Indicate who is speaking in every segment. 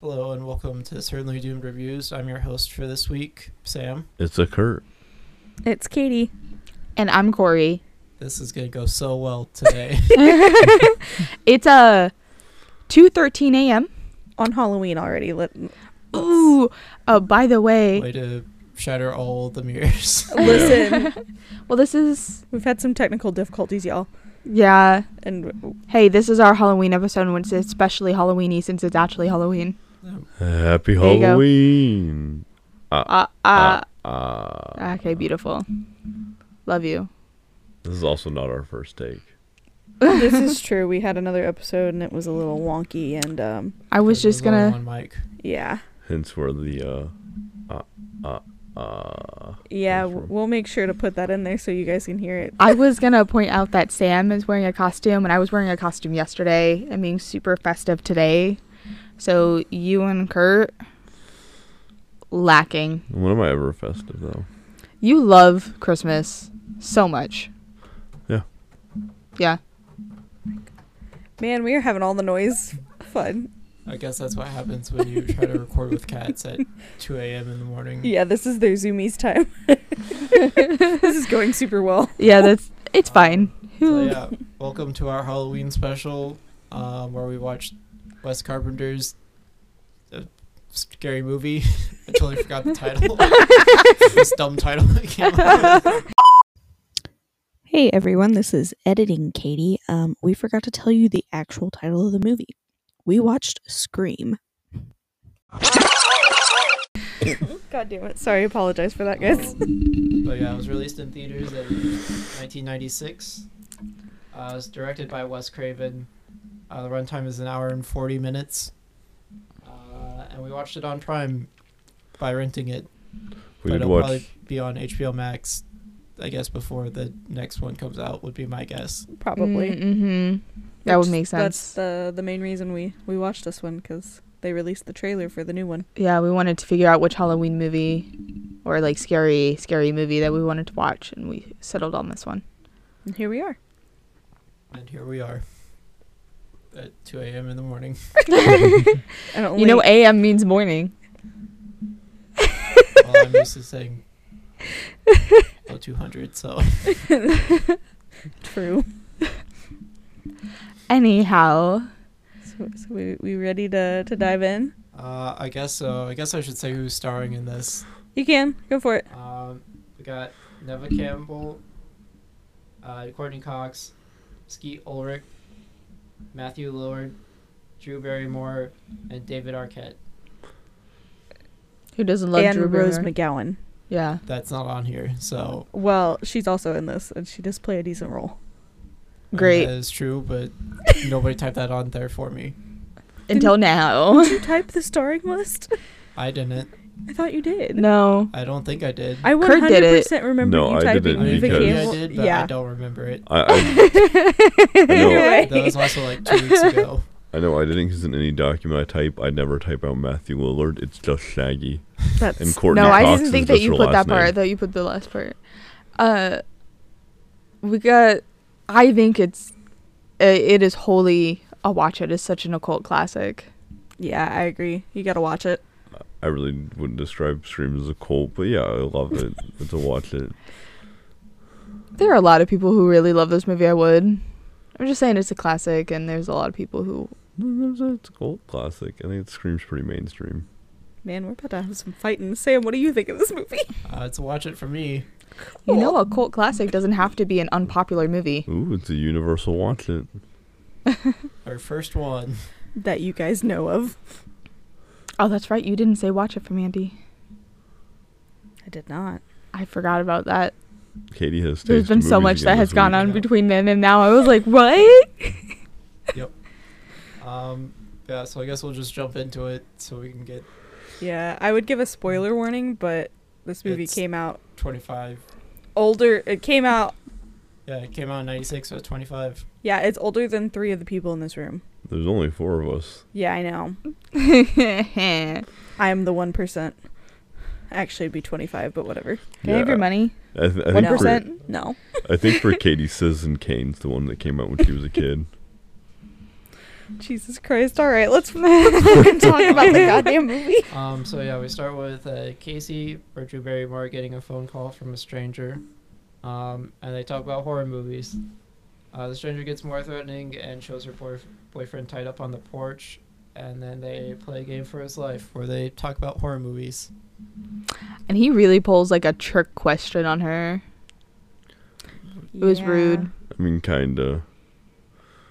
Speaker 1: Hello and welcome to Certainly Doomed Reviews. I'm your host for this week, Sam.
Speaker 2: It's a Kurt.
Speaker 3: It's Katie.
Speaker 4: And I'm Corey.
Speaker 1: This is gonna go so well today.
Speaker 4: It's a two thirteen a.m.
Speaker 3: On Halloween already. Let,
Speaker 4: Ooh. Uh, by the way,
Speaker 1: Way to shatter all the mirrors.
Speaker 3: listen,
Speaker 4: well, this is
Speaker 3: we've had some technical difficulties, y'all.
Speaker 4: yeah.
Speaker 3: And w-
Speaker 4: Hey, this is our Halloween episode, and it's especially Halloweeny since it's actually Halloween.
Speaker 2: Happy
Speaker 4: There you go.
Speaker 2: Halloween.
Speaker 4: Uh, uh,
Speaker 2: Uh,
Speaker 4: okay, beautiful. Love you.
Speaker 2: this is also not our first take.
Speaker 3: this is true. We had another episode and it was a little wonky. And um,
Speaker 4: I was just gonna.
Speaker 1: on mic.
Speaker 3: yeah,
Speaker 2: Hence where the uh, uh, uh, uh.
Speaker 3: yeah,
Speaker 2: Sounds
Speaker 3: w-
Speaker 2: true.
Speaker 3: we'll make sure to put that in there so you guys can hear it.
Speaker 4: I was gonna point out that Sam is wearing a costume, and I was wearing a costume yesterday, and being super festive today. So you and Kurt lacking.
Speaker 2: When am I ever festive though?
Speaker 4: You love Christmas so much.
Speaker 2: Yeah.
Speaker 4: Yeah.
Speaker 3: Man, we are having all the noise fun.
Speaker 1: I guess that's what happens when you try to record with cats at 2 a.m. in the morning.
Speaker 3: Yeah, this is their zoomies time. this is going super well.
Speaker 4: Yeah, that's it's fine.
Speaker 1: So yeah, welcome to our Halloween special, um, where we watched Wes Carpenter's uh, scary movie. I totally forgot the title. this dumb title that came out.
Speaker 5: Hey everyone, this is Editing Katie. Um, we forgot to tell you the actual title of the movie. We watched Scream.
Speaker 3: God damn it. Sorry, apologize for that, guys.
Speaker 1: Um, but yeah, it was released in theaters in 1996. Uh, it was directed by Wes Craven. Uh, the runtime is an hour and 40 minutes. Uh, and we watched it on Prime by renting it.
Speaker 2: We
Speaker 1: but
Speaker 2: did
Speaker 1: it'll
Speaker 2: watch.
Speaker 1: probably be on HBO Max, I guess, before the next one comes out, would be my guess.
Speaker 3: Probably.
Speaker 4: Mm-hmm. That would
Speaker 3: Which-
Speaker 4: make sense.
Speaker 3: That's the the main reason we we watched this one because they released the trailer for the new one.
Speaker 4: Yeah, we wanted to figure out which Halloween movie or like scary scary movie that we wanted to watch and we settled on this one.
Speaker 3: And here we are.
Speaker 1: And here we are at 2 a.m. in the morning.
Speaker 3: And
Speaker 4: You know AM means morning.
Speaker 1: Well, I'm used to saying low 200, so.
Speaker 3: true.
Speaker 4: Anyhow,
Speaker 3: So, so we we ready to to dive in?
Speaker 1: Uh, I guess so. I guess I should say who's starring in this.
Speaker 3: You can go for it.
Speaker 1: Um, we got Neva Campbell, uh, Courtney Cox, Skeet Ulrich, Matthew Lillard, Drew Barrymore, and David Arquette.
Speaker 4: who doesn't love
Speaker 3: and
Speaker 4: Drew
Speaker 3: Rose
Speaker 4: Barrymore?
Speaker 3: McGowan.
Speaker 4: yeah.
Speaker 1: That's not on here, so
Speaker 3: Well, she's also in this, and she does play a decent role.
Speaker 1: I mean,
Speaker 4: Great.
Speaker 1: That is true, but nobody typed that on there for me.
Speaker 4: Until now.
Speaker 3: Did you type the starring list?
Speaker 1: I didn't.
Speaker 3: I thought you did.
Speaker 4: no.
Speaker 1: I don't think I did.
Speaker 3: I one
Speaker 4: Kurt did
Speaker 3: hundred
Speaker 4: it.
Speaker 3: percent remember
Speaker 2: No,
Speaker 3: you
Speaker 2: I
Speaker 3: typing
Speaker 2: didn't
Speaker 1: I mean,
Speaker 3: Eva
Speaker 2: because-
Speaker 1: maybe I
Speaker 3: Campbell.
Speaker 1: did, but I
Speaker 3: yeah,
Speaker 1: don't remember it.
Speaker 2: I, I, I, know,
Speaker 3: Anyway.
Speaker 1: That was also like two weeks ago.
Speaker 2: I know I didn't because in any document I type, I never type out Matthew Willard. It's just Shaggy.
Speaker 3: that's
Speaker 2: And Courtney
Speaker 4: No, I
Speaker 2: Cox
Speaker 4: didn't
Speaker 2: is
Speaker 4: think
Speaker 2: just
Speaker 4: that you
Speaker 2: her
Speaker 4: put
Speaker 2: last
Speaker 4: that part. I
Speaker 2: name.
Speaker 4: thought you put the last part. Uh, we got. I think it's. Uh, it is wholly a watch. It is such an occult classic.
Speaker 3: yeah. I agree. You gotta watch it.
Speaker 2: I really wouldn't describe Scream as a cult, but yeah, I love it. to watch it.
Speaker 4: There are a lot of people who really love this movie. I would. I'm just saying it's a classic, and there's a lot of people who.
Speaker 2: It's a cult classic. I think it Scream's pretty mainstream.
Speaker 3: Man, we're about to have some fighting. Sam, what do you think of this movie?
Speaker 1: Uh, it's a watch it for me.
Speaker 4: You know, a cult classic doesn't have to be an unpopular movie.
Speaker 2: Ooh, it's a universal watch it.
Speaker 1: Our first one.
Speaker 3: That you guys know of.
Speaker 4: Oh, that's right. You didn't say watch it from Andy.
Speaker 3: I did not.
Speaker 4: I forgot about that.
Speaker 2: Katie has.
Speaker 4: There's been so much that has gone
Speaker 1: week.
Speaker 4: on between then and now. I was like, what?
Speaker 1: Um, yeah, so I guess we'll just jump into it so we can get
Speaker 3: Yeah, I would give a spoiler warning, but this movie
Speaker 1: It's-
Speaker 3: came out
Speaker 1: 25.
Speaker 3: older. It came out.
Speaker 1: Yeah, it came out in 96, so it's 25.
Speaker 3: Yeah, it's older than three of the people in this room.
Speaker 2: There's only four of us.
Speaker 3: Yeah, I know.
Speaker 4: Can
Speaker 3: I am the one percent. Actually, it'd be twenty-five, but whatever.
Speaker 4: I have
Speaker 2: Yeah,
Speaker 4: your money?
Speaker 2: I, th- I think
Speaker 4: One
Speaker 3: No.
Speaker 2: for,
Speaker 4: percent.
Speaker 3: No.
Speaker 2: I think for Katie, Citizen Kane's the one that came out when she was a kid.
Speaker 3: Jesus Christ. All right, let's fucking talk about the goddamn movie.
Speaker 1: Um, so yeah, we start with uh, Casey or Drew Barrymore getting a phone call from a stranger, um, and they talk about horror movies. Uh, the stranger gets more threatening and shows her boyf- boyfriend tied up on the porch, and then they play a game for his life where they talk about horror movies.
Speaker 4: And he really pulls like a trick question on her. It was rude.
Speaker 2: I mean, kinda.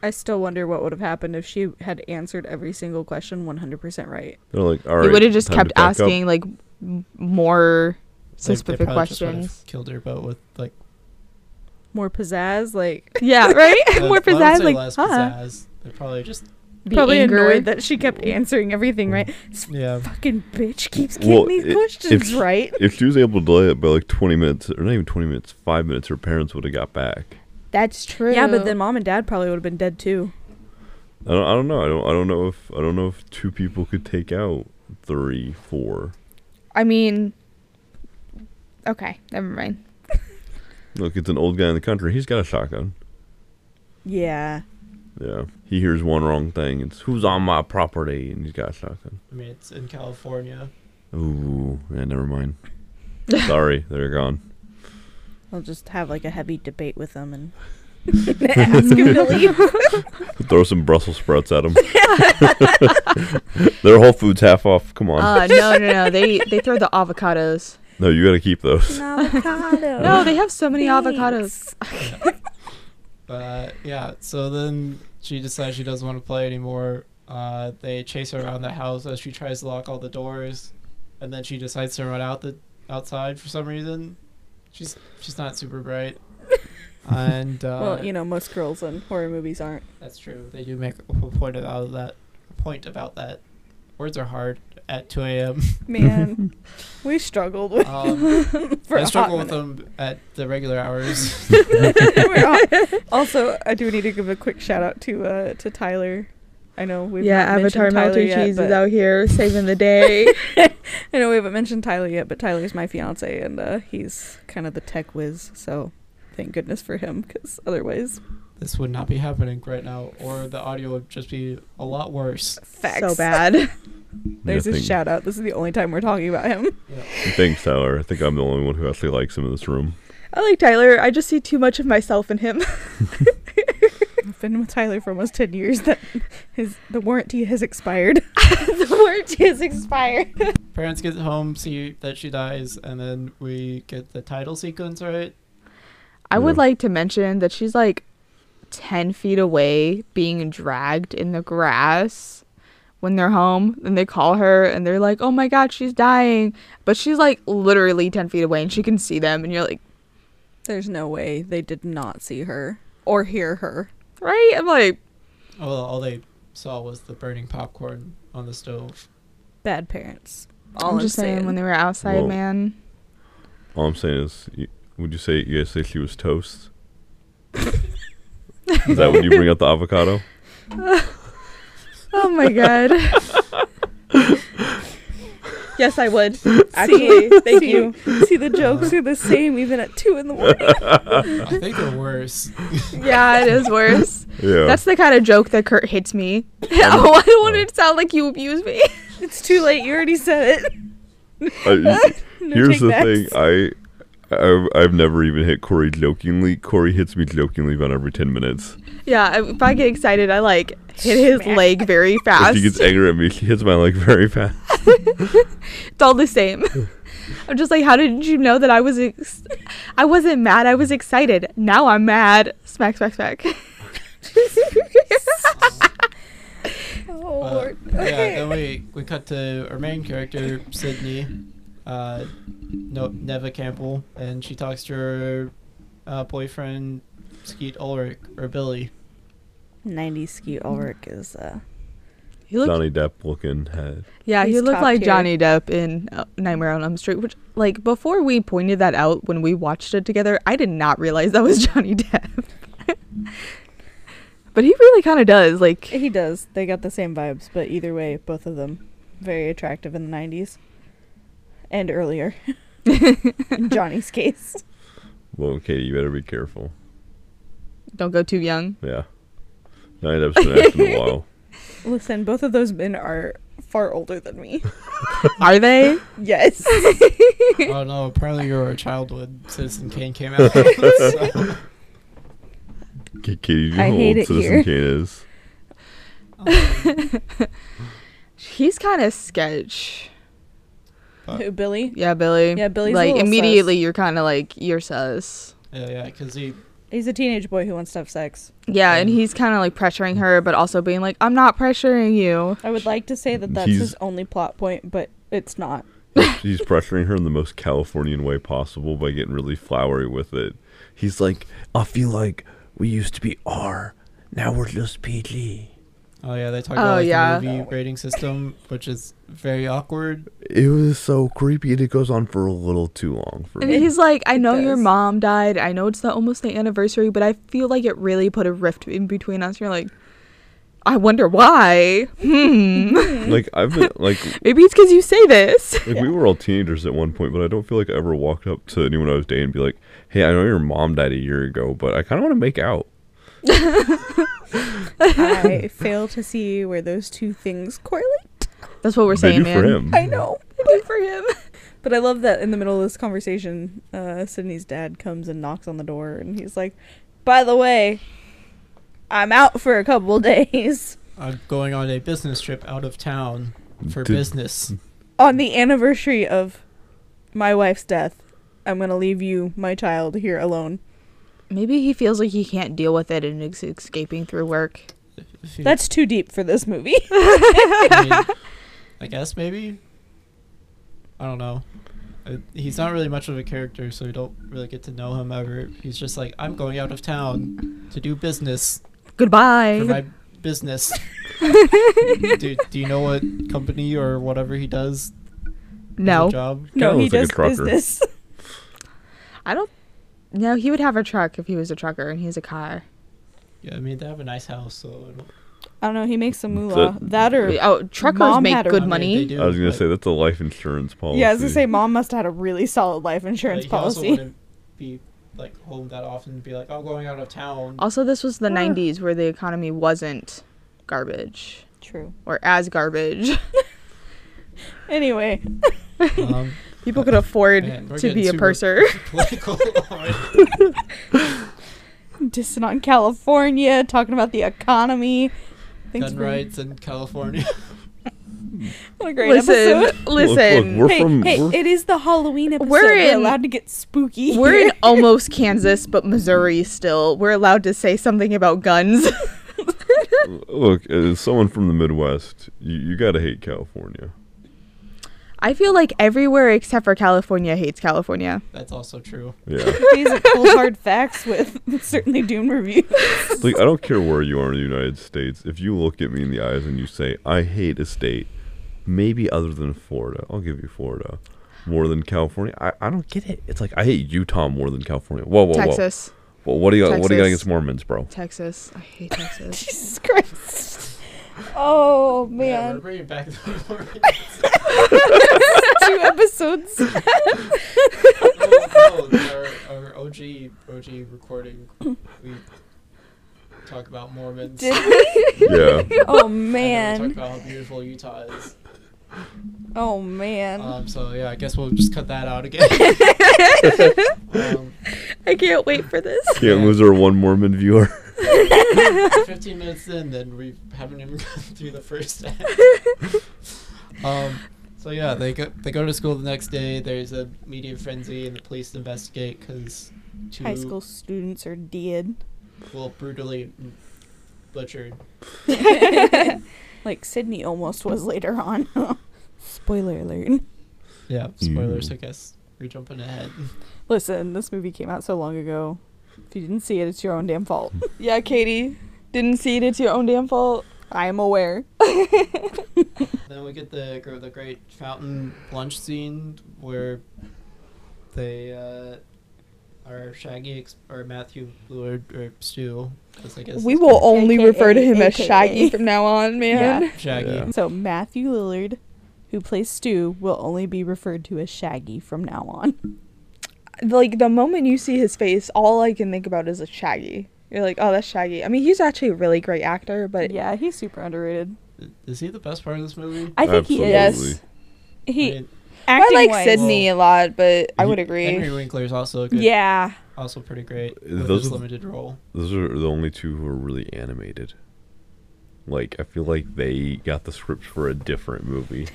Speaker 3: I still wonder what would have happened if she had answered every single question 100% right.
Speaker 2: They're like, all
Speaker 4: he
Speaker 2: right.
Speaker 4: would have just
Speaker 2: time to
Speaker 4: kept
Speaker 2: pack up."
Speaker 4: asking like m- more
Speaker 1: Like, they
Speaker 4: specific
Speaker 1: probably just would've
Speaker 4: questions.
Speaker 1: killed her, but with like
Speaker 3: More pizzazz, like
Speaker 4: yeah, right.
Speaker 1: uh,
Speaker 4: more
Speaker 1: well, I would
Speaker 4: pizzazz,
Speaker 1: say
Speaker 4: like
Speaker 1: less
Speaker 4: huh?
Speaker 1: pizzazz. They probably just
Speaker 4: Be
Speaker 3: probably
Speaker 4: angered.
Speaker 3: annoyed that she kept answering everything right. This
Speaker 1: yeah.
Speaker 3: fucking bitch keeps getting
Speaker 2: Well,
Speaker 3: these
Speaker 2: i-
Speaker 3: questions
Speaker 2: if-
Speaker 3: right.
Speaker 2: If she was able to delay it by like 20 minutes, or not even 20 minutes, five minutes, her parents would have got back.
Speaker 6: That's true.
Speaker 3: Yeah, but then mom and dad probably would have been dead too.
Speaker 2: I don't, I don't know. I don't. I don't know if. I don't know if two people could take out three, four.
Speaker 4: I mean, okay, never mind.
Speaker 2: Look, it's an old guy in the country. He's got a shotgun.
Speaker 3: Yeah.
Speaker 2: Yeah. He hears one wrong thing. It's who's on my property, and he's got a shotgun.
Speaker 1: I mean, it's in California.
Speaker 2: Ooh. Yeah. Never mind. Sorry, they're gone.
Speaker 3: I'll just have like a heavy debate with them and ask him to leave.
Speaker 2: Throw some Brussels sprouts at them. Their Whole Foods half off. Come on.
Speaker 4: Uh, no, no, no. They they throw the avocados.
Speaker 2: no, you got to keep those.
Speaker 3: Avocado.
Speaker 4: No, they have so many avocados.
Speaker 1: But yeah, so then she decides she doesn't want to play anymore. Uh, they chase her around the house as she tries to lock all the doors, and then she decides to run out the outside for some reason. She's she's not super bright, and uh,
Speaker 3: Well, you know, most girls in horror movies aren't.
Speaker 1: that's true. They do make a whole point about that. Point about that. Words are hard at 2 a.m.
Speaker 3: Man, we struggled with
Speaker 1: Um,
Speaker 3: for
Speaker 1: I
Speaker 3: a
Speaker 1: struggle
Speaker 3: hot
Speaker 1: with them at the regular hours.
Speaker 3: minute. We're hot. also, I do need to give a quick shout out to uh, to Tyler. I know we've not mentioned Tyler yet, but-
Speaker 4: here saving the day.
Speaker 3: I know we haven't mentioned Tyler yet, but Tyler's my fiance, and uh, he's kind of the tech whiz. So, thank goodness for him, because otherwise,
Speaker 1: this would not be happening right now, or the audio would just be a lot worse.
Speaker 3: facts.
Speaker 4: So bad.
Speaker 3: There's
Speaker 2: Nothing.
Speaker 3: his shout out. This is the only time we're talking about him.
Speaker 2: Thanks, Tyler. I think I'm the only one who actually likes him in this room.
Speaker 4: I like Tyler. I just see too much of myself in him.
Speaker 3: I've been with Tyler for almost ten years. That his the warranty has expired.
Speaker 6: the warranty is expired.
Speaker 1: Parents get home, see that she dies, and then we get the title sequence right.
Speaker 4: I would
Speaker 2: Yeah.
Speaker 4: like to mention that she's like 10 feet away being dragged in the grass when they're home. And they call her and they're like, oh my God, she's dying. But she's like literally 10 feet away and she can see them. And you're like,
Speaker 3: There's no way they did not see her or hear her.
Speaker 4: right? I'm like,
Speaker 1: All, all they saw was the burning popcorn on the stove.
Speaker 3: Bad parents.
Speaker 4: I'm, just saying, when they were outside,
Speaker 2: Whoa.
Speaker 4: man.
Speaker 2: All I'm saying is, y- would you say you guys say she was toast? is that when you bring up the avocado?
Speaker 4: Oh my God. yes, I would.
Speaker 3: Actually, thank you. See, the jokes are the same even at two in the
Speaker 1: I
Speaker 3: morning.
Speaker 1: think they're worse.
Speaker 4: Yeah, it is worse.
Speaker 2: Yeah.
Speaker 4: That's the kind of joke that Kurt hits me. oh, I don't want it to sound like you abuse me.
Speaker 3: it's too late. You already said it.
Speaker 2: I-
Speaker 3: No
Speaker 2: here's the
Speaker 3: take-backs.
Speaker 2: thing. I, I've, I've never even hit Corey jokingly. Corey hits me jokingly about every 10 minutes.
Speaker 4: Yeah, I- if I get excited, I like hit his
Speaker 3: Smack.
Speaker 4: leg very
Speaker 2: If
Speaker 4: fast.
Speaker 2: she gets angry at me, she hits my leg very fast.
Speaker 4: It's all the same. I'm just like, how did you know that I was? Ex- I wasn't mad. I was excited. Now I'm mad. Smack, smack, smack.
Speaker 3: Oh,
Speaker 1: But,
Speaker 3: Lord.
Speaker 1: Yeah, then we, we cut to our main character, Sydney, uh, no, Neva Campbell, and she talks to her uh, boyfriend, Skeet Ulrich, or Billy.
Speaker 3: 90 Ski Ulrich is uh,
Speaker 4: He looked,
Speaker 2: Johnny Depp looking head.
Speaker 4: yeah, he
Speaker 3: He's
Speaker 4: looked
Speaker 3: top
Speaker 4: like
Speaker 3: tier.
Speaker 4: Johnny Depp in uh, Nightmare on Elm Street. Which, like, before we pointed that out when we watched it together, I did not realize that was Johnny Depp. but he really kind of does. Like,
Speaker 3: he does. They got the same vibes, but either way, both of them very attractive in the 90s and earlier. in Johnny's case.
Speaker 2: Well, Katie, you better be careful.
Speaker 4: don't go too young.
Speaker 2: Yeah. Johnny Depp's been acting a while.
Speaker 3: Listen, both of those men are far older than me.
Speaker 4: Are they?
Speaker 3: Yes.
Speaker 1: oh no, apparently you were a child when Citizen Kane came out. So-
Speaker 2: K- Katie, do you know
Speaker 3: I
Speaker 2: how
Speaker 3: hate
Speaker 2: old
Speaker 3: it
Speaker 2: Citizen
Speaker 3: here.
Speaker 2: Kane is?
Speaker 4: He's kind of sketch.
Speaker 3: Who, Billy?
Speaker 4: Yeah, Billy.
Speaker 3: Yeah, Billy's a
Speaker 4: like
Speaker 3: little
Speaker 4: immediately you're kind of like you're sus.
Speaker 1: yeah, yeah, because he
Speaker 3: He's a teenage boy who wants to have sex.
Speaker 4: Yeah, and
Speaker 1: Mm.
Speaker 4: he's kind of like pressuring her, but also being like, "I'm not pressuring you."
Speaker 3: I would like to say that that's
Speaker 2: He's-
Speaker 3: his only plot point, but it's not.
Speaker 2: He's- He's pressuring her in the most Californian way possible by getting really flowery with it. He's like, I feel like we used to be R, now we're just PG.
Speaker 1: Oh yeah, they talk
Speaker 4: Oh,
Speaker 1: about like,
Speaker 4: yeah.
Speaker 1: the movie rating system, which is very awkward.
Speaker 2: It was so creepy, and it goes on for a little too long for
Speaker 4: And
Speaker 2: me.
Speaker 4: he's like, "I know your
Speaker 3: does.
Speaker 4: mom died. I know it's the almost the anniversary, but I feel like it really put a rift in between us." You're like, "I wonder why." Hmm.
Speaker 2: like I've been like
Speaker 4: Maybe it's because you say this.
Speaker 2: Like we were all teenagers at one point, but I don't feel like I ever walked up to anyone I was dating and be like, "Hey, I know your mom died a year ago, but I kind of want to make out."
Speaker 3: I fail to see where those two things correlate.
Speaker 4: That's what we're
Speaker 2: they do
Speaker 4: saying, man.
Speaker 2: for him.
Speaker 3: I know.
Speaker 4: Good for him.
Speaker 3: But I love that in the middle of this conversation, uh, Sydney's dad comes and knocks on the door, and he's like, "By the way, I'm out for a couple days
Speaker 1: I'm going on a business trip out of town for
Speaker 2: Did-
Speaker 1: business.
Speaker 3: on the anniversary of my wife's death. I'm gonna leave you, my child, here alone."
Speaker 4: Maybe he feels like he can't deal with it and is escaping through work.
Speaker 1: If you-
Speaker 3: That's too deep for this movie.
Speaker 1: I, mean, I guess maybe. I don't know. Uh, He's not really much of a character, so we don't really get to know him ever. He's just like, I'm going out of town to do business
Speaker 4: Goodbye.
Speaker 1: for my business. do, do you know what company or whatever he does? as a
Speaker 4: no.
Speaker 1: Job?
Speaker 3: no, he
Speaker 2: looks like a
Speaker 3: does
Speaker 2: trucker.
Speaker 3: business.
Speaker 4: I don't. No, he would have a truck if he was a trucker, and he's a car.
Speaker 1: Yeah, I mean, they have a nice house, so. I don't-
Speaker 3: I don't know. He makes some moolah. That or
Speaker 4: Oh, truckers
Speaker 3: Mom
Speaker 4: make
Speaker 3: had a-
Speaker 1: I
Speaker 4: good
Speaker 1: mean,
Speaker 4: money.
Speaker 1: they do,
Speaker 2: I was gonna
Speaker 1: but-
Speaker 2: say that's a life insurance policy.
Speaker 3: yeah, I was gonna say, mom must have had a really solid life insurance
Speaker 1: Like, He also
Speaker 3: policy.
Speaker 1: wouldn't be like home that often. and Be like, "Oh, I'm going out of town.
Speaker 4: Also, this was the
Speaker 3: Yeah.
Speaker 4: 90s where the economy wasn't garbage
Speaker 3: True.
Speaker 4: or as garbage.
Speaker 3: Anyway,
Speaker 1: Um,
Speaker 4: People could afford
Speaker 1: Man, we're
Speaker 4: to
Speaker 1: getting
Speaker 4: be a
Speaker 1: super-
Speaker 4: purser.
Speaker 1: political. already.
Speaker 3: dissing on California, talking about the economy. Thanks
Speaker 1: Gun
Speaker 3: for-
Speaker 1: rights in California.
Speaker 3: What a great
Speaker 4: Listen,
Speaker 3: episode.
Speaker 2: Look,
Speaker 4: listen.
Speaker 2: look, we're
Speaker 3: hey,
Speaker 2: from.
Speaker 3: hey
Speaker 2: we're,
Speaker 3: it is the Halloween episode.
Speaker 4: We're
Speaker 3: We're,
Speaker 4: in-
Speaker 3: allowed to get spooky.
Speaker 4: we're
Speaker 3: here.
Speaker 4: in almost Kansas, but Missouri still. We're allowed to say something about guns.
Speaker 2: look, as someone from the Midwest, you, you gotta hate California.
Speaker 4: I feel like everywhere except for California hates California.
Speaker 1: That's also true.
Speaker 2: Yeah,
Speaker 3: these are cold hard facts with certainly Doom review.
Speaker 2: It's like I don't care where you are in the United States. If you look at me in the eyes and you say, "I hate a state," maybe other than Florida, I'll give you Florida. More than California, I, I don't get it. It's like I hate Utah more than California. Whoa, whoa, whoa.
Speaker 4: Texas.
Speaker 2: Well, what do you what do you
Speaker 4: Texas.
Speaker 2: got against Mormons, bro?
Speaker 4: Texas. I hate Texas.
Speaker 3: Jesus Christ. Oh
Speaker 1: Yeah, we're
Speaker 3: man,
Speaker 1: bringing back the Mormons.
Speaker 3: two episodes.
Speaker 1: oh, no, our, our OG OG recording, we talk about Mormons.
Speaker 3: Did
Speaker 2: yeah,
Speaker 3: Oh
Speaker 1: and then we
Speaker 3: man.
Speaker 1: talk about how beautiful Utah is.
Speaker 3: Oh man.
Speaker 1: Um, so yeah, I guess we'll just cut that out again. um,
Speaker 4: I can't wait for this.
Speaker 2: can't lose our one Mormon viewer.
Speaker 1: 15 minutes in, then we haven't even gone through the first act. um, so yeah, they go they go to school the next day. There's a media frenzy, and the police investigate because two
Speaker 3: High school students are dead.
Speaker 1: well brutally butchered.
Speaker 3: Like Sydney almost was later on. Spoiler alert.
Speaker 1: Yeah, spoilers.
Speaker 2: Ew.
Speaker 1: I guess we're jumping ahead.
Speaker 3: Listen, this movie came out so long ago. If you didn't see it, it's your own damn fault. yeah, Katie.
Speaker 4: Didn't see it. It's your own damn fault.
Speaker 3: I am aware.
Speaker 1: Then we get the gr- the great fountain lunch scene where they uh, are Shaggy ex- or Matthew Lillard or Stu. 'cause I guess
Speaker 4: We
Speaker 1: it's-
Speaker 4: will only refer to him as
Speaker 3: AKA.
Speaker 4: Shaggy from now on, man.
Speaker 3: Yeah.
Speaker 1: Shaggy.
Speaker 2: Yeah.
Speaker 3: So Matthew Lillard, who plays Stu, will only be referred to as Shaggy from now on.
Speaker 4: Like the moment you see his face, all I can think about is a Shaggy. You're like, oh, that's Shaggy. I mean, he's actually a really great actor, but
Speaker 3: yeah, he's super underrated.
Speaker 1: Is he the best part of this movie?
Speaker 3: I think he is.
Speaker 2: Absolutely.
Speaker 3: He
Speaker 1: I mean,
Speaker 4: I
Speaker 3: acting
Speaker 4: like
Speaker 3: wise-
Speaker 4: Sydney a lot, but I
Speaker 2: You-
Speaker 4: would agree.
Speaker 1: Henry Winkler's also a good,
Speaker 3: Yeah,
Speaker 1: also pretty great with
Speaker 2: Those
Speaker 1: his
Speaker 2: are the-
Speaker 1: limited role.
Speaker 2: Those are the only two who are really animated. Like I feel like they got the scripts for a different movie,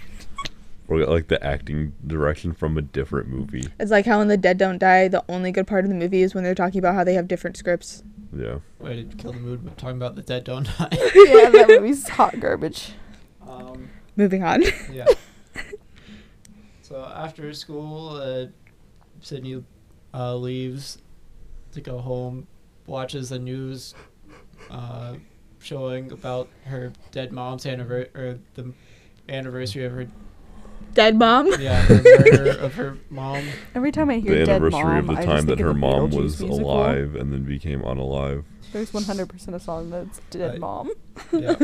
Speaker 2: or got, like the acting direction from a different movie.
Speaker 4: It's like how in The Dead Don't Die, the only good part of the movie is when they're talking about how they have different scripts.
Speaker 2: Yeah,
Speaker 1: Way to kill the mood with talking about the dead don't die.
Speaker 3: yeah, that movie's hot garbage.
Speaker 1: Um,
Speaker 4: Moving on.
Speaker 1: yeah. so after school, uh, Sydney uh, leaves to go home, watches the news uh, showing about her dead mom's anniversary, or the anniversary of her,
Speaker 4: Dead mom.
Speaker 1: yeah, the murder of her mom.
Speaker 3: Every time I hear
Speaker 2: the
Speaker 3: dead
Speaker 2: anniversary
Speaker 3: mom,
Speaker 2: of the
Speaker 3: I
Speaker 2: time
Speaker 3: just
Speaker 2: that
Speaker 3: think of
Speaker 2: her
Speaker 3: the
Speaker 2: mom
Speaker 3: Beetlejuice
Speaker 2: was
Speaker 3: musical.
Speaker 2: alive and then became unalive.
Speaker 3: There's 100% a song that's dead
Speaker 1: Uh,
Speaker 3: mom.
Speaker 1: yeah.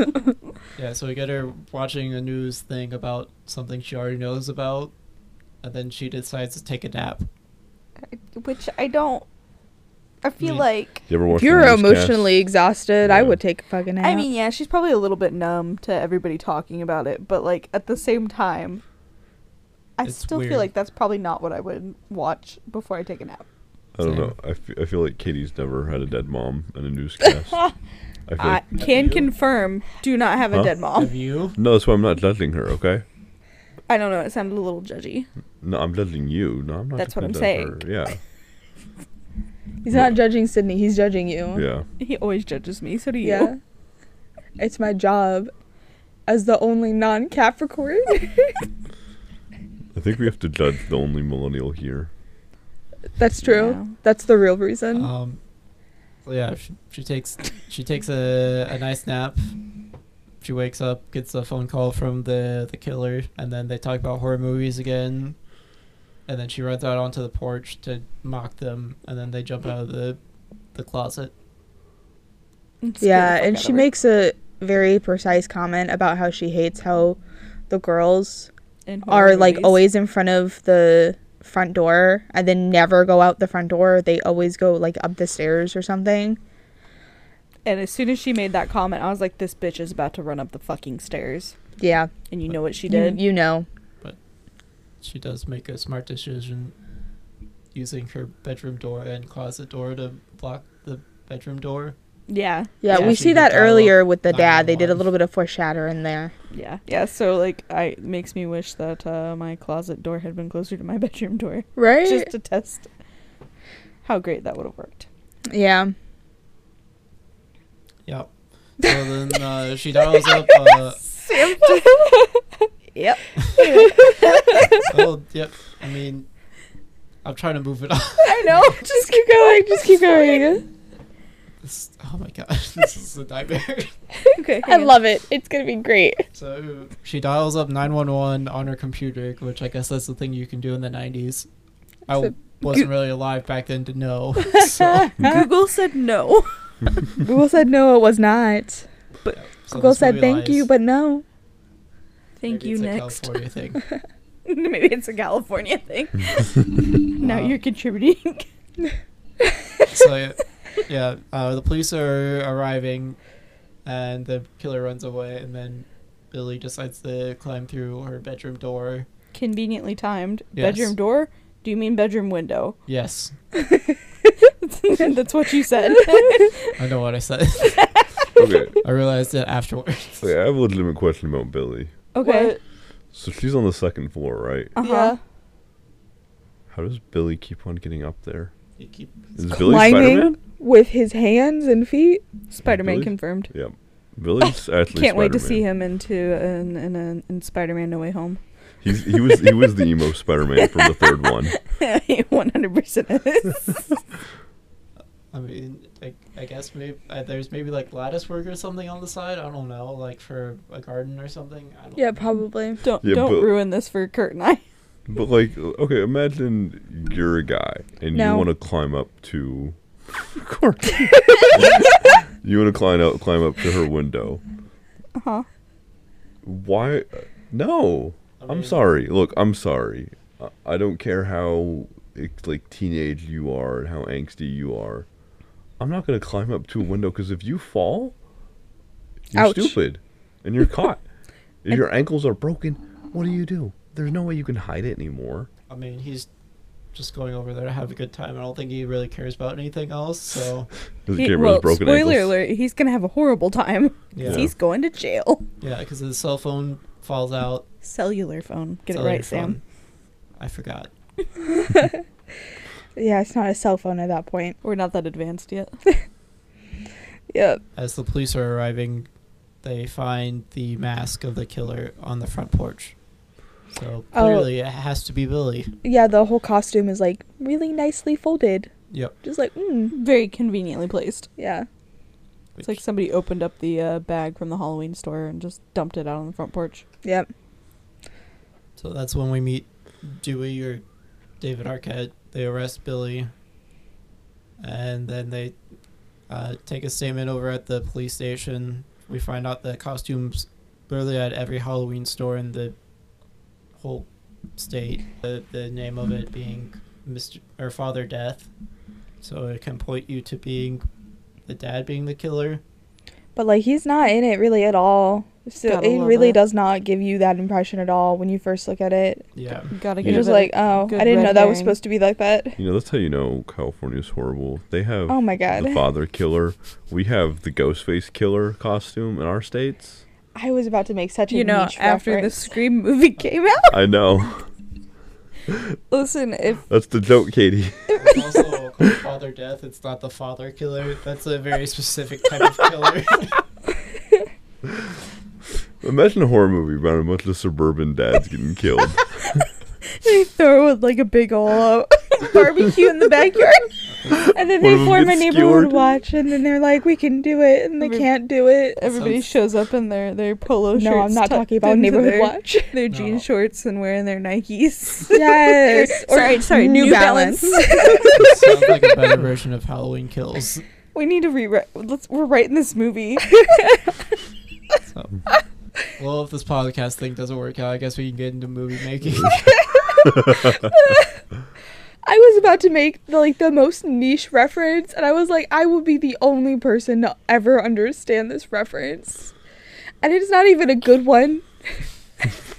Speaker 1: yeah, so we get her watching a news thing about something she already knows about, and then she decides to take a nap.
Speaker 3: Which I don't. I feel
Speaker 1: Me-
Speaker 3: like.
Speaker 2: You ever watch?
Speaker 4: If
Speaker 2: the
Speaker 4: you're
Speaker 2: newscast?
Speaker 4: emotionally exhausted, I
Speaker 2: Yeah.
Speaker 4: would take a fucking nap.
Speaker 3: I mean, yeah, she's probably a little bit numb to everybody talking about it, but like at the same time, I
Speaker 1: It's
Speaker 3: still
Speaker 1: weird.
Speaker 3: feel like that's probably not what I would watch before I take a nap.
Speaker 2: I don't
Speaker 1: Same.
Speaker 2: know. I fe- I feel like Katie's never had a dead mom in a newscast. I feel
Speaker 3: I
Speaker 2: like,
Speaker 3: can
Speaker 1: you?
Speaker 3: confirm, do not have
Speaker 2: Huh?
Speaker 3: a dead
Speaker 1: Have
Speaker 3: mom.
Speaker 1: you?
Speaker 2: no, that's why I'm not judging her. Okay,
Speaker 3: I don't know, it sounded a little judgy.
Speaker 2: no, I'm judging you. No, I'm not.
Speaker 3: That's what
Speaker 2: gonna
Speaker 3: I'm
Speaker 2: judge her.
Speaker 4: he's not judging Sydney. He's judging you.
Speaker 2: Yeah, yeah.
Speaker 3: He always judges me, so do you.
Speaker 4: Yeah. It's my job as the only non Capricorn.
Speaker 2: I think we have to judge the only millennial here.
Speaker 4: That's true.
Speaker 3: Yeah.
Speaker 4: That's the real reason.
Speaker 1: Um, so yeah, she, she takes she takes a, a nice nap. She wakes up, gets a phone call from the the killer, and then they talk about horror movies again. And then she runs out onto the porch to mock them, and then they jump out of the the closet.
Speaker 3: I'm scared
Speaker 4: yeah,
Speaker 3: the fuck
Speaker 4: and
Speaker 3: out
Speaker 4: she
Speaker 3: of her.
Speaker 4: makes a very precise comment about how she hates how the girls
Speaker 3: In
Speaker 1: Oh,
Speaker 3: horror
Speaker 4: are like
Speaker 3: movies.
Speaker 4: always in front of the front door and then never go out the front door. They always go like up the stairs or something.
Speaker 3: And as soon as she made that comment, I was like, this bitch is about to run up the fucking stairs.
Speaker 4: Yeah.
Speaker 3: And you know what she
Speaker 4: You,
Speaker 3: did?
Speaker 4: you know.
Speaker 1: She does make a smart decision using her bedroom door and closet door to block the bedroom door.
Speaker 3: Yeah.
Speaker 4: Yeah,
Speaker 1: Yeah,
Speaker 4: we
Speaker 1: she
Speaker 4: see
Speaker 1: did
Speaker 4: that
Speaker 1: dial up
Speaker 4: earlier with the dad. They did a
Speaker 1: 911.
Speaker 4: little bit of foreshadowing there.
Speaker 3: Yeah. Yeah, so like I it makes me wish that uh, my closet door had been closer to my bedroom door
Speaker 4: Right?
Speaker 3: just to test how great that would have worked.
Speaker 4: yeah.
Speaker 1: Yep. So then uh, she dials up. Uh,
Speaker 4: Yep.
Speaker 1: oh, yep. I mean, I'm trying to move it on.
Speaker 4: I know. just keep going. Just keep going.
Speaker 1: This, oh my god, this is a nightmare.
Speaker 3: Okay.
Speaker 4: I love it. It's going to be great.
Speaker 1: So she dials up 911 on her computer, which I guess that's the thing you can do in the 90s. I
Speaker 4: So-
Speaker 1: wasn't really alive back then to know. So,
Speaker 3: Google said no.
Speaker 4: Google said no, it was not.
Speaker 1: so
Speaker 4: Google
Speaker 1: this
Speaker 4: said
Speaker 1: movie
Speaker 4: thank you,
Speaker 1: lies.
Speaker 4: but no.
Speaker 3: Thank
Speaker 1: Maybe
Speaker 3: you
Speaker 1: it's a
Speaker 3: next.
Speaker 1: California thing.
Speaker 3: Maybe it's a California thing. now
Speaker 1: Uh,
Speaker 3: you're contributing.
Speaker 1: So yeah, yeah uh, the police are arriving, and the killer runs away, and then Billy decides to climb through her bedroom door.
Speaker 3: Conveniently timed.
Speaker 1: Yes.
Speaker 3: Bedroom door? Do you mean bedroom window?
Speaker 1: Yes,
Speaker 3: That's what you said.
Speaker 1: I know what I said.
Speaker 2: Okay.
Speaker 1: I realized it afterward.
Speaker 2: Okay, I have a legitimate question about Billy.
Speaker 3: okay.
Speaker 2: So she's on the second floor, right?
Speaker 3: Uh-huh.
Speaker 4: Yeah.
Speaker 2: How does Billy keep on getting up there?
Speaker 1: You keep-
Speaker 2: Is Billy
Speaker 4: Climbing
Speaker 2: Spider-Man?
Speaker 4: with his hands and feet.
Speaker 3: Spider-Man
Speaker 2: Really?
Speaker 3: confirmed.
Speaker 2: Billy's actually
Speaker 3: Can't wait to
Speaker 2: Spider-Man.
Speaker 3: see him into in in, in, in Spider-Man No Way Home.
Speaker 2: He's, he was he was the emo Spider-Man from the third one.
Speaker 3: One hundred percent is.
Speaker 1: I mean, I, I guess maybe uh, there's maybe like lattice work or something on the side. I don't know, like for a garden or something. I don't
Speaker 4: probably.
Speaker 3: Don't
Speaker 2: Yeah,
Speaker 3: don't
Speaker 2: but-
Speaker 3: ruin this for Kurt and I.
Speaker 2: But like, okay, imagine you're a guy and
Speaker 4: No.
Speaker 2: you want to climb up to, of course, you want to climb up climb up to her window.
Speaker 3: Uh-huh.
Speaker 2: Why? No,
Speaker 1: I
Speaker 2: I'm
Speaker 1: mean,
Speaker 2: sorry. Look, I'm sorry. I- I don't care how it's like teenage you are and how angsty you are. I'm not gonna climb up to a window because if you fall, you're
Speaker 4: Ouch.
Speaker 2: stupid, and you're caught. if your ankles are broken, what do you do? There's no way you can hide it anymore.
Speaker 1: I mean, he's just going over there to have a good time. I don't think he really cares about anything else. So
Speaker 2: Does
Speaker 4: He-
Speaker 2: it get rid
Speaker 4: well,
Speaker 2: of broken
Speaker 4: spoiler
Speaker 2: ankles?
Speaker 4: alert, he's gonna have a horrible time. 'cause
Speaker 1: yeah,
Speaker 4: He's going to jail.
Speaker 1: yeah, because his cell phone falls out.
Speaker 4: Cellular phone. Get
Speaker 1: It's
Speaker 4: it
Speaker 1: on
Speaker 4: right,
Speaker 1: your
Speaker 4: Sam.
Speaker 1: phone. I forgot.
Speaker 4: Yeah, it's not a cell phone at that point.
Speaker 3: We're not that advanced yet.
Speaker 4: Yep.
Speaker 1: As the police are arriving, they find the mask of the killer on the front porch. So
Speaker 4: Oh.
Speaker 1: clearly, it has to be Billy.
Speaker 4: Yeah, the whole costume is like really nicely folded.
Speaker 1: Yep.
Speaker 4: Just like, mm,
Speaker 3: Very conveniently placed.
Speaker 4: yeah.
Speaker 3: It's like somebody opened up the uh, bag from the Halloween store and just dumped it out on the front porch.
Speaker 4: Yep.
Speaker 1: So that's when we meet Dewey or David Arquette. They arrest Billy, and then they uh, take a statement over at the police station. We find out that costumes literally at every Halloween store in the whole state. The, the name of it being Mr. or Father Death, so it can point you to being the dad being the killer.
Speaker 4: But like he's not in it really at all. So
Speaker 3: Gotta
Speaker 4: it
Speaker 3: love
Speaker 4: really
Speaker 3: it.
Speaker 4: does not give you that impression at all when you first look at it.
Speaker 1: Yeah.
Speaker 3: Gotta
Speaker 2: Yeah.
Speaker 3: get
Speaker 4: You're
Speaker 3: it.
Speaker 4: just like, oh,
Speaker 3: good
Speaker 4: I didn't
Speaker 3: red
Speaker 4: know that was
Speaker 3: herring.
Speaker 4: supposed to be like that.
Speaker 2: You know that's how you know California's horrible. They have
Speaker 4: Oh my god.
Speaker 2: the father killer. We have the Ghostface killer costume in our states.
Speaker 4: I was about to make such a
Speaker 3: you know,
Speaker 4: niche
Speaker 3: after
Speaker 4: reference.
Speaker 3: the Scream movie came out.
Speaker 2: I know.
Speaker 4: Listen, if
Speaker 2: That's the joke, Katie.
Speaker 1: It's also called Father Death. It's not the father killer. That's a very specific type of killer.
Speaker 2: Imagine a horror movie about a bunch of suburban dads getting killed.
Speaker 4: they throw it like a big ol' uh, barbecue in the backyard, and
Speaker 2: One
Speaker 4: then they
Speaker 2: of 'em
Speaker 4: form a
Speaker 2: gets
Speaker 4: neighborhood
Speaker 2: skewered.
Speaker 4: watch, and then they're like, we can do it, and they
Speaker 3: Every-
Speaker 4: can't do it.
Speaker 3: Everybody shows up in their their polo shirts.
Speaker 4: No, I'm not
Speaker 3: tucked
Speaker 4: talking about
Speaker 3: into
Speaker 4: neighborhood
Speaker 3: their,
Speaker 4: watch.
Speaker 3: Their jean
Speaker 1: No.
Speaker 3: shorts and wearing their Nikes.
Speaker 4: Yes.
Speaker 3: Or- sorry, sorry, New
Speaker 1: It sounds like a better version of Halloween Kills.
Speaker 4: we need to rewrite. Let's. We're writing this movie.
Speaker 1: So. Well, if this podcast thing doesn't work out, I guess we can get into movie making.
Speaker 4: I was about to make the, like the most niche reference, and I was like, I will be the only person to ever understand this reference, and it's not even a good one.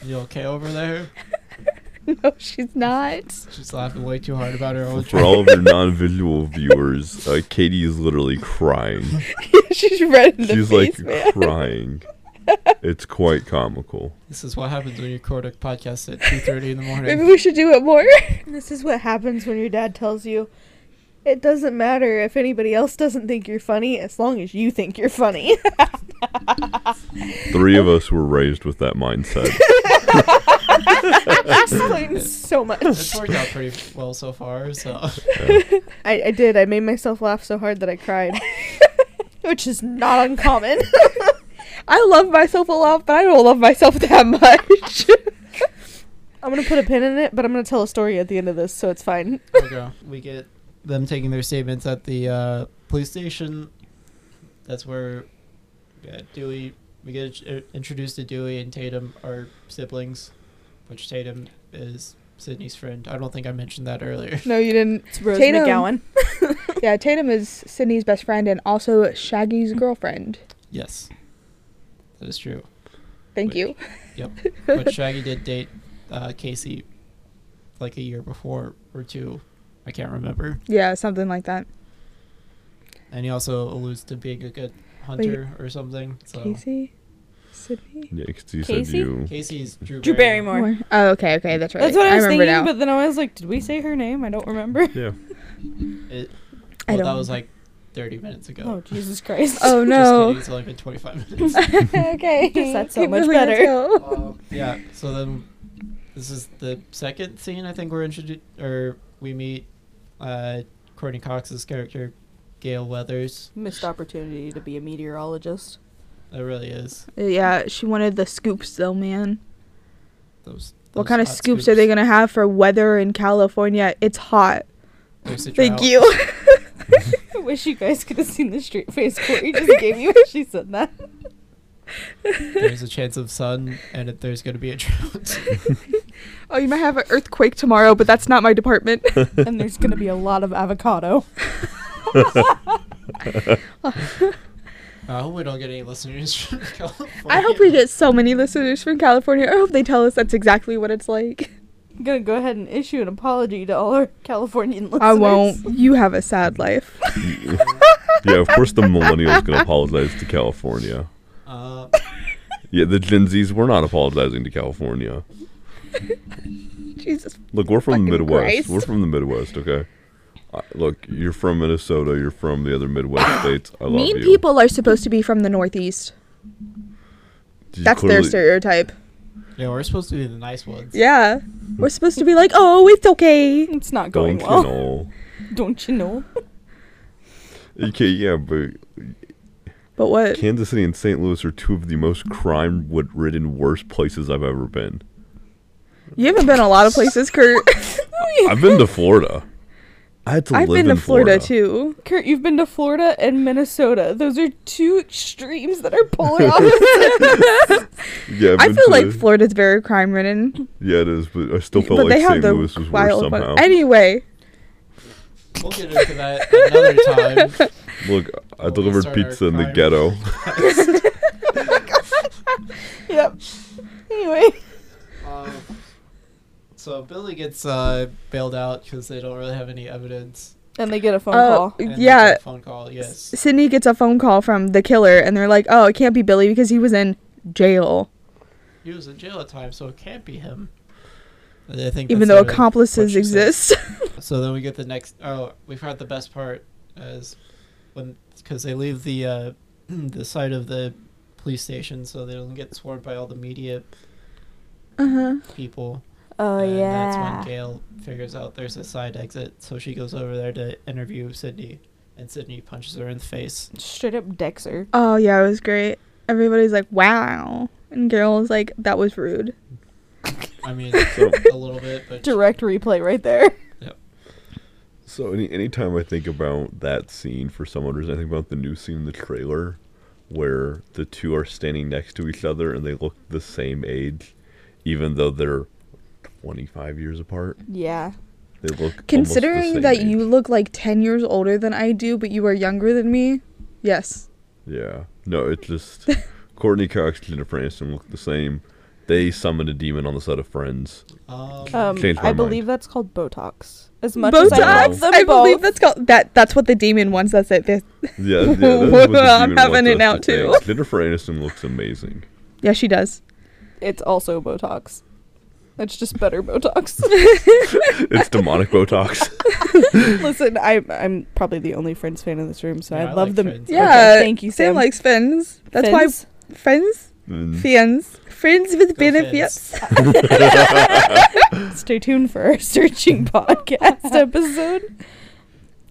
Speaker 1: You okay over there?
Speaker 4: No, she's not.
Speaker 1: She's laughing way too hard about her own
Speaker 2: For all of your non-visual viewers, uh, Katie is literally crying.
Speaker 4: she's red in the
Speaker 2: She's like
Speaker 4: face, man.
Speaker 2: crying. It's quite comical.
Speaker 1: This is what happens when you record a podcast at 2.30 in the
Speaker 4: Maybe
Speaker 1: morning.
Speaker 4: we should do it more.
Speaker 7: This is what happens when your dad tells you it doesn't matter if anybody else doesn't think you're funny as long as you think you're funny.
Speaker 2: Three of us were raised with that mindset.
Speaker 7: Explains so
Speaker 1: It's
Speaker 7: much.
Speaker 1: worked out pretty well so far, so...
Speaker 7: I, I did. I made myself laugh so hard that I cried, which is not uncommon.
Speaker 4: I love myself a lot, but I don't love myself that much.
Speaker 7: I'm gonna put a pin in it, but I'm gonna tell a story at the end of this, so it's fine.
Speaker 1: There we go. We get them taking their statements at the uh, police station. That's where yeah, Dewey. We get int- uh, introduced to Dewey and Tatum, our siblings, which Tatum is Sydney's friend. I don't think I mentioned that earlier.
Speaker 4: no, you didn't.
Speaker 3: It's Rose
Speaker 4: Tatum.
Speaker 3: McGowan.
Speaker 4: Yeah, Tatum is Sydney's best friend and also Shaggy's girlfriend.
Speaker 1: Yes, that is true.
Speaker 4: Thank
Speaker 1: Wait.
Speaker 4: you.
Speaker 1: But Shaggy did date uh, Casey like a year before or two. I can't remember.
Speaker 4: Yeah, something like that.
Speaker 1: And he also alludes to being a good hunter or something. So
Speaker 4: Casey, Sydney.
Speaker 2: Yeah, 'cause you said
Speaker 3: Casey?
Speaker 2: you.
Speaker 1: Casey's Drew,
Speaker 3: Drew Barrymore.
Speaker 4: More. Oh, okay, okay, that's right.
Speaker 3: That's what I was
Speaker 4: remember now.
Speaker 3: thinking, but then I was like, did we say her name? I don't remember.
Speaker 2: Yeah.
Speaker 4: I
Speaker 1: Well, that
Speaker 4: don't
Speaker 1: was like 30 minutes ago.
Speaker 3: Oh Jesus Christ!
Speaker 4: oh
Speaker 1: Just kidding,
Speaker 4: no.
Speaker 1: it's only been 25 minutes.
Speaker 4: okay.
Speaker 3: Guess that's so much
Speaker 4: Kimberly, let's
Speaker 3: better.
Speaker 4: go.
Speaker 1: um, yeah. So then, this is the second scene I think we're introduced, or we meet uh, Courtney Cox's character, Gail Weathers.
Speaker 3: Missed opportunity to be a meteorologist.
Speaker 1: That really is.
Speaker 8: Yeah, she wanted the scoops though, man.
Speaker 1: Those.
Speaker 8: What kind of scoops, are they gonna have for weather in California? It's hot.
Speaker 1: Thank you.
Speaker 3: I wish you guys could have seen the straight face Courtney just gave you when she said that.
Speaker 1: There's a chance of sun, and it, there's going to be a drought.
Speaker 8: Oh, you might have an earthquake tomorrow, but that's not my department.
Speaker 3: And there's gonna be a lot of avocado.
Speaker 1: I hope we don't get any listeners from California.
Speaker 4: I hope we get so many listeners from California. I hope they tell us that's exactly what it's like.
Speaker 3: I'm gonna go ahead and issue an apology to all our Californian listeners.
Speaker 4: I won't. You have a sad life.
Speaker 2: yeah, of course the millennials gonna apologize to California.
Speaker 1: Uh,
Speaker 2: Yeah, the Gen Zs, we're not apologizing to California.
Speaker 4: Jesus.
Speaker 2: Look, we're from the
Speaker 4: Fucking
Speaker 2: Midwest.
Speaker 4: Christ.
Speaker 2: We're from the Midwest, okay? I, look, you're from Minnesota. You're from the other Midwest states. I love
Speaker 4: mean
Speaker 2: you.
Speaker 4: people are supposed to be from the Northeast.
Speaker 2: You
Speaker 4: That's
Speaker 2: clearly-
Speaker 4: their stereotype.
Speaker 1: yeah, we're supposed to be the nice ones.
Speaker 4: Yeah. We're supposed to be like, oh, it's okay.
Speaker 3: It's not
Speaker 2: Don't
Speaker 3: going
Speaker 2: you
Speaker 3: well.
Speaker 2: know?
Speaker 3: Don't you know?
Speaker 2: Okay, yeah, but
Speaker 4: But what?
Speaker 2: Kansas City and St. Louis are two of the most crime-ridden, worst places I've ever been.
Speaker 4: You haven't been a lot of places, Kurt.
Speaker 2: I've been to Florida. I had to
Speaker 4: I've
Speaker 2: live
Speaker 4: been
Speaker 2: in
Speaker 4: to Florida,
Speaker 2: Florida
Speaker 4: too.
Speaker 3: Kurt, you've been to Florida and Minnesota. Those are two extremes that are polar opposites.
Speaker 2: Yeah, I've
Speaker 4: I
Speaker 2: been
Speaker 4: feel
Speaker 2: to-
Speaker 4: like Florida's very crime ridden.
Speaker 2: yeah, it is, but I still felt
Speaker 4: But
Speaker 2: like
Speaker 4: they have
Speaker 2: St.
Speaker 4: the
Speaker 2: Louis was worse
Speaker 4: wild
Speaker 2: somehow.
Speaker 4: fun. Anyway,
Speaker 1: We'll get into that another time.
Speaker 2: Look, I
Speaker 1: We'll
Speaker 2: delivered
Speaker 1: start our
Speaker 2: pizza in the
Speaker 1: crime-
Speaker 2: ghetto.
Speaker 3: yep. Anyway,
Speaker 1: Um, so Billy gets uh, bailed out because they don't really have any evidence.
Speaker 3: and they get a phone
Speaker 4: uh,
Speaker 3: call.
Speaker 1: And they
Speaker 4: yeah,
Speaker 1: get a phone call. Yes.
Speaker 4: Sydney gets a phone call from the killer, and they're like, "Oh, it can't be Billy because he was in jail,
Speaker 1: He was in jail at the time, so it can't be him. And I think
Speaker 4: even
Speaker 1: that's
Speaker 4: though
Speaker 1: sort of what
Speaker 4: accomplices
Speaker 1: you said.
Speaker 4: exist."
Speaker 1: So then we get the next. Oh, we've heard the best part is when because they leave the uh, the side of the police station, so they don't get swarmed by all the media
Speaker 4: uh huh.
Speaker 1: people.
Speaker 3: Oh
Speaker 1: and that's when Gail figures out there's a side exit, so she goes over there to interview Sydney, and Sydney punches her in the face.
Speaker 3: Straight up Dexter.
Speaker 4: Oh yeah, it was great. Everybody's like, "Wow," and Carol was like, "That was rude."
Speaker 1: I mean,
Speaker 2: So-
Speaker 1: a little bit, but
Speaker 3: Direct replay right there.
Speaker 2: So any anytime I think about that scene for some odd reason, I think about the new scene in the trailer where the two are standing next to each other and they look the same age, even though they're twenty five years apart.
Speaker 3: Yeah.
Speaker 2: They look almost the
Speaker 4: Considering
Speaker 2: same
Speaker 4: that
Speaker 2: age.
Speaker 4: you look like ten years older than I do, but you are younger than me, yes.
Speaker 2: Yeah. No, it's just Courtney Cox, Jennifer Aniston look the same. They summoned a demon on the set of Friends.
Speaker 1: um,
Speaker 4: oh
Speaker 3: Um,
Speaker 2: Changed my
Speaker 3: I
Speaker 2: mind.
Speaker 3: believe that's called Botox. As much as I love
Speaker 4: Botox.
Speaker 3: them
Speaker 4: I
Speaker 3: both,
Speaker 4: believe that's called that. That's what the demon wants. That's it. They-
Speaker 2: Yeah, yeah that is what the
Speaker 4: I'm
Speaker 2: demon wants
Speaker 4: having it
Speaker 2: us
Speaker 4: out
Speaker 2: to
Speaker 4: too.
Speaker 2: think. Jennifer Aniston looks amazing.
Speaker 4: Yeah, she does.
Speaker 3: it's also Botox. It's just better Botox.
Speaker 2: It's demonic Botox.
Speaker 3: Listen, I, I'm probably the only Friends fan in this room, so
Speaker 1: Yeah,
Speaker 3: I,
Speaker 1: I
Speaker 3: love
Speaker 1: like
Speaker 3: them.
Speaker 1: Friends.
Speaker 3: Okay,
Speaker 1: Okay,
Speaker 4: Yeah.
Speaker 3: thank you, Sam.
Speaker 4: Uh, Sam likes fins. That's
Speaker 3: Friends.
Speaker 4: why friends,
Speaker 3: Hmm.
Speaker 2: Mm.
Speaker 4: fans, friends with
Speaker 1: Go
Speaker 4: benefits.
Speaker 3: Stay tuned for our searching podcast episode.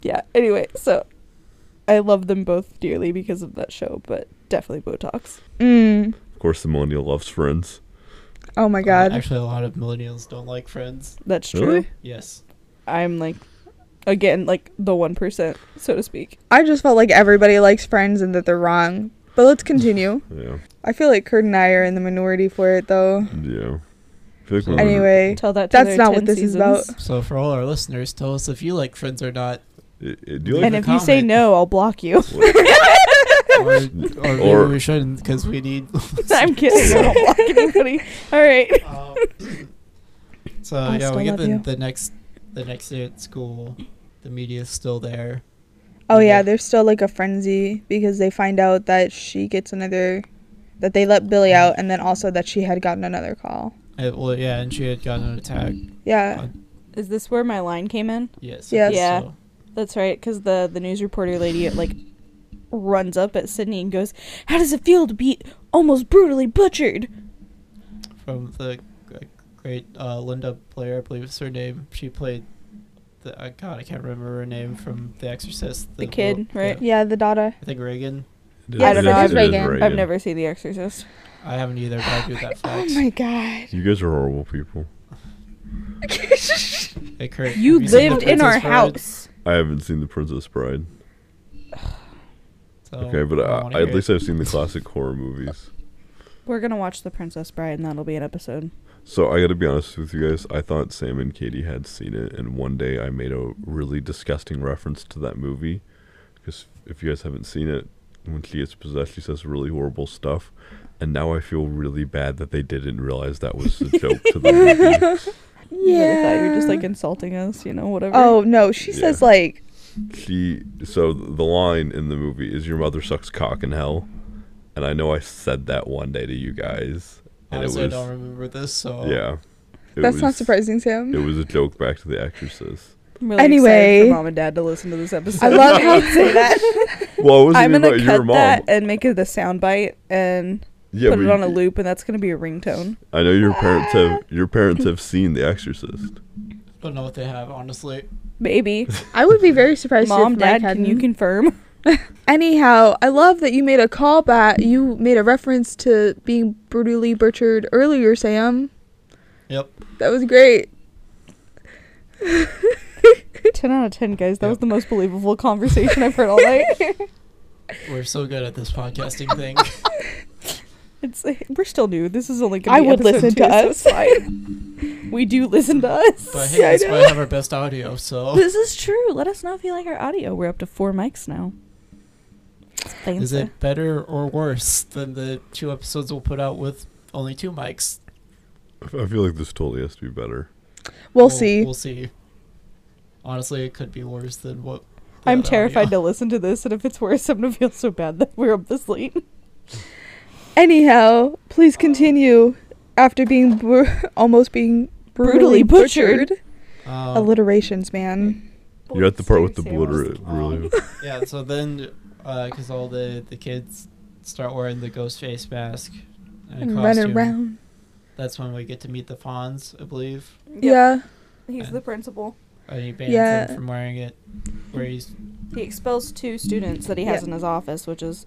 Speaker 3: Yeah. Anyway, so I love them both dearly because of that show, but definitely Botox.
Speaker 4: Mm.
Speaker 2: Of course, the millennial loves Friends.
Speaker 4: Oh my
Speaker 1: uh,
Speaker 4: god.
Speaker 1: actually, a lot of millennials don't like Friends.
Speaker 3: That's true.
Speaker 2: Really?
Speaker 1: Yes.
Speaker 3: I'm like, again, like the one percent, so to speak.
Speaker 4: I just felt like everybody likes friends and that they're wrong. But let's continue.
Speaker 2: Yeah,
Speaker 4: I feel like Kurt and I are in the minority for it though.
Speaker 2: yeah. I feel like when we were-
Speaker 4: Anyway,
Speaker 3: Tell that. To
Speaker 4: That's
Speaker 3: their
Speaker 4: not what
Speaker 3: 10
Speaker 4: this is
Speaker 3: seasons.
Speaker 4: about.
Speaker 1: So for all our listeners, tell us if you like Friends or not,
Speaker 2: i- i- do you
Speaker 1: Leave
Speaker 2: like
Speaker 3: And
Speaker 1: a
Speaker 3: if you say
Speaker 1: comment.
Speaker 3: no, I'll block you.
Speaker 2: what-
Speaker 1: or, or maybe
Speaker 2: Or-
Speaker 1: we shouldn't because we need.
Speaker 3: I'm kidding. I won't block anybody. All right.
Speaker 1: Um, so
Speaker 4: I
Speaker 1: yeah,
Speaker 4: still
Speaker 1: we get
Speaker 4: love
Speaker 1: the,
Speaker 4: you.
Speaker 1: the next the next day at school. The media's still there.
Speaker 4: oh yeah,
Speaker 1: Yeah.
Speaker 4: there's still like a frenzy because they find out that she gets another that they let Billy out and then also that she had gotten another call.
Speaker 1: Uh, well, yeah, and she had gotten an attack.
Speaker 4: Yeah.
Speaker 3: Is this where my line came in?
Speaker 1: Yes.
Speaker 4: Yes.
Speaker 3: Yeah.
Speaker 1: So,
Speaker 3: That's right, because the the news reporter lady like runs up at Sydney and goes, "How does it feel to be almost brutally butchered?"
Speaker 1: from the g- great uh, Linda Blair, I believe is her name. She played. The, uh, God, I can't remember her name from The Exorcist.
Speaker 3: The kid,
Speaker 1: yeah,
Speaker 3: right?
Speaker 4: Yeah, the daughter.
Speaker 1: I think Reagan.
Speaker 2: It
Speaker 4: I
Speaker 2: is-
Speaker 4: don't
Speaker 2: it
Speaker 4: know,
Speaker 2: is-
Speaker 4: I've-
Speaker 2: it is
Speaker 4: Reagan.
Speaker 3: I've never seen The Exorcist.
Speaker 1: I haven't either, but I do that
Speaker 4: Oh
Speaker 1: fact.
Speaker 4: my god.
Speaker 2: You guys are horrible people.
Speaker 1: Hey, Kurt,
Speaker 3: You
Speaker 1: have seen The
Speaker 3: lived in our
Speaker 1: Princess Bride?
Speaker 3: house.
Speaker 2: I haven't seen The Princess Bride.
Speaker 1: So,
Speaker 2: Okay, but
Speaker 1: don't
Speaker 2: I,
Speaker 1: Oh, wanna
Speaker 2: I- at
Speaker 1: hear
Speaker 2: least
Speaker 1: it.
Speaker 2: I've seen the classic horror movies.
Speaker 3: We're gonna watch The Princess Bride, and that'll be an episode.
Speaker 2: So I gotta be honest with you guys. I thought Sam and Katie had seen it, and one day I made a really disgusting reference to that movie because if you guys haven't seen it, when she gets possessed, she says really horrible stuff, and now I feel really bad that they didn't realize that was a joke to the movie.
Speaker 3: I thought you were just
Speaker 9: Yeah.
Speaker 3: like insulting us, you know, whatever.
Speaker 9: Oh no, she says
Speaker 2: Yeah.
Speaker 9: like
Speaker 2: She so the line in the movie is "Your mother sucks cock in hell," and I know I said that one day to you guys, and
Speaker 1: Honestly,
Speaker 2: it was
Speaker 1: I don't remember this, so
Speaker 2: yeah. It
Speaker 9: that's not
Speaker 2: was-
Speaker 9: surprising, Sam.
Speaker 2: It was a joke back to The Exorcist.
Speaker 3: I'm really
Speaker 9: Anyway.
Speaker 3: excited for mom and dad to listen to this episode.
Speaker 9: I love how
Speaker 3: say that.
Speaker 2: Well, it wasn't
Speaker 3: I'm
Speaker 2: even
Speaker 3: gonna
Speaker 2: about your
Speaker 3: cut
Speaker 2: mom.
Speaker 3: that and make it the soundbite and
Speaker 2: yeah,
Speaker 3: put
Speaker 2: but
Speaker 3: it on a
Speaker 2: you-
Speaker 3: loop, and that's gonna be a ringtone.
Speaker 2: I know your parents have your parents have seen The Exorcist.
Speaker 1: don't know what they have honestly.
Speaker 3: Maybe.
Speaker 4: I would be very surprised
Speaker 3: Mom,
Speaker 4: if Mike
Speaker 3: dad,
Speaker 4: had
Speaker 3: can you confirm?
Speaker 9: Anyhow, I love that you made a callback. You made a reference to being brutally butchered earlier, Sam.
Speaker 1: Yep.
Speaker 9: That was great.
Speaker 3: ten out of ten, guys. That
Speaker 1: Yeah.
Speaker 3: was the most believable conversation I've heard all night.
Speaker 1: We're so good at this podcasting thing.
Speaker 3: It's we're still new. This is only gonna I be would episode listen two, to so it's fine. we do listen to us.
Speaker 1: But hey, that's why I have our best audio, so
Speaker 3: This is true. Let us know if you like our audio. We're up to four mics now. It's
Speaker 1: is
Speaker 3: fancy.
Speaker 1: it better or worse than the two episodes we'll put out with only two mics?
Speaker 2: I feel like this totally has to be better.
Speaker 9: We'll
Speaker 4: Oh,
Speaker 9: see.
Speaker 1: We'll see. Honestly, it could be worse than what. the
Speaker 3: I'm
Speaker 1: other
Speaker 3: terrified
Speaker 1: audio.
Speaker 3: to listen to this, and if it's worse, I'm gonna feel so bad that we're up this late.
Speaker 9: Anyhow, please continue after being bru- almost being brutally,
Speaker 3: Brutally
Speaker 9: butchered.
Speaker 3: butchered.
Speaker 1: Um,
Speaker 9: Alliterations, man.
Speaker 2: You're at the part with the
Speaker 3: Seriously,
Speaker 2: blurred.
Speaker 1: Um, yeah, so then, because all the the kids start wearing the ghost face mask and, a
Speaker 9: And
Speaker 1: costume,
Speaker 9: running around.
Speaker 1: that's when we get to meet the Fonz, I believe.
Speaker 3: I was- Yep,
Speaker 9: Yeah.
Speaker 3: He's the principal.
Speaker 1: And he bans
Speaker 9: Yeah.
Speaker 1: them from wearing it. Where he's
Speaker 3: He expels two students that he has in his office, which is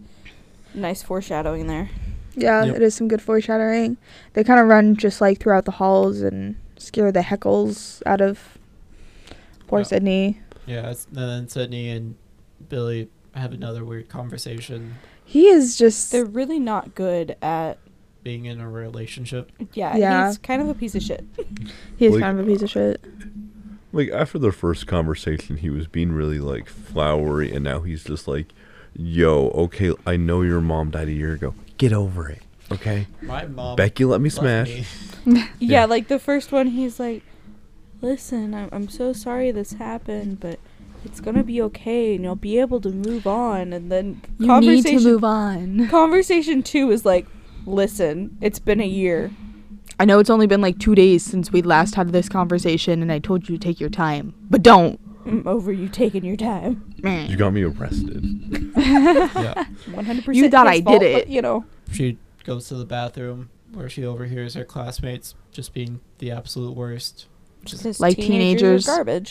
Speaker 3: nice foreshadowing there.
Speaker 9: Yeah,
Speaker 1: Yep.
Speaker 9: it is some good foreshadowing. They kind of run just like throughout the halls and scare the heckles out of poor
Speaker 1: Yeah.
Speaker 9: Sydney.
Speaker 1: yeah, it's, and then Sydney and Billy have another weird conversation,
Speaker 9: He is just
Speaker 3: They're really not good at.
Speaker 1: being in a relationship.
Speaker 3: Yeah,
Speaker 9: Yeah.
Speaker 3: he's kind of a piece of shit.
Speaker 9: he is
Speaker 2: like-
Speaker 9: kind of a piece of shit.
Speaker 2: Like after their first conversation, he was being really like flowery, and now he's just like, "Yo, okay, I know your mom died a year ago. Get over it, okay?
Speaker 1: My mom.
Speaker 2: Becky, let me
Speaker 1: left
Speaker 2: smash."
Speaker 1: me.
Speaker 3: Yeah,
Speaker 2: Yeah.
Speaker 3: like the first one, he's like, "Listen, I'm I'm so sorry this happened, but it's gonna be okay, and you'll be able to move on." And then
Speaker 4: You need to move on.
Speaker 3: conversation two is like, "Listen, it's been a year.
Speaker 4: I know it's only been like two days since we last had this conversation, and I told you to take your time, but don't.
Speaker 3: I'm over you taking your time.
Speaker 2: You got me arrested.
Speaker 1: yeah.
Speaker 3: 100. percent
Speaker 4: You thought I did it.
Speaker 3: you know.
Speaker 1: She goes to the bathroom where she overhears her classmates just being the absolute worst.
Speaker 3: Just
Speaker 4: Like teenagers.
Speaker 3: garbage.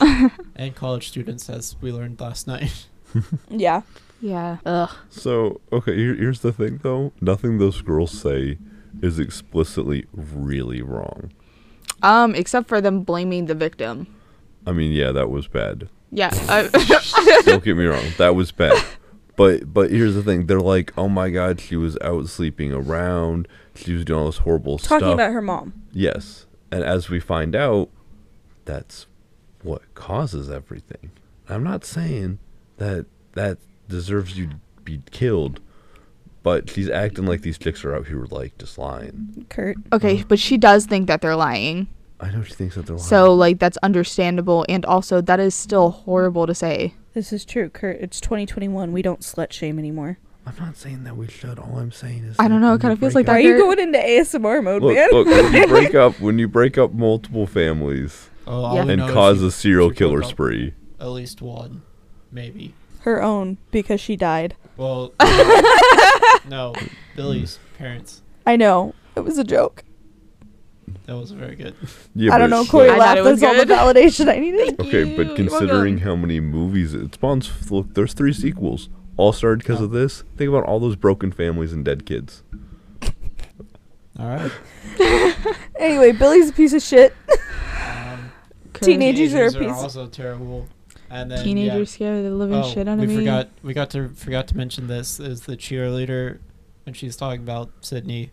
Speaker 1: And college students, as we learned last night.
Speaker 3: yeah,
Speaker 4: Yeah. Ugh.
Speaker 2: So okay, here, here's the thing though. Nothing those girls say is explicitly really wrong.
Speaker 4: Um, except for them blaming the victim.
Speaker 2: I mean, yeah, that was bad.
Speaker 4: Yeah. I,
Speaker 2: Don't get me wrong, that was bad. But but here's the thing: they're like, "Oh my God, she was out sleeping around. She was doing all this horrible
Speaker 3: talking
Speaker 2: stuff."
Speaker 3: about her mom.
Speaker 2: Yes. And as we find out, that's what causes everything. I'm not saying that that deserves you to be killed, but she's acting like these chicks are out here like just lying.
Speaker 3: Kurt.
Speaker 4: okay, but she does think that they're lying.
Speaker 2: I know she thinks that they're lying.
Speaker 4: So like that's understandable, and also that is still horrible to say.
Speaker 3: This is true, Kurt. It's 2021. We don't slut shame anymore.
Speaker 2: I'm not saying that we should. All I'm saying is
Speaker 4: I
Speaker 2: that
Speaker 4: don't know, it
Speaker 2: when
Speaker 4: kinda
Speaker 2: you
Speaker 4: feels
Speaker 2: break
Speaker 4: like that
Speaker 3: Why
Speaker 2: up-
Speaker 3: are you
Speaker 4: Kurt-
Speaker 3: going into ASMR mode, man?
Speaker 2: Look, look, when you break up when you break up multiple families
Speaker 1: Oh, all
Speaker 4: Yeah.
Speaker 1: we
Speaker 2: and
Speaker 1: know is
Speaker 2: cause
Speaker 1: she-
Speaker 2: a
Speaker 1: she
Speaker 2: serial
Speaker 1: broke
Speaker 2: killer
Speaker 1: up
Speaker 2: spree.
Speaker 1: At least one, maybe.
Speaker 3: Her own because she died.
Speaker 1: Well, no, Billy's parents.
Speaker 3: I know. It was a joke.
Speaker 1: That was very good.
Speaker 2: Yeah,
Speaker 3: I don't
Speaker 2: but
Speaker 3: know.
Speaker 2: it's
Speaker 3: Corey
Speaker 2: like-
Speaker 4: I thought
Speaker 3: laughed.
Speaker 4: it was
Speaker 3: That's all the
Speaker 4: good.
Speaker 3: validation I needed.
Speaker 2: Okay, but considering how many movies it spawns, look, there's three sequels. All started because of this. Think about all those broken families and dead kids.
Speaker 1: All right.
Speaker 3: Anyway, Billy's a piece of shit.
Speaker 1: Um,
Speaker 3: Teenagers are a piece. of
Speaker 1: also terrible. And then
Speaker 4: Teenagers
Speaker 1: Yeah,
Speaker 4: scare the living
Speaker 1: oh,
Speaker 4: shit out
Speaker 1: we
Speaker 4: of me.
Speaker 1: forgot. We got to forgot to mention this is the cheerleader, when she's talking about Sydney.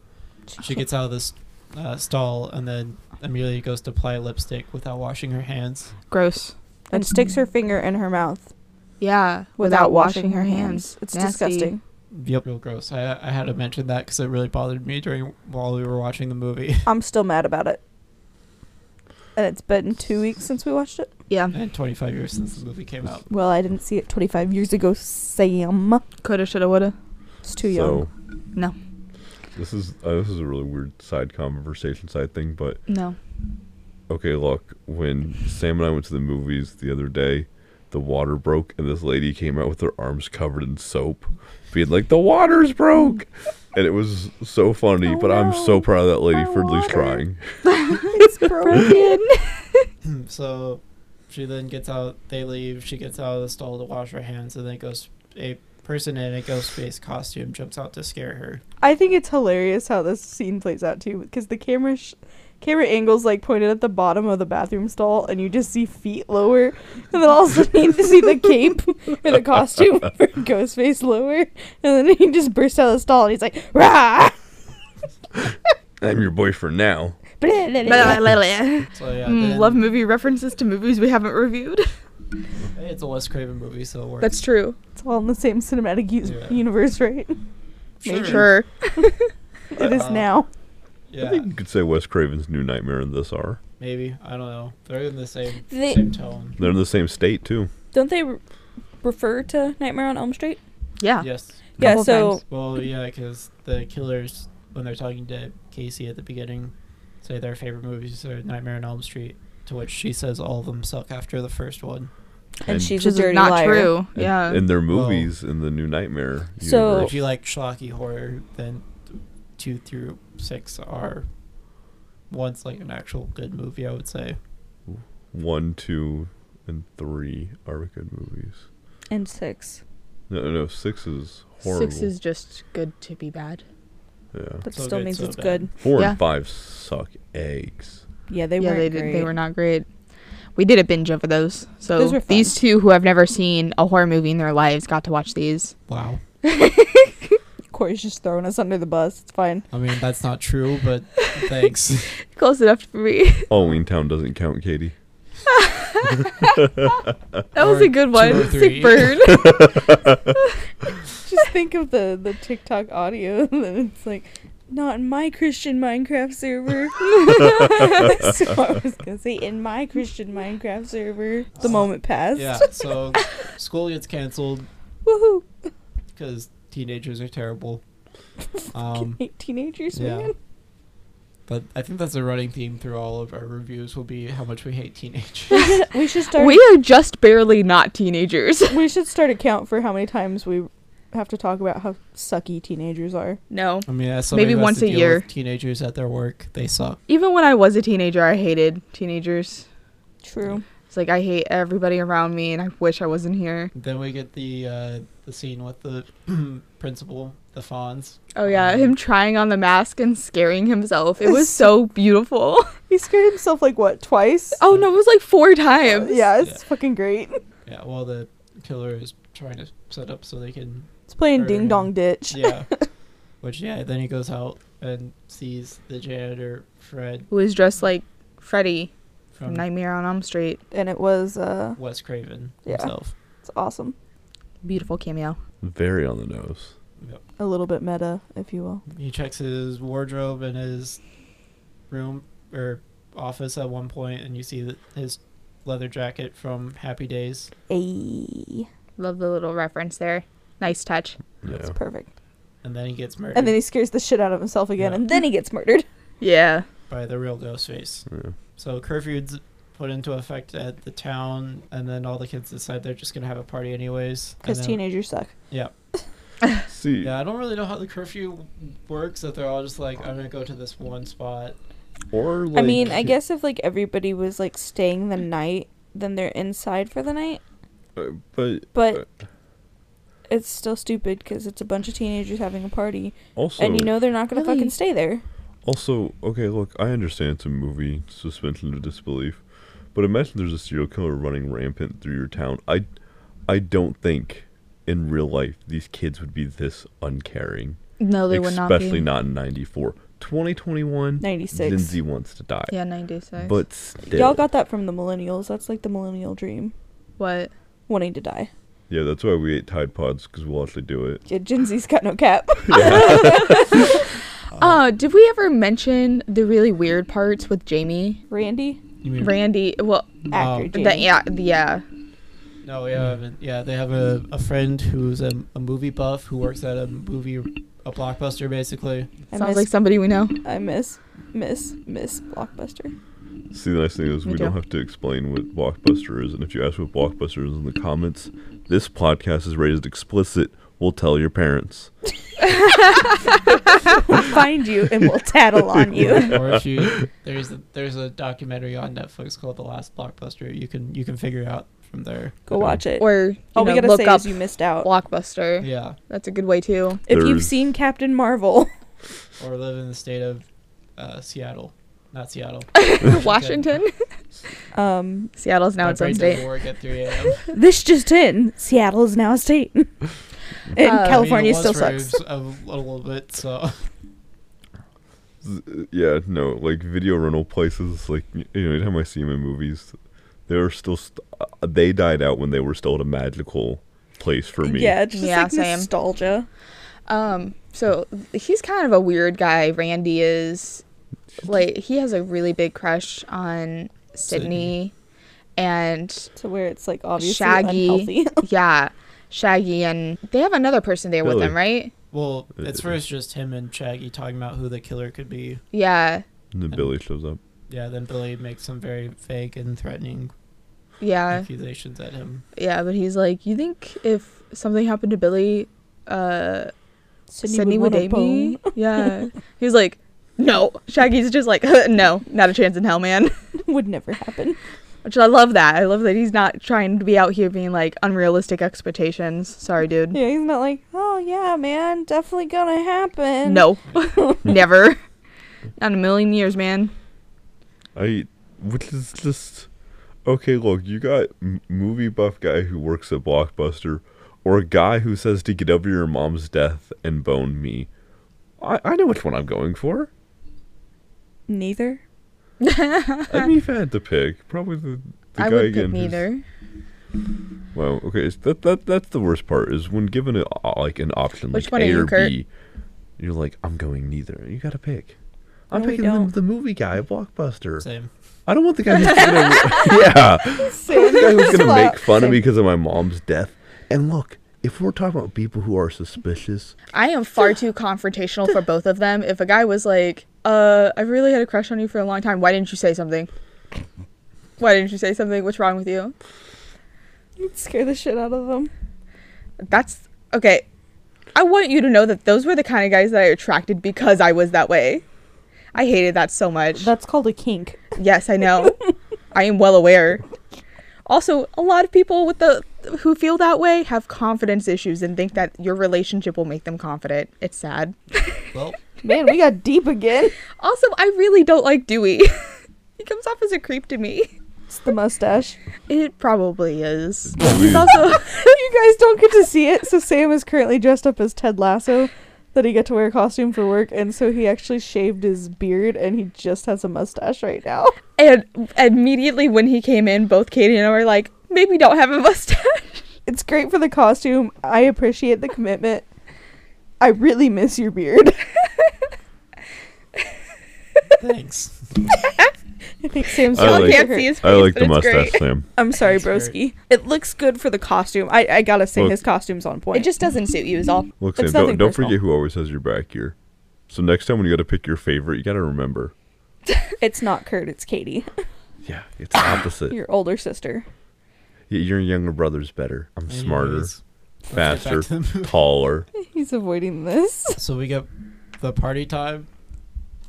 Speaker 1: She gets out of this uh, stall and then immediately goes to apply lipstick without washing her hands.
Speaker 4: Gross.
Speaker 3: and sticks her finger in her mouth.
Speaker 4: Yeah,
Speaker 3: without washing her hands. It's
Speaker 4: Nasty.
Speaker 3: disgusting.
Speaker 1: Yep, real gross. I I had to mention that because it really bothered me during while we were watching the movie,
Speaker 3: I'm still mad about it. And it's been two weeks since we watched it.
Speaker 4: Yeah,
Speaker 1: and 25 years since the movie came out.
Speaker 3: Well, I didn't see it 25 years ago, Sam.
Speaker 4: coulda, shoulda, woulda.
Speaker 3: It's too young.
Speaker 4: No.
Speaker 2: This is uh, this is a really weird side conversation side thing, but
Speaker 4: No.
Speaker 2: okay, look, when Sam and I went to the movies the other day, the water broke and this lady came out with her arms covered in soap, being like, "The water's broke," and it was so funny.
Speaker 3: Oh
Speaker 2: but I'm so
Speaker 3: no,
Speaker 2: proud of that lady
Speaker 3: my
Speaker 2: for at least
Speaker 3: water.
Speaker 2: trying.
Speaker 3: it's broken.
Speaker 1: so she then gets out. They leave. She gets out of the stall to wash her hands, and then goes a person in a ghost face costume jumps out to scare her.
Speaker 3: I think it's hilarious how this scene plays out too, because the camera sh- camera angles like pointed at the bottom of the bathroom stall, and you just see feet lower, and then all of a sudden you just see the cape or the costume for Ghostface lower, and then he just bursts out of the stall and he's like, "Rah!"
Speaker 2: I'm your boyfriend now.
Speaker 10: uh,
Speaker 4: Mm,
Speaker 1: So yeah, then-
Speaker 4: Love movie references to movies we haven't reviewed.
Speaker 1: Hey, It's a Wes Craven movie, so it works.
Speaker 9: That's true.
Speaker 3: It's all in the same cinematic u-
Speaker 1: Yeah.
Speaker 3: universe, right?
Speaker 1: Sure.
Speaker 4: Sure.
Speaker 3: It is
Speaker 1: Uh,
Speaker 3: now.
Speaker 2: I
Speaker 1: Yeah,
Speaker 2: think you could say Wes Craven's new nightmare and this are.
Speaker 1: maybe I don't know. They're in the same
Speaker 10: They-
Speaker 1: same tone.
Speaker 2: They're in the same state too.
Speaker 10: Don't they re- refer to Nightmare on Elm Street?
Speaker 4: Yeah.
Speaker 1: Yes.
Speaker 10: Yeah,
Speaker 4: Couple
Speaker 10: so
Speaker 4: times.
Speaker 1: Well, yeah, because the killers, when they're talking to Casey at the beginning, say their favorite movies are Nightmare on Elm Street, to which she says all of them suck after the first one.
Speaker 10: and,
Speaker 2: And-
Speaker 10: she's
Speaker 4: Which
Speaker 10: a
Speaker 4: is
Speaker 10: dirty
Speaker 4: not
Speaker 10: liar.
Speaker 4: true.
Speaker 2: And-
Speaker 4: yeah.
Speaker 2: And their
Speaker 1: Well-
Speaker 2: movies in the new nightmare.
Speaker 10: So-
Speaker 1: But
Speaker 2: universe.
Speaker 1: if you like schlocky horror, then two through six are one's like an actual good movie, I would say.
Speaker 2: one, two, and three are good movies.
Speaker 10: And six.
Speaker 2: No, no, no, six is horrible.
Speaker 4: Six is just good to be bad.
Speaker 2: yeah.
Speaker 10: That
Speaker 1: So
Speaker 10: still
Speaker 1: good,
Speaker 10: means
Speaker 1: so
Speaker 10: it's
Speaker 1: bad.
Speaker 10: good.
Speaker 2: Four
Speaker 4: Yeah.
Speaker 2: and five suck eggs.
Speaker 10: Yeah, they
Speaker 4: yeah,
Speaker 10: weren't
Speaker 4: they
Speaker 10: great.
Speaker 4: did. They were not great. We did a binge over those. So
Speaker 10: Those were
Speaker 4: these two who have never seen a horror movie in their lives got to watch these.
Speaker 1: Wow.
Speaker 3: Corey's just throwing us under the bus. It's fine.
Speaker 1: I mean, that's not true, but thanks.
Speaker 4: Close enough for me.
Speaker 2: Halloween Town doesn't count, Katie.
Speaker 4: That was
Speaker 1: Or
Speaker 4: a good one.
Speaker 1: three.
Speaker 4: Sick burn.
Speaker 3: Just think of the the TikTok audio, and then it's like, not in my Christian Minecraft server. so I was gonna say in my Christian Minecraft server. The
Speaker 1: Uh,
Speaker 3: moment passed.
Speaker 1: yeah, so school gets canceled
Speaker 3: Woohoo!
Speaker 1: because teenagers are terrible. Um,
Speaker 3: Hate teenagers,
Speaker 1: yeah.
Speaker 3: man.
Speaker 1: But I think that's a running theme through all of our reviews will be how much we hate teenagers.
Speaker 3: We should start.
Speaker 4: we are just barely not teenagers.
Speaker 3: we should start a count for how many times we have to talk about how sucky teenagers are.
Speaker 4: No.
Speaker 1: I mean, as somebody
Speaker 4: Maybe
Speaker 1: who has
Speaker 4: once
Speaker 1: to
Speaker 4: a
Speaker 1: deal
Speaker 4: year.
Speaker 1: with Teenagers at their work, they suck.
Speaker 4: Even when I was a teenager, I hated teenagers.
Speaker 3: True.
Speaker 4: It's like I hate everybody around me and I wish I wasn't here.
Speaker 1: Then we get the uh, the scene with the principal, the Fonz.
Speaker 4: Oh yeah,
Speaker 1: Um,
Speaker 4: him trying on the mask and scaring himself. It was
Speaker 3: It's-
Speaker 4: so beautiful.
Speaker 3: He scared himself like what twice?
Speaker 4: Oh no, it was like four times.
Speaker 3: yeah, it's
Speaker 1: Yeah.
Speaker 3: fucking great.
Speaker 1: Yeah, while the killer is trying to set up so they can.
Speaker 3: It's playing
Speaker 1: Or-
Speaker 3: Ding Dong Ditch.
Speaker 1: Yeah. Which yeah, then he goes out and sees the janitor Fred
Speaker 4: Who was dressed like Freddy from
Speaker 1: from
Speaker 4: Nightmare on Elm Street.
Speaker 3: And it was uh,
Speaker 1: Wes Craven
Speaker 3: Yeah.
Speaker 1: himself.
Speaker 3: it's awesome.
Speaker 4: Beautiful cameo.
Speaker 2: Very on the nose.
Speaker 1: Yep.
Speaker 3: A little bit meta, if you will.
Speaker 1: He checks his wardrobe and his room or office at one point, and you see that his leather jacket from Happy Days.
Speaker 3: Ayy.
Speaker 4: Love the little reference there. Nice touch.
Speaker 3: It's
Speaker 2: Yeah.
Speaker 3: perfect.
Speaker 1: And then he gets murdered
Speaker 3: And then he scares the shit out of himself again,
Speaker 1: Yeah.
Speaker 3: and then he gets murdered.
Speaker 4: Yeah.
Speaker 1: by the real Ghostface.
Speaker 2: yeah.
Speaker 1: So curfews put into effect at the town, and then all the kids decide they're just gonna have a party anyways. and
Speaker 3: Because
Speaker 1: then-
Speaker 3: teenagers suck.
Speaker 2: See,
Speaker 1: Yeah, I don't really know how the curfew works. That they're all just like, I'm gonna go to this one spot.
Speaker 2: or like,
Speaker 10: I mean, I guess if like everybody was like staying the night, then they're inside for the night.
Speaker 2: uh, But
Speaker 10: But it's still stupid because it's a bunch of teenagers having a party,
Speaker 2: also,
Speaker 10: and you know they're not gonna
Speaker 4: Really?
Speaker 10: fucking stay there.
Speaker 2: also, okay, look, I understand it's a movie suspension of disbelief, but imagine there's a serial killer running rampant through your town. I, I don't think in real life these kids would be this uncaring.
Speaker 4: No, they would not be.
Speaker 2: especially not, in 94 2021
Speaker 10: 96.
Speaker 2: lindsay wants to die
Speaker 4: Yeah, 96.
Speaker 2: but still
Speaker 10: Y'all got that from the millennials. That's like the millennial dream,
Speaker 4: what?
Speaker 10: wanting to die.
Speaker 2: Yeah, that's why we ate Tide Pods because we'll actually do it.
Speaker 3: Yeah, Gen Z's got no cap.
Speaker 4: Uh, did we ever mention the really weird parts with Jamie?
Speaker 3: Randy,
Speaker 1: You
Speaker 2: Mm-hmm.
Speaker 1: mean
Speaker 4: Randy, well,
Speaker 3: actor
Speaker 1: Oh.
Speaker 3: Jamie.
Speaker 4: the, yeah, the- yeah.
Speaker 1: No, we haven't. Yeah, they have a, a friend who's a, a movie buff who works at a movie, a blockbuster basically.
Speaker 3: I
Speaker 4: Sounds
Speaker 3: miss,
Speaker 4: like somebody we know.
Speaker 3: I miss, miss, miss Blockbuster.
Speaker 2: See, the nice thing is
Speaker 4: Me
Speaker 2: we don't
Speaker 4: too.
Speaker 2: have to explain what Blockbuster is, and if you ask what Blockbuster is in the comments, this podcast is rated explicit. We'll tell your parents.
Speaker 3: We'll find you and we'll tattle on you.
Speaker 1: or if you there's a, there's a documentary on Netflix called The Last Blockbuster. You can you can figure out from there.
Speaker 3: Go watch it.
Speaker 4: Or you
Speaker 3: All
Speaker 4: know,
Speaker 3: we gotta
Speaker 4: look
Speaker 3: say
Speaker 4: up
Speaker 3: is you missed out.
Speaker 4: Blockbuster.
Speaker 1: Yeah,
Speaker 4: That's a good way too.
Speaker 3: If you've
Speaker 2: There's-
Speaker 3: seen Captain Marvel,
Speaker 1: or live in the state of uh, Seattle, not Seattle.
Speaker 4: Washington,
Speaker 3: um,
Speaker 4: Seattle's now
Speaker 1: My
Speaker 4: its own
Speaker 1: brain's at
Speaker 4: state.
Speaker 1: work at 3
Speaker 3: Uh,
Speaker 1: a.m.
Speaker 3: this just in: Seattle is now a state, and
Speaker 4: Uh,
Speaker 1: I mean, it
Speaker 3: California
Speaker 1: was
Speaker 3: still
Speaker 1: for
Speaker 3: sucks.
Speaker 1: A, a little bit, so
Speaker 2: Z- Yeah, no, like video rental places, like, y- you know, anytime I see them in movies, they're still, st- uh, they died out when they were still at a magical place for me.
Speaker 3: Yeah, it's just
Speaker 4: Yeah,
Speaker 3: like
Speaker 4: same.
Speaker 3: nostalgia.
Speaker 4: Um, so he's kind of a weird guy. Randy is like he has a really big crush on Sydney, and
Speaker 3: To where it's like obviously
Speaker 4: Shaggy.
Speaker 3: unhealthy.
Speaker 4: yeah, Shaggy, and they have another person there with
Speaker 2: Billy.
Speaker 4: them, right?
Speaker 1: well,
Speaker 2: Uh,
Speaker 1: it's first just him and Shaggy talking about who the killer could be.
Speaker 4: Yeah,
Speaker 2: And then Billy shows up.
Speaker 1: Yeah, then Billy makes some very vague and threatening
Speaker 3: Uh.
Speaker 4: yeah,
Speaker 1: accusations at him.
Speaker 4: yeah. But he's like, you think if something happened to Billy, uh, Sydney would
Speaker 3: want a
Speaker 4: date
Speaker 3: bone.
Speaker 4: me? Yeah. he was like, no. Shaggy's just like, no, not a chance in hell, man.
Speaker 3: would never happen.
Speaker 4: Which I love that. I love that he's not trying to be out here being like unrealistic expectations. Sorry, dude.
Speaker 3: Yeah, he's not like, oh yeah, man, definitely gonna happen.
Speaker 4: No. Never. Not in a million years, man.
Speaker 2: I, which is just, okay, look, you got m- movie buff guy who works at Blockbuster, or a guy who says to get over your mom's death and bone me. I, I know which one I'm going for.
Speaker 3: neither.
Speaker 2: I mean, if I had to pick, probably the, the
Speaker 4: I
Speaker 2: guy
Speaker 4: would
Speaker 2: again.
Speaker 4: pick
Speaker 2: who's-
Speaker 4: neither.
Speaker 2: Wow. Okay. It's that that that's the worst part is when given a, o- like an option
Speaker 4: Which
Speaker 2: like
Speaker 4: one
Speaker 2: A
Speaker 4: are you,
Speaker 2: or
Speaker 4: Kurt?
Speaker 2: B, you're like I'm going neither. You gotta pick. I'm
Speaker 3: No, we
Speaker 2: picking the,
Speaker 3: don't.
Speaker 2: the movie guy, at Blockbuster.
Speaker 1: Same.
Speaker 2: I don't want the guy who's gonna yeah, I don't want the guy who's gonna make fun of me because of my mom's death. And look, if we're talking about people who are suspicious,
Speaker 4: I am far too confrontational for both of them. If a guy was like, uh, I've really had a crush on you for a long time, why didn't you say something? Why didn't you say something? What's wrong with you?
Speaker 3: You'd scare the shit out of them.
Speaker 4: That's okay. I want you to know that those were the kind of guys that I attracted because I was that way. I hated that so much.
Speaker 3: That's called a kink.
Speaker 4: yes, I know. I am well aware. Also, a lot of people with the who feel that way have confidence issues and think that your relationship will make them confident. It's sad.
Speaker 1: Well,
Speaker 3: Man, we got deep again.
Speaker 4: Also, I really don't like Dewey. he comes off as a creep to me.
Speaker 3: It's the mustache.
Speaker 4: It probably is.
Speaker 2: Dewey.
Speaker 4: He's also
Speaker 3: you guys don't get to see it. So Sam is currently dressed up as Ted Lasso that he got to wear a costume for work and so he actually shaved his beard and he just has a mustache right now.
Speaker 4: and immediately when he came in, both Katie and I were like, maybe don't have a mustache.
Speaker 3: It's great for the costume. I appreciate the commitment. I really miss your beard.
Speaker 1: thanks.
Speaker 3: I think Sam's
Speaker 2: I
Speaker 4: Y'all
Speaker 2: like-
Speaker 4: can't see his face,
Speaker 2: I like
Speaker 4: but
Speaker 2: the
Speaker 4: it's
Speaker 2: mustache,
Speaker 4: great.
Speaker 2: Sam.
Speaker 3: I'm sorry,
Speaker 1: It's very-
Speaker 3: broski. It looks good for the costume. I, I gotta say
Speaker 2: Look.
Speaker 3: his costume's on point.
Speaker 4: It just doesn't suit you, is all.
Speaker 2: Look,
Speaker 3: It's
Speaker 2: Sam, don't,
Speaker 3: nothing
Speaker 2: don't
Speaker 3: personal.
Speaker 2: forget who always has your back here. So next time when you got to pick your favorite, you got to remember.
Speaker 3: it's not Kurt. It's Katie,
Speaker 2: Yeah, it's the opposite.
Speaker 3: your older sister.
Speaker 2: Y- Your younger brother's better. I'm smarter,
Speaker 1: Anyways, let's get
Speaker 2: faster,
Speaker 1: back to the movie.
Speaker 2: taller.
Speaker 3: He's avoiding this.
Speaker 1: So we get the party time.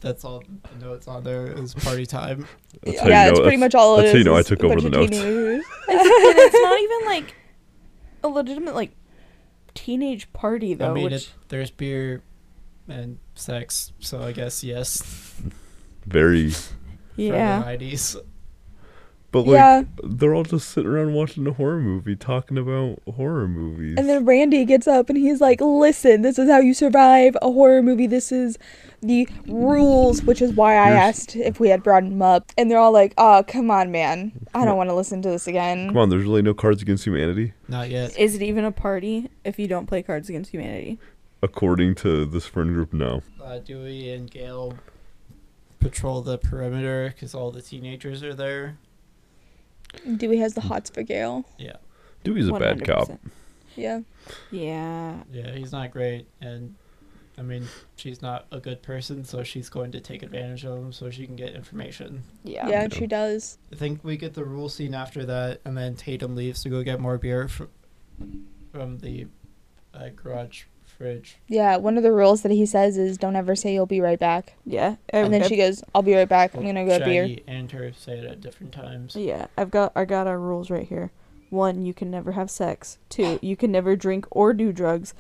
Speaker 1: That's all the notes on there is party time.
Speaker 2: That's how you
Speaker 4: yeah,
Speaker 2: know-
Speaker 4: it's pretty
Speaker 2: that's-
Speaker 4: much all it
Speaker 2: that's
Speaker 4: is.
Speaker 2: how you know I
Speaker 4: is
Speaker 2: took
Speaker 4: a
Speaker 2: over
Speaker 4: bunch
Speaker 2: the
Speaker 4: of
Speaker 2: notes.
Speaker 4: teenagers.
Speaker 3: and it's not even like a legitimate like teenage party though.
Speaker 1: I mean,
Speaker 3: which
Speaker 1: it, there's beer and sex, so I guess yes.
Speaker 2: Very
Speaker 1: for
Speaker 3: yeah,
Speaker 1: the 90s.
Speaker 2: But like
Speaker 9: yeah.
Speaker 2: they're all just sitting around watching a horror movie, talking about horror movies.
Speaker 9: And then Randy gets up and he's like, "Listen, this is how you survive a horror movie. This is the rules, which is why I
Speaker 2: You're s-
Speaker 9: asked if we had brought him up." And they're all like, "Oh, come on, man. I don't want to listen to this again."
Speaker 2: Come on, there's really no Cards Against Humanity,
Speaker 1: Not yet.
Speaker 3: Is it even a party if you don't play Cards Against Humanity?
Speaker 2: according to this friend group. No,
Speaker 1: Uh, Dewey and Gail patrol the perimeter because all the teenagers are there.
Speaker 9: Dewey has the hots for Gale.
Speaker 2: Dewey's a bad cop.
Speaker 3: 100%.
Speaker 9: Yeah.
Speaker 3: Yeah.
Speaker 1: Yeah, he's not great, and I mean, she's not a good person, so she's going to take advantage of him so she can get information.
Speaker 9: Yeah,
Speaker 3: Yeah.
Speaker 9: and she does.
Speaker 1: I think we get the rule scene after that, and then Tatum leaves to go get more beer fr- from the uh, garage fridge.
Speaker 9: Yeah, one of the rules that he says is don't ever say you'll be right back.
Speaker 3: Yeah.
Speaker 9: And then she goes, I'll be right back. I'm
Speaker 1: Well,
Speaker 9: going to go get beer.
Speaker 1: Shaggy and her say it at different times.
Speaker 3: Yeah, I've got I got our rules right here. One, you can never have sex. Two, you can never drink or do drugs.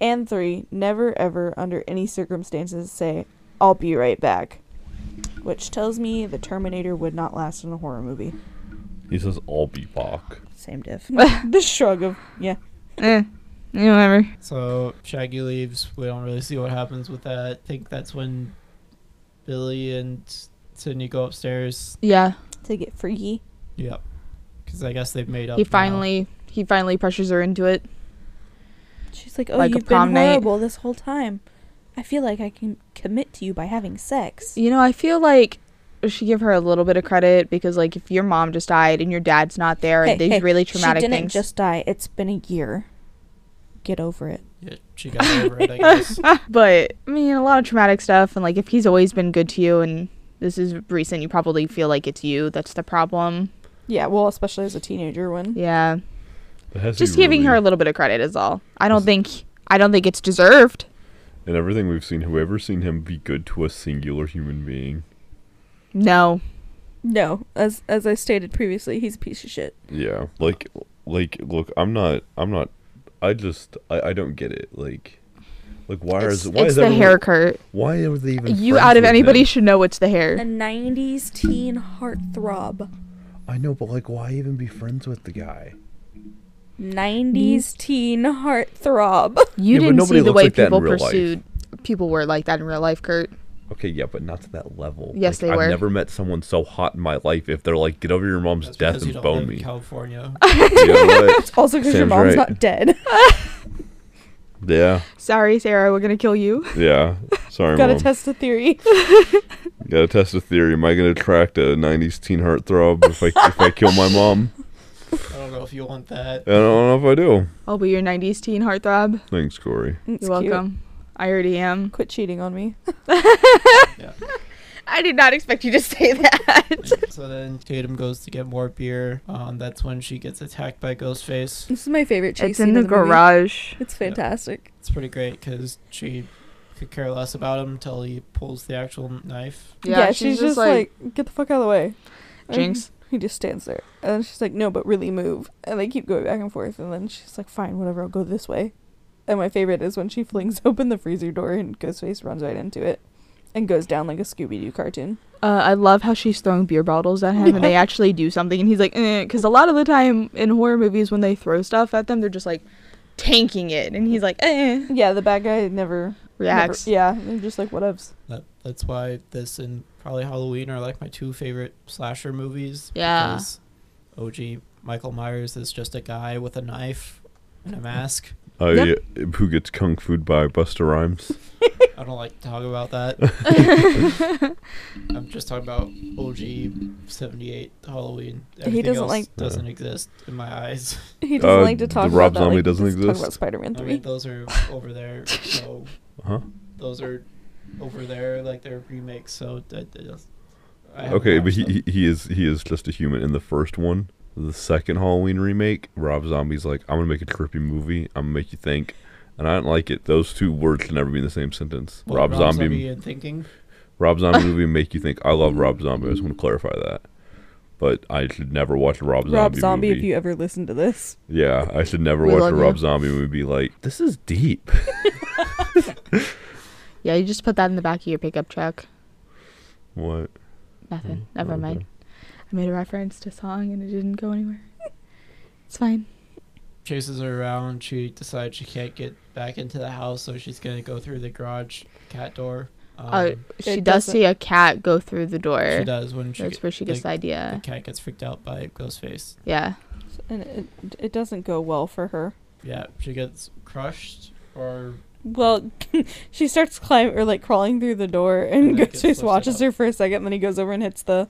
Speaker 3: And three, never ever under any circumstances say, I'll be right back. Which tells me the Terminator would not last in a horror movie.
Speaker 2: He says, "I'll be back."
Speaker 3: Same diff. the shrug of yeah.
Speaker 4: Eh, you know, whatever.
Speaker 1: So Shaggy leaves. We don't really see what happens with that. I think that's when Billy and Sydney go upstairs.
Speaker 4: Yeah,
Speaker 3: To get freaky.
Speaker 1: Yep. Because I guess they've made up.
Speaker 4: he
Speaker 1: now.
Speaker 4: finally he finally pressures her into it.
Speaker 3: She's like, Oh,
Speaker 4: Like a
Speaker 3: you've been
Speaker 4: prom night.
Speaker 3: horrible this whole time. I feel like I can commit to you by having sex.
Speaker 4: You know, I feel like we should give her a little bit of credit because like if your mom just died and your dad's not there
Speaker 3: Hey,
Speaker 4: and these
Speaker 3: hey,
Speaker 4: really
Speaker 3: she
Speaker 4: traumatic
Speaker 3: didn't
Speaker 4: things.
Speaker 3: just die. It's been a year. Get over it.
Speaker 1: Yeah, she got over it, I guess.
Speaker 4: but I mean, a lot of traumatic stuff, and like if he's always been good to you, and this is recent, you probably feel like it's you that's the problem.
Speaker 3: Yeah, well, especially as a teenager when
Speaker 4: Yeah,
Speaker 2: It has to
Speaker 4: just
Speaker 2: be
Speaker 4: giving her
Speaker 2: really-
Speaker 4: a little bit of credit is all. I don't think I don't think it's deserved.
Speaker 2: And everything we've seen, whoever's seen him be good to a singular human being.
Speaker 4: No,
Speaker 3: No, as as I stated previously, he's a piece of shit.
Speaker 2: Yeah. Like like look, I'm not I'm not I just I, I don't get it. Like like why
Speaker 4: it's,
Speaker 2: is why
Speaker 4: it's
Speaker 2: is
Speaker 4: the
Speaker 2: everyone,
Speaker 4: hair curt.
Speaker 2: why are they even
Speaker 4: You
Speaker 2: friends
Speaker 4: out of
Speaker 2: with
Speaker 4: anybody
Speaker 2: him?
Speaker 4: should know it's the hair.
Speaker 3: A '90s teen heartthrob.
Speaker 2: I know, but like why even be friends with the guy?
Speaker 3: '90s teen heartthrob.
Speaker 4: You
Speaker 2: Yeah, but
Speaker 4: didn't
Speaker 2: nobody
Speaker 4: see the
Speaker 2: looks
Speaker 4: way
Speaker 2: like that in
Speaker 4: people
Speaker 2: real life.
Speaker 4: pursued. People were like that in real life, Kurt.
Speaker 2: Okay, yeah, but not to that level.
Speaker 4: Yes,
Speaker 2: Like,
Speaker 4: they were.
Speaker 2: I've never met someone so hot in my life if they're like, get over your mom's
Speaker 1: That's
Speaker 2: death
Speaker 1: because you
Speaker 2: and
Speaker 1: don't
Speaker 2: bone
Speaker 1: live
Speaker 2: me.
Speaker 1: in California.
Speaker 2: You know what?
Speaker 3: Also, because your
Speaker 2: Sam's
Speaker 3: mom's
Speaker 2: right.
Speaker 3: not dead.
Speaker 2: Yeah,
Speaker 4: Sorry, Sarah, we're gonna kill you.
Speaker 2: yeah. Sorry,
Speaker 3: Gotta
Speaker 2: mom.
Speaker 3: test the theory.
Speaker 2: Gotta test a theory. Am I gonna attract a '90s teen heartthrob if I if I kill my mom?
Speaker 1: I don't know if you want that.
Speaker 2: I don't know if I do.
Speaker 4: I'll be your '90s teen heartthrob. You're
Speaker 2: Thanks, Corey.
Speaker 3: It's cute.
Speaker 4: welcome. I already am.
Speaker 3: Quit cheating on me.
Speaker 4: I did not expect you to say that.
Speaker 1: so then Tatum goes to get more beer. Um, that's when she gets attacked by Ghostface.
Speaker 3: This is my favorite chase
Speaker 4: It's
Speaker 3: scene
Speaker 4: in the
Speaker 3: of movie.
Speaker 4: garage.
Speaker 3: It's fantastic.
Speaker 1: It's pretty great because she could care less about him until he pulls the actual knife.
Speaker 3: Yeah, she's, just, like, "Mm." get the fuck out of the way. And
Speaker 4: Jinx.
Speaker 3: He just stands there, and then she's like, no, but really move. And they keep going back and forth, and then she's like, fine, whatever, I'll go this way. And my favorite is when she flings open the freezer door and Ghostface runs right into it, and goes down like a Scooby Doo cartoon.
Speaker 4: Uh, I love how she's throwing beer bottles at him, and they actually do something, and he's like, because a lot of the time in horror movies when they throw stuff at them, they're just like tanking it, and he's like, eh,
Speaker 3: Yeah, the bad guy never
Speaker 4: reacts.
Speaker 3: Never, yeah, they're just like whatevs.
Speaker 1: That, that's why this and probably Halloween are like my two favorite slasher movies.
Speaker 4: Yeah.
Speaker 1: because OG Michael Myers is just a guy with a knife and a mask.
Speaker 2: Oh
Speaker 4: Yep.
Speaker 2: yeah, who gets kung fu by Buster Rhymes?
Speaker 1: I don't like to talk about that. I'm just talking about OG 78 Halloween. Everything
Speaker 3: doesn't
Speaker 1: else
Speaker 3: like-
Speaker 1: doesn't exist in my eyes.
Speaker 3: He doesn't
Speaker 2: Uh,
Speaker 3: like to
Speaker 2: the
Speaker 3: talk
Speaker 2: Rob
Speaker 3: about that,
Speaker 2: Zombie
Speaker 3: like, he
Speaker 2: doesn't
Speaker 3: doesn't Talk about
Speaker 2: exist?
Speaker 3: Spider-Man
Speaker 1: I
Speaker 3: Three.
Speaker 1: mean, those are over there, so
Speaker 2: Huh?
Speaker 1: those are over there, like they're remakes. So that, that does- I haven't
Speaker 2: Okay, but
Speaker 1: watched
Speaker 2: he,
Speaker 1: them.
Speaker 2: he he is he is just a human in the first one. The second Halloween remake, Rob Zombie's like, I'm gonna make a trippy movie. I'm gonna make you think, and I don't like it. Those two words should never be in the same sentence.
Speaker 1: What,
Speaker 2: Rob, Zombie,
Speaker 1: and thinking.
Speaker 2: Rob Zombie movie make you think. I love Rob Zombie. I just want to clarify that. But I should never watch a Rob Zombie.
Speaker 3: Rob Zombie,
Speaker 2: movie.
Speaker 3: if you ever listen to this,
Speaker 2: Yeah, I should never
Speaker 4: We
Speaker 2: watch
Speaker 4: love
Speaker 2: a Rob
Speaker 4: you.
Speaker 2: Zombie movie. and Be like, this is deep.
Speaker 4: yeah, you just put that in the back of your pickup truck.
Speaker 2: what?
Speaker 1: Mm,
Speaker 4: Nothing. Never
Speaker 2: okay.
Speaker 4: mind. I made a reference to a song and it didn't go anywhere. It's fine.
Speaker 1: chases her around. She decides she can't get back into the house, so she's gonna go through the garage cat door. Um,
Speaker 4: Uh, she
Speaker 3: It
Speaker 4: does
Speaker 3: doesn't-
Speaker 4: see a cat go through the door.
Speaker 1: she does when she
Speaker 4: Oh, That's where she uh, gets
Speaker 1: like,
Speaker 4: the
Speaker 1: the
Speaker 4: idea.
Speaker 1: cat gets freaked out by Ghostface.
Speaker 4: Yeah.
Speaker 3: and it, it doesn't go well for her.
Speaker 1: Yeah, she gets crushed or
Speaker 3: Well, she starts climbing or like crawling through the door, and
Speaker 1: And then gets
Speaker 3: Ghostface
Speaker 1: lifted
Speaker 3: watches
Speaker 1: up.
Speaker 3: her for a second. Then he goes over and hits the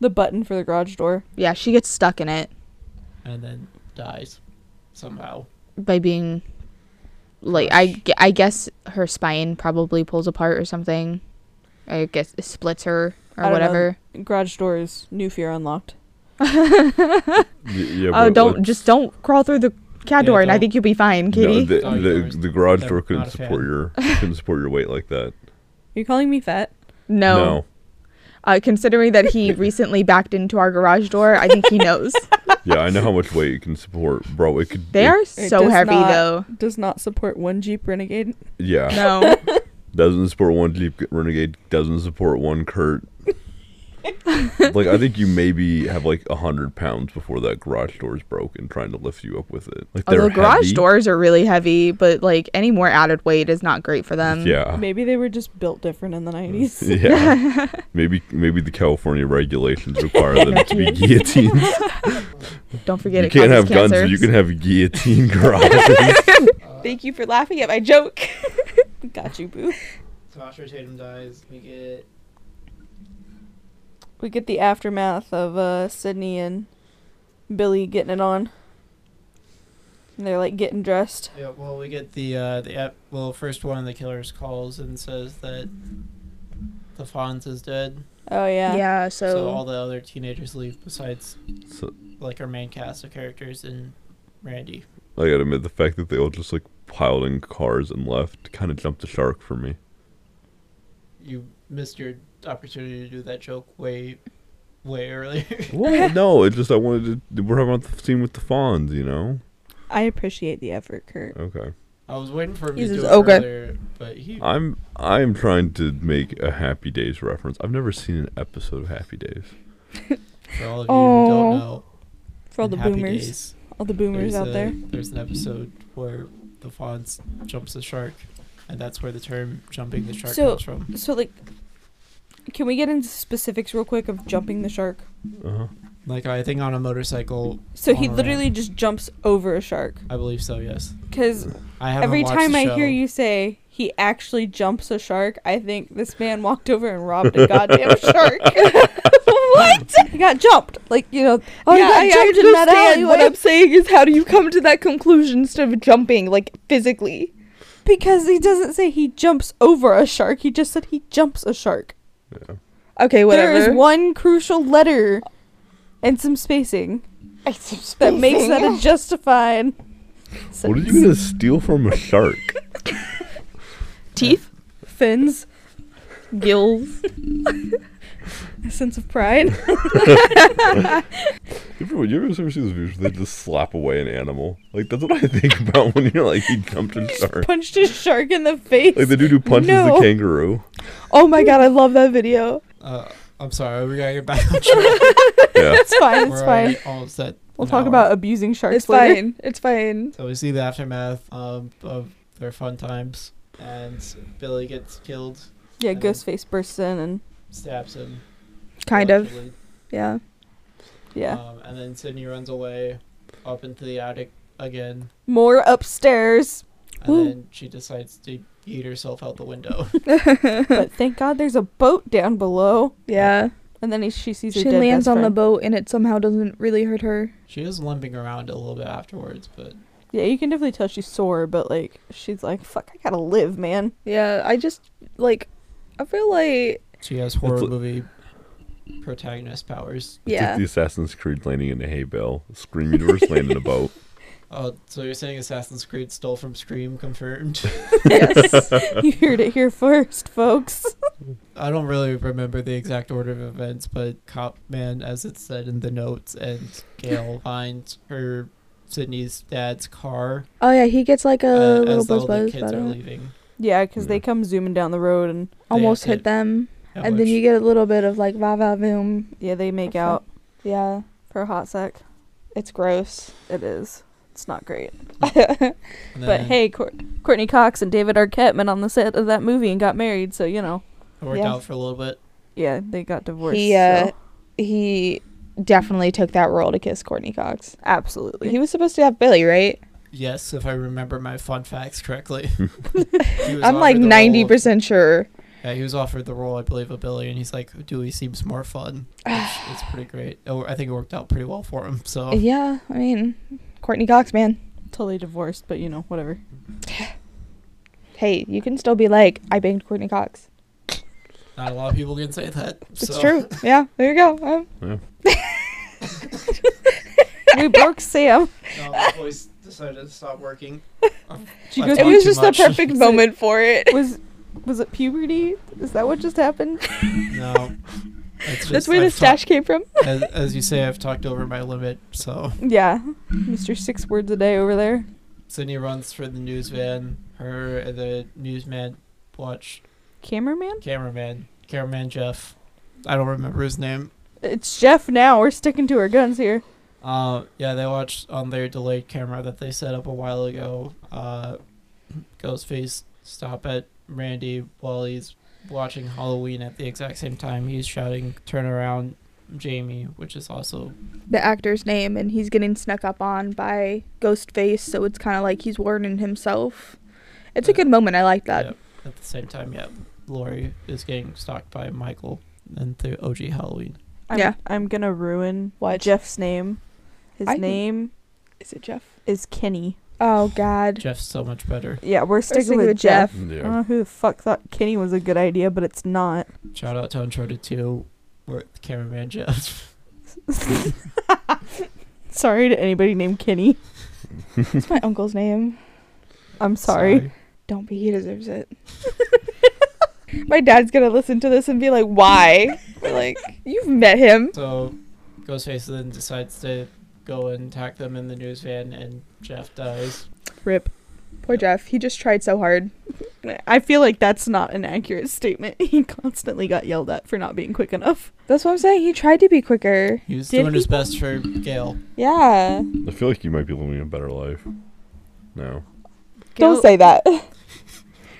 Speaker 3: the button for the garage door.
Speaker 4: Yeah, she gets stuck in it
Speaker 1: and then dies somehow.
Speaker 4: by being like I, gu- I guess her spine probably pulls apart or something. I guess it splits her
Speaker 3: I don't know.
Speaker 4: or whatever.
Speaker 3: Garage door is new fear unlocked.
Speaker 2: Y- yeah,
Speaker 4: Oh,
Speaker 2: but,
Speaker 4: don't
Speaker 2: like,
Speaker 4: just don't crawl through the
Speaker 1: Yeah,
Speaker 4: cat door, and I
Speaker 1: don't.
Speaker 4: think you'll be fine,
Speaker 2: no,
Speaker 4: Katie.
Speaker 2: the,
Speaker 1: Sorry,
Speaker 2: the,
Speaker 1: Doris.
Speaker 2: the garage
Speaker 1: Not-
Speaker 2: door
Speaker 1: not
Speaker 2: couldn't
Speaker 1: a
Speaker 2: support
Speaker 1: fan.
Speaker 2: your couldn't support your weight like that.
Speaker 3: You calling me fat?
Speaker 4: no. Uh, considering that he recently backed into our garage door, I think he knows.
Speaker 2: No. Yeah, I know how much weight it can support, bro. It could.
Speaker 4: They
Speaker 2: it-
Speaker 4: are so
Speaker 3: does
Speaker 4: heavy,
Speaker 3: not-
Speaker 4: though.
Speaker 3: Does not support one Jeep Renegade.
Speaker 2: Yeah.
Speaker 4: No.
Speaker 2: Doesn't support one Jeep Renegade. Doesn't support one Kurt. like I think you maybe have like a hundred pounds before that garage door is broken, trying to lift you up with it. Like they're
Speaker 4: Although Oh, garage
Speaker 2: heavy.
Speaker 4: doors are really heavy, but like any more added weight is not great for them.
Speaker 2: Yeah.
Speaker 3: Maybe they were just built different in the nineties.
Speaker 2: Yeah. maybe maybe the California regulations require them to be guillotines.
Speaker 4: Don't forget
Speaker 2: you
Speaker 4: it
Speaker 2: can't have
Speaker 4: causes
Speaker 2: guns,
Speaker 4: cancer.
Speaker 2: but you can have guillotine garages.
Speaker 9: Thank you for laughing at my joke.
Speaker 3: Got you, boo.
Speaker 1: Tasha Tatum dies. We get
Speaker 3: We get the aftermath of uh, Sydney and Billy getting it on. And they're like getting dressed.
Speaker 1: yeah. Well, we get the uh, the ep- well first one of the killers calls and says that the Fonz is dead.
Speaker 3: Oh yeah.
Speaker 4: Yeah,
Speaker 1: So,
Speaker 4: so,
Speaker 1: all the other teenagers leave besides
Speaker 2: so
Speaker 1: like our main cast of characters and Randy.
Speaker 2: I gotta admit, the fact that they all just like piled in cars and left kind of jumped the shark for me.
Speaker 1: You missed your opportunity to do that joke way, way earlier.
Speaker 2: Well, no, it's just I wanted to. We're talking about the scene with the fawns, you know?
Speaker 3: I appreciate the effort, Kurt.
Speaker 2: Okay.
Speaker 1: I was waiting for him
Speaker 9: He's
Speaker 1: to do
Speaker 9: just,
Speaker 1: it
Speaker 9: "Okay."
Speaker 1: earlier, but he
Speaker 2: I'm I'm trying to make a Happy Days reference. I've never seen an episode of Happy Days.
Speaker 1: for all of you who don't know
Speaker 3: For all
Speaker 1: in
Speaker 3: the
Speaker 1: Happy
Speaker 3: boomers,
Speaker 1: Days,
Speaker 3: all the boomers
Speaker 1: there's
Speaker 3: out
Speaker 1: a-
Speaker 3: there.
Speaker 1: There's an episode where the Fonz jumps the shark, and that's where the term "jumping the shark"
Speaker 3: So-
Speaker 1: comes from.
Speaker 3: So like, can we get into specifics real quick of jumping the shark?
Speaker 2: Uh-huh.
Speaker 1: Like I think on a motorcycle,
Speaker 3: So he
Speaker 1: On a
Speaker 3: literally just jumps over a shark.
Speaker 1: I believe so. Yes,
Speaker 3: Cause
Speaker 1: I haven't
Speaker 3: every
Speaker 1: watched
Speaker 3: time
Speaker 1: the
Speaker 3: I
Speaker 1: show.
Speaker 3: hear you say he actually jumps a shark, I think this man walked over and robbed a goddamn shark. what? He got jumped. Like you know.
Speaker 9: Oh,
Speaker 3: yeah, I jumped in that
Speaker 9: What
Speaker 3: alleyway
Speaker 9: I'm saying is, how do you come to that conclusion instead of jumping, like physically?
Speaker 3: because he doesn't say he jumps over a shark. He just said he jumps a shark.
Speaker 2: Yeah.
Speaker 9: Okay, whatever.
Speaker 3: There is one crucial letter and some spacing that makes that a justified.
Speaker 2: What are you gonna steal from a shark?
Speaker 4: teeth,
Speaker 3: Fins,
Speaker 4: gills.
Speaker 3: a sense of pride.
Speaker 2: You ever, you ever ever see those videos where they just slap away an animal? Like that's what I think about when you're like he jumped a shark.
Speaker 3: Punched a shark in the face.
Speaker 2: Like the dude who punches
Speaker 3: No.
Speaker 2: the kangaroo.
Speaker 9: oh my god, I love that video.
Speaker 1: Uh, I'm sorry, we gotta get back on track.
Speaker 2: Yeah.
Speaker 3: it's fine. It's
Speaker 1: We're
Speaker 3: fine.
Speaker 1: already almost at
Speaker 3: We'll
Speaker 1: an
Speaker 3: talk
Speaker 1: hour.
Speaker 3: about abusing sharks
Speaker 9: It's
Speaker 3: later.
Speaker 9: fine. It's fine.
Speaker 1: So we see the aftermath um, of their fun times, and Billy gets killed,
Speaker 3: Yeah,
Speaker 1: Okay.
Speaker 3: Ghostface bursts in and
Speaker 1: stabs him.
Speaker 9: Kind of.
Speaker 1: allegedly.
Speaker 9: Yeah.
Speaker 3: yeah,
Speaker 1: Um, and then Sydney runs away up into the attic again,
Speaker 3: more upstairs.
Speaker 1: and
Speaker 3: Woo.
Speaker 1: then she decides to eat herself out the window.
Speaker 3: but thank God there's a boat down below.
Speaker 9: Yeah.
Speaker 3: And then he, she sees her
Speaker 4: She
Speaker 3: dead
Speaker 4: lands
Speaker 3: best
Speaker 4: on the
Speaker 3: friend.
Speaker 4: boat and it somehow doesn't really hurt her.
Speaker 1: she is limping around a little bit afterwards, but
Speaker 3: Yeah, you can definitely tell she's sore, but like she's like, "Fuck, I gotta live, man."
Speaker 9: Yeah. I just like I feel like
Speaker 1: she has horror
Speaker 2: li-
Speaker 1: movie protagonist powers.
Speaker 2: It's
Speaker 9: Yeah.
Speaker 2: like the Assassin's Creed landing in a hay bale. Scream Universe landing in a boat.
Speaker 1: Oh, so you're saying Assassin's Creed stole from Scream? Confirmed.
Speaker 9: yes.
Speaker 3: you heard it here first, folks.
Speaker 1: I don't really remember the exact order of events, but Cop Man, as it said in the notes, and Gail finds her Sydney's dad's car
Speaker 9: Oh yeah, he gets like a
Speaker 1: uh,
Speaker 9: little
Speaker 1: as
Speaker 9: buzz
Speaker 1: all the
Speaker 9: buzz uh,
Speaker 1: kids
Speaker 9: about
Speaker 1: are
Speaker 9: it.
Speaker 1: leaving.
Speaker 3: Yeah, 'cause they
Speaker 2: Yeah.
Speaker 3: come zooming down the road and
Speaker 1: They
Speaker 9: Almost
Speaker 1: have
Speaker 9: hit them,
Speaker 1: Yeah,
Speaker 9: and then
Speaker 1: which-
Speaker 9: you get a little bit of like va va voom.
Speaker 3: yeah, they make
Speaker 9: Okay.
Speaker 3: out.
Speaker 4: Yeah,
Speaker 3: for a hot sec.
Speaker 4: it's gross.
Speaker 3: It is. It's not great.
Speaker 1: And
Speaker 3: But
Speaker 1: then
Speaker 3: hey, Cour- Courtney Cox and David Arquette met on the set of that movie and got married, so you know.
Speaker 1: it worked
Speaker 4: yeah.
Speaker 1: out for a little bit.
Speaker 3: Yeah, they got divorced.
Speaker 4: He uh,
Speaker 3: so-
Speaker 4: he definitely took that role to kiss Courtney Cox.
Speaker 3: absolutely.
Speaker 4: He was supposed to have Billy, right?
Speaker 1: Yes, if I remember my fun facts correctly. He was
Speaker 4: I'm like
Speaker 1: offered the
Speaker 4: ninety
Speaker 1: role of-
Speaker 4: percent sure.
Speaker 1: Yeah, he was offered the role, I believe, of Billy, and he's like, "Dewey seems more fun." Which it's pretty great. Oh, I think it worked out pretty well for him. So
Speaker 4: Yeah, I mean, Courtney Cox, man.
Speaker 3: totally divorced, but you know, whatever.
Speaker 4: Hey, you can still be like, I banged Courtney Cox.
Speaker 1: not a lot of people can say that.
Speaker 4: It's
Speaker 1: so.
Speaker 4: true. Yeah, there you go. Um,
Speaker 3: we broke Sam.
Speaker 1: No, my voice um, decided to stop working.
Speaker 3: She
Speaker 1: I
Speaker 3: goes,
Speaker 1: talk
Speaker 4: it was
Speaker 1: too
Speaker 4: just
Speaker 1: much.
Speaker 4: the perfect moment for it.
Speaker 3: Was was it puberty? Is that what just happened?
Speaker 1: No, it's just,
Speaker 4: That's where the
Speaker 1: I've talked-
Speaker 4: stash came from.
Speaker 1: as, as you say, I've talked over my limit. So
Speaker 3: Yeah. Mr. Six Words a Day over there.
Speaker 1: Sydney runs for the news van. Her and the newsman watch
Speaker 3: Cameraman?
Speaker 1: cameraman cameraman Jeff. I don't remember his name.
Speaker 3: It's Jeff now. We're sticking to our guns here.
Speaker 1: Uh, yeah, they watched on their delayed camera that they set up a while ago. Uh, Ghostface stop at Randy while he's watching Halloween at the exact same time. He's shouting, "Turn around, Jamie," which is also
Speaker 11: the actor's name and he's getting snuck up on by Ghostface, so it's kind of like he's warning himself. It's a
Speaker 1: Yeah.
Speaker 11: good moment. I like that.
Speaker 1: Yep. at the same time. Yeah, Lori is getting stalked by Michael and through OG Halloween.
Speaker 3: I'm,
Speaker 11: Yeah.
Speaker 3: I'm gonna ruin
Speaker 4: What?
Speaker 3: Jeff's name. His
Speaker 4: I-
Speaker 3: name
Speaker 4: Is it Jeff?
Speaker 3: is Kenny.
Speaker 11: Oh God.
Speaker 1: Jeff's so much better.
Speaker 3: Yeah, we're sticking, with, Jeff. I don't
Speaker 2: Yeah.
Speaker 3: know who the fuck thought Kenny was a good idea, but it's not.
Speaker 1: Shout out to Uncharted Two, where the cameraman Jeff.
Speaker 3: Sorry to anybody named Kenny.
Speaker 4: It's my uncle's name.
Speaker 3: I'm sorry.
Speaker 4: Don't be. He deserves it. my dad's gonna listen to this and be like, "Why?" We're like, you've met him.
Speaker 1: So Ghostface then decides to go and attack them in the news van, and Jeff dies.
Speaker 4: Rip. Poor Jeff. He just tried so hard.
Speaker 3: I feel like that's not an accurate statement. He constantly got yelled at for not being quick enough.
Speaker 4: That's what I'm saying. He tried to be quicker.
Speaker 1: He was
Speaker 3: Did
Speaker 1: doing
Speaker 3: he?
Speaker 1: his best for Gail.
Speaker 4: Yeah.
Speaker 2: I feel like you might be living a better life now.
Speaker 4: Don't say that.
Speaker 3: No, well,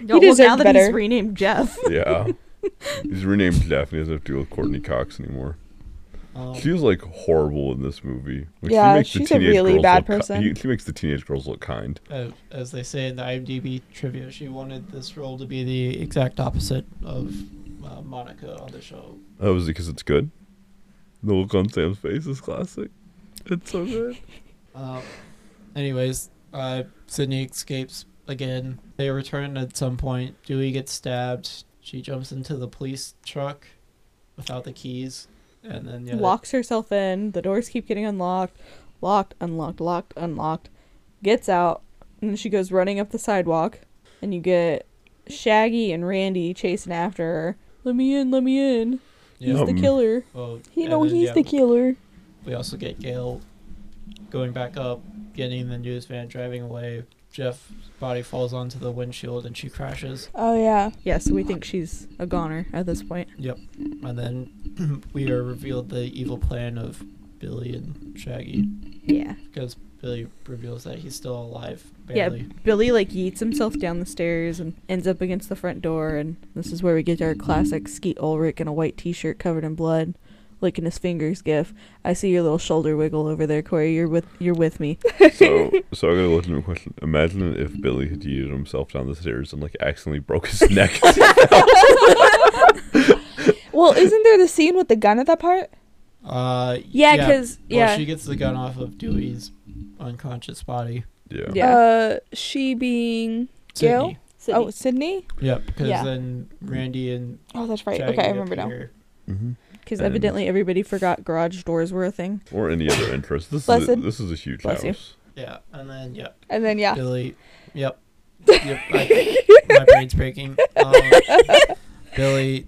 Speaker 3: now
Speaker 4: deserved
Speaker 3: that he's
Speaker 4: better.
Speaker 3: renamed Jeff.
Speaker 2: Yeah. He's renamed Jeff and he doesn't have to deal with Courtney Cox anymore.
Speaker 1: Um,
Speaker 2: She was like horrible in this movie. Like,
Speaker 4: Yeah,
Speaker 2: she makes the
Speaker 4: she's a
Speaker 2: teenage
Speaker 4: really
Speaker 2: girls
Speaker 4: bad
Speaker 2: look ki-
Speaker 4: person.
Speaker 2: he- she makes the teenage girls look kind.
Speaker 1: as, as they say in the IMDb trivia, she wanted this role to be the exact opposite of uh, Monica on the show.
Speaker 2: That was because it's good. The look on Sam's face is classic. It's so good.
Speaker 1: Um, anyways, uh, Sydney escapes again. They return at some point. Dewey gets stabbed. She jumps into the police truck without the keys, and then yeah,
Speaker 3: Locks herself in. The doors keep getting unlocked. Locked, unlocked, locked, unlocked. Gets out. And then she goes running up the sidewalk. And you get Shaggy and Randy chasing after her. Let me in, let me in.
Speaker 1: yeah.
Speaker 3: He's the
Speaker 2: Um,
Speaker 3: killer.
Speaker 1: Well,
Speaker 4: You
Speaker 1: and
Speaker 4: know,
Speaker 1: then,
Speaker 4: he's
Speaker 1: yeah,
Speaker 4: the killer.
Speaker 1: We also get Gail going back up, getting the news van, driving away. Jeff's body falls onto the windshield and she crashes.
Speaker 4: Oh, yeah.
Speaker 3: Yeah, so we think she's a goner at this point.
Speaker 1: And then we are revealed the evil plan of Billy and Shaggy
Speaker 3: Yeah.
Speaker 1: because Billy reveals that he's still alive,
Speaker 3: Yeah.
Speaker 1: barely.
Speaker 3: Billy like yeets himself down the stairs and ends up against the front door and this is where we get our classic Skeet Ulrich in a white t-shirt covered in blood licking his fingers gif. I see your little shoulder wiggle over there, Corey. You're with you're with me.
Speaker 2: So, so I got a legitimate question. Imagine if Billy had yeeted himself down the stairs and like accidentally broke his neck.
Speaker 4: Well, isn't there the scene with the gun at that part?
Speaker 1: Uh,
Speaker 3: Yeah, cuz
Speaker 1: Well,
Speaker 3: yeah.
Speaker 1: she gets the gun off of Dewey's unconscious body.
Speaker 2: yeah.
Speaker 3: Yeah.
Speaker 4: Uh, she being. Gail?
Speaker 1: Sydney.
Speaker 4: Oh, Sydney?
Speaker 1: Yep, because
Speaker 4: Yeah.
Speaker 1: then Randy and
Speaker 4: Oh, that's right.
Speaker 1: Shaggy
Speaker 4: okay, I remember now.
Speaker 1: appear.
Speaker 2: hmm
Speaker 3: cuz
Speaker 2: and-
Speaker 3: evidently everybody forgot garage doors were a thing.
Speaker 2: Or any other interest. This is a,
Speaker 4: Blessed.
Speaker 2: this is a huge
Speaker 3: Bless you.
Speaker 2: house.
Speaker 1: Yeah, and then yeah,
Speaker 4: And then, yeah.
Speaker 1: Billy. Yep. yep. I, my brain's breaking. Um, Billy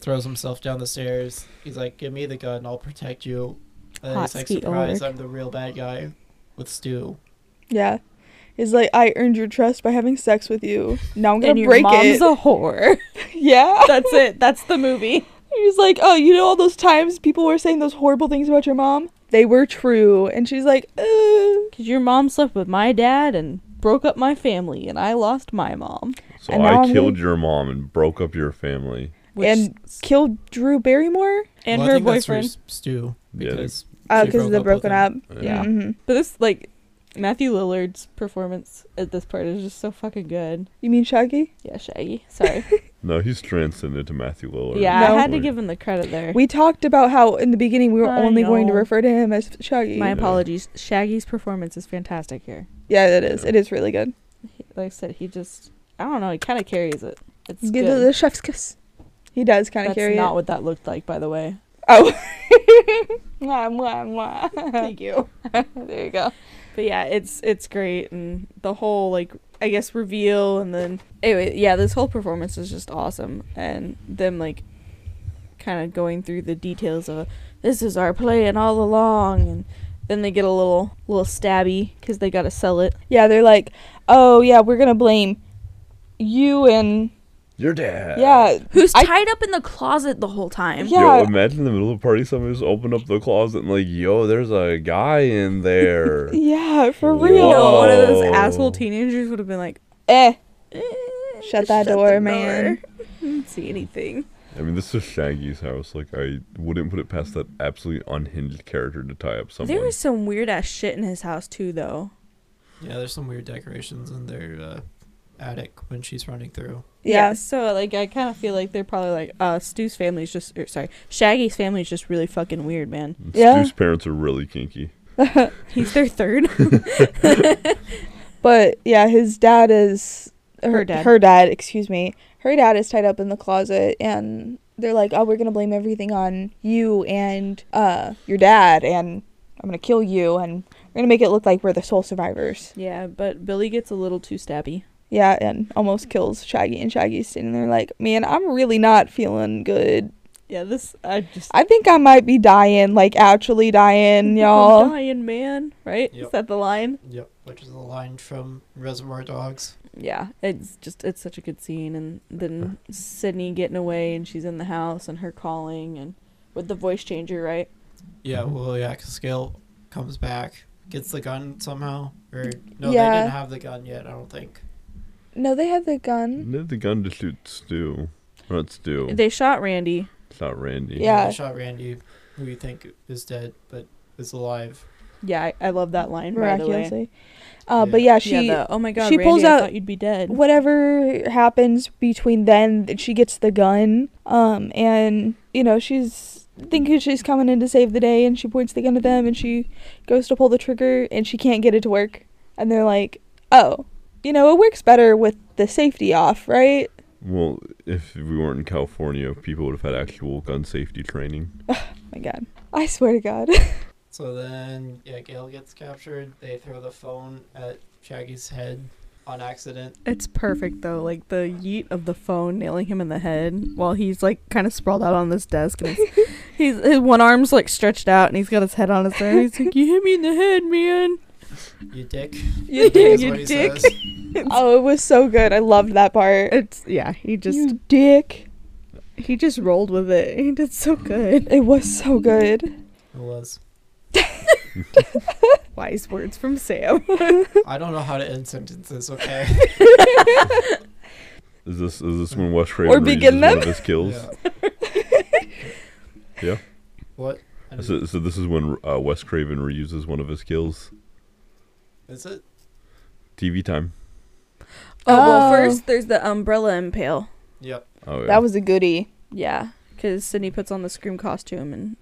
Speaker 1: throws himself down the stairs. He's like, "Give me the gun. I'll protect you." And
Speaker 3: Hot
Speaker 1: he's like,
Speaker 3: ski
Speaker 1: "Surprise!
Speaker 3: org.
Speaker 1: I'm the real bad guy with Stu."
Speaker 4: Yeah. He's like, I earned your trust by having sex with you. Now I'm gonna
Speaker 3: and your
Speaker 4: break
Speaker 3: mom's
Speaker 4: it.
Speaker 3: a whore.
Speaker 4: yeah.
Speaker 3: That's it. That's the movie.
Speaker 4: He's like, oh, you know all those times people were saying those horrible things about your mom? They were true. And she's like, uh.
Speaker 3: Because your mom slept with my dad and broke up my family, and I lost my mom.
Speaker 2: So
Speaker 4: And now
Speaker 2: I
Speaker 4: I'm-
Speaker 2: killed your mom and broke up your family.
Speaker 3: Which,
Speaker 4: and killed Drew Barrymore
Speaker 3: and
Speaker 1: Well, I
Speaker 3: her
Speaker 1: think that's for
Speaker 3: boyfriend.
Speaker 1: S- Stu
Speaker 2: Yeah, they-
Speaker 1: because
Speaker 4: because
Speaker 1: They
Speaker 4: they're
Speaker 1: broke
Speaker 4: broken
Speaker 1: up
Speaker 4: up.
Speaker 3: Yeah.
Speaker 4: hmm
Speaker 3: But this, like, Matthew Lillard's performance at this part is just so fucking good.
Speaker 4: You mean Shaggy?
Speaker 3: Yeah, Shaggy. Sorry.
Speaker 2: No, he's transcended to Matthew Lillard.
Speaker 3: yeah,
Speaker 4: No.
Speaker 3: I had to give him the credit there.
Speaker 4: We talked about how in the beginning we were
Speaker 3: I
Speaker 4: only going to
Speaker 3: know.
Speaker 4: refer to him as Shaggy.
Speaker 3: My
Speaker 2: Yeah.
Speaker 3: apologies. Shaggy's performance is fantastic here.
Speaker 4: yeah, it is. It is really good.
Speaker 3: He- Like I said, he just, I don't know, he kind of carries it. It's
Speaker 4: Give it
Speaker 3: good.
Speaker 4: the chef's kiss. He does kind of
Speaker 3: That's
Speaker 4: carry
Speaker 3: not
Speaker 4: it.
Speaker 3: what that looked like, by the way.
Speaker 4: Oh. Mwah, mwah, mwah. Thank you. there you go.
Speaker 3: But yeah, it's it's great, and the whole like I guess reveal, and then anyway, yeah, this whole performance is just awesome, and them like kind of going through the details of this is our plan all along, and then they get a little little stabby because they gotta sell it.
Speaker 4: Yeah, they're like, oh yeah, we're gonna blame you and
Speaker 2: Your dad.
Speaker 4: yeah,
Speaker 3: Who's
Speaker 4: I-
Speaker 3: tied up in the closet the whole time?
Speaker 4: Yeah.
Speaker 2: Yo, imagine in the middle of a party, someone just opened up the closet and like, yo, there's a guy in there.
Speaker 4: yeah, for
Speaker 2: Whoa.
Speaker 4: real.
Speaker 3: No, one of those
Speaker 2: Whoa.
Speaker 3: asshole teenagers would have been like,
Speaker 4: Eh,
Speaker 3: eh,
Speaker 4: Shut that door, man."
Speaker 3: door. Didn't see anything.
Speaker 2: I mean, this is Shaggy's house. Like, I wouldn't put it past that absolutely unhinged character to tie up someone.
Speaker 3: There was some weird ass shit in his house too, though.
Speaker 1: yeah, there's some weird decorations in their uh, attic when she's running through.
Speaker 3: Yeah.
Speaker 4: yeah,
Speaker 3: so like I kind of feel like they're probably like uh Stu's family's just or, sorry, Shaggy's family's just really fucking weird, man.
Speaker 2: And
Speaker 4: Yeah.
Speaker 2: Stu's parents are really kinky.
Speaker 3: He's their third.
Speaker 4: but yeah, his dad is her,
Speaker 3: Her dad.
Speaker 4: Her dad, excuse me. Her dad is tied up in the closet, and they're like, oh, we're gonna blame everything on you and uh your dad, and I'm gonna kill you, and we're gonna make it look like we're the sole survivors.
Speaker 3: yeah, but Billy gets a little too stabby.
Speaker 4: Yeah, and almost kills Shaggy, and Shaggy's sitting there like, man, I'm really not feeling good.
Speaker 3: Yeah, this I just
Speaker 4: I think I might be dying, like actually dying,
Speaker 3: I'm
Speaker 4: y'all.
Speaker 3: dying man, right? Is
Speaker 1: Yep.
Speaker 3: that the line?
Speaker 1: Yep, which is a line from Reservoir Dogs.
Speaker 3: Yeah, it's just it's such a good scene, and then Sydney getting away, and she's in the house, and her calling, and with the voice changer, right?
Speaker 1: Yeah,
Speaker 2: Mm-hmm.
Speaker 1: well, yeah, 'cause Scale comes back, gets the gun somehow, or no, they
Speaker 4: Yeah.
Speaker 1: didn't have the gun yet. I don't think.
Speaker 4: No, they had the gun.
Speaker 2: And they had the gun to shoot Stu. Or Not Stu.
Speaker 3: They shot Randy.
Speaker 2: it's not Randy.
Speaker 4: Yeah.
Speaker 1: they shot Randy, who you think is dead but is alive.
Speaker 3: Yeah, I, I love that line. By the way,
Speaker 4: Miraculously. Uh, But yeah, she
Speaker 3: yeah, the, oh my god,
Speaker 4: she
Speaker 3: Randy,
Speaker 4: pulls
Speaker 3: I
Speaker 4: out-
Speaker 3: thought you'd be dead.
Speaker 4: whatever happens between then th- she gets the gun um and you know she's thinking she's coming in to save the day and she points the gun at them and she goes to pull the trigger and she can't get it to work and they're like oh you know it works better with the safety off right
Speaker 2: Well, if we weren't in California, people would have had actual gun safety training.
Speaker 4: Oh my god i swear to god
Speaker 1: So then, yeah, Gail gets captured. They throw the phone at Shaggy's head on accident.
Speaker 3: It's perfect though, like the yeet of the phone nailing him in the head while he's like kind of sprawled out on this desk, and he's, he's his one arm's like stretched out, and he's got his head on his head. and He's like, "You hit me in the head, man."
Speaker 1: You dick.
Speaker 3: You
Speaker 1: is
Speaker 3: dick,
Speaker 1: what
Speaker 3: you
Speaker 1: he
Speaker 3: dick.
Speaker 1: says.
Speaker 4: oh it was so good i loved that part
Speaker 3: It's yeah. He just
Speaker 4: you dick
Speaker 3: he just rolled with it. He did so good.
Speaker 4: it was so good
Speaker 1: It was.
Speaker 3: Wise words from Sam.
Speaker 1: I don't know how to end sentences. Okay.
Speaker 2: Is this is this when West Craven
Speaker 4: Or
Speaker 2: reuses
Speaker 4: begin
Speaker 2: one
Speaker 4: them?
Speaker 2: of his kills?
Speaker 1: Yeah.
Speaker 2: Yeah.
Speaker 1: What? I didn't-
Speaker 2: So, so this is when uh, Wes Craven reuses one of his kills.
Speaker 1: Is it?
Speaker 2: TV time.
Speaker 3: Oh well,
Speaker 4: Oh.
Speaker 3: first there's the umbrella impale.
Speaker 1: Yep.
Speaker 2: Oh yeah.
Speaker 4: that was a goodie
Speaker 3: Yeah, because Sydney puts on the scream costume and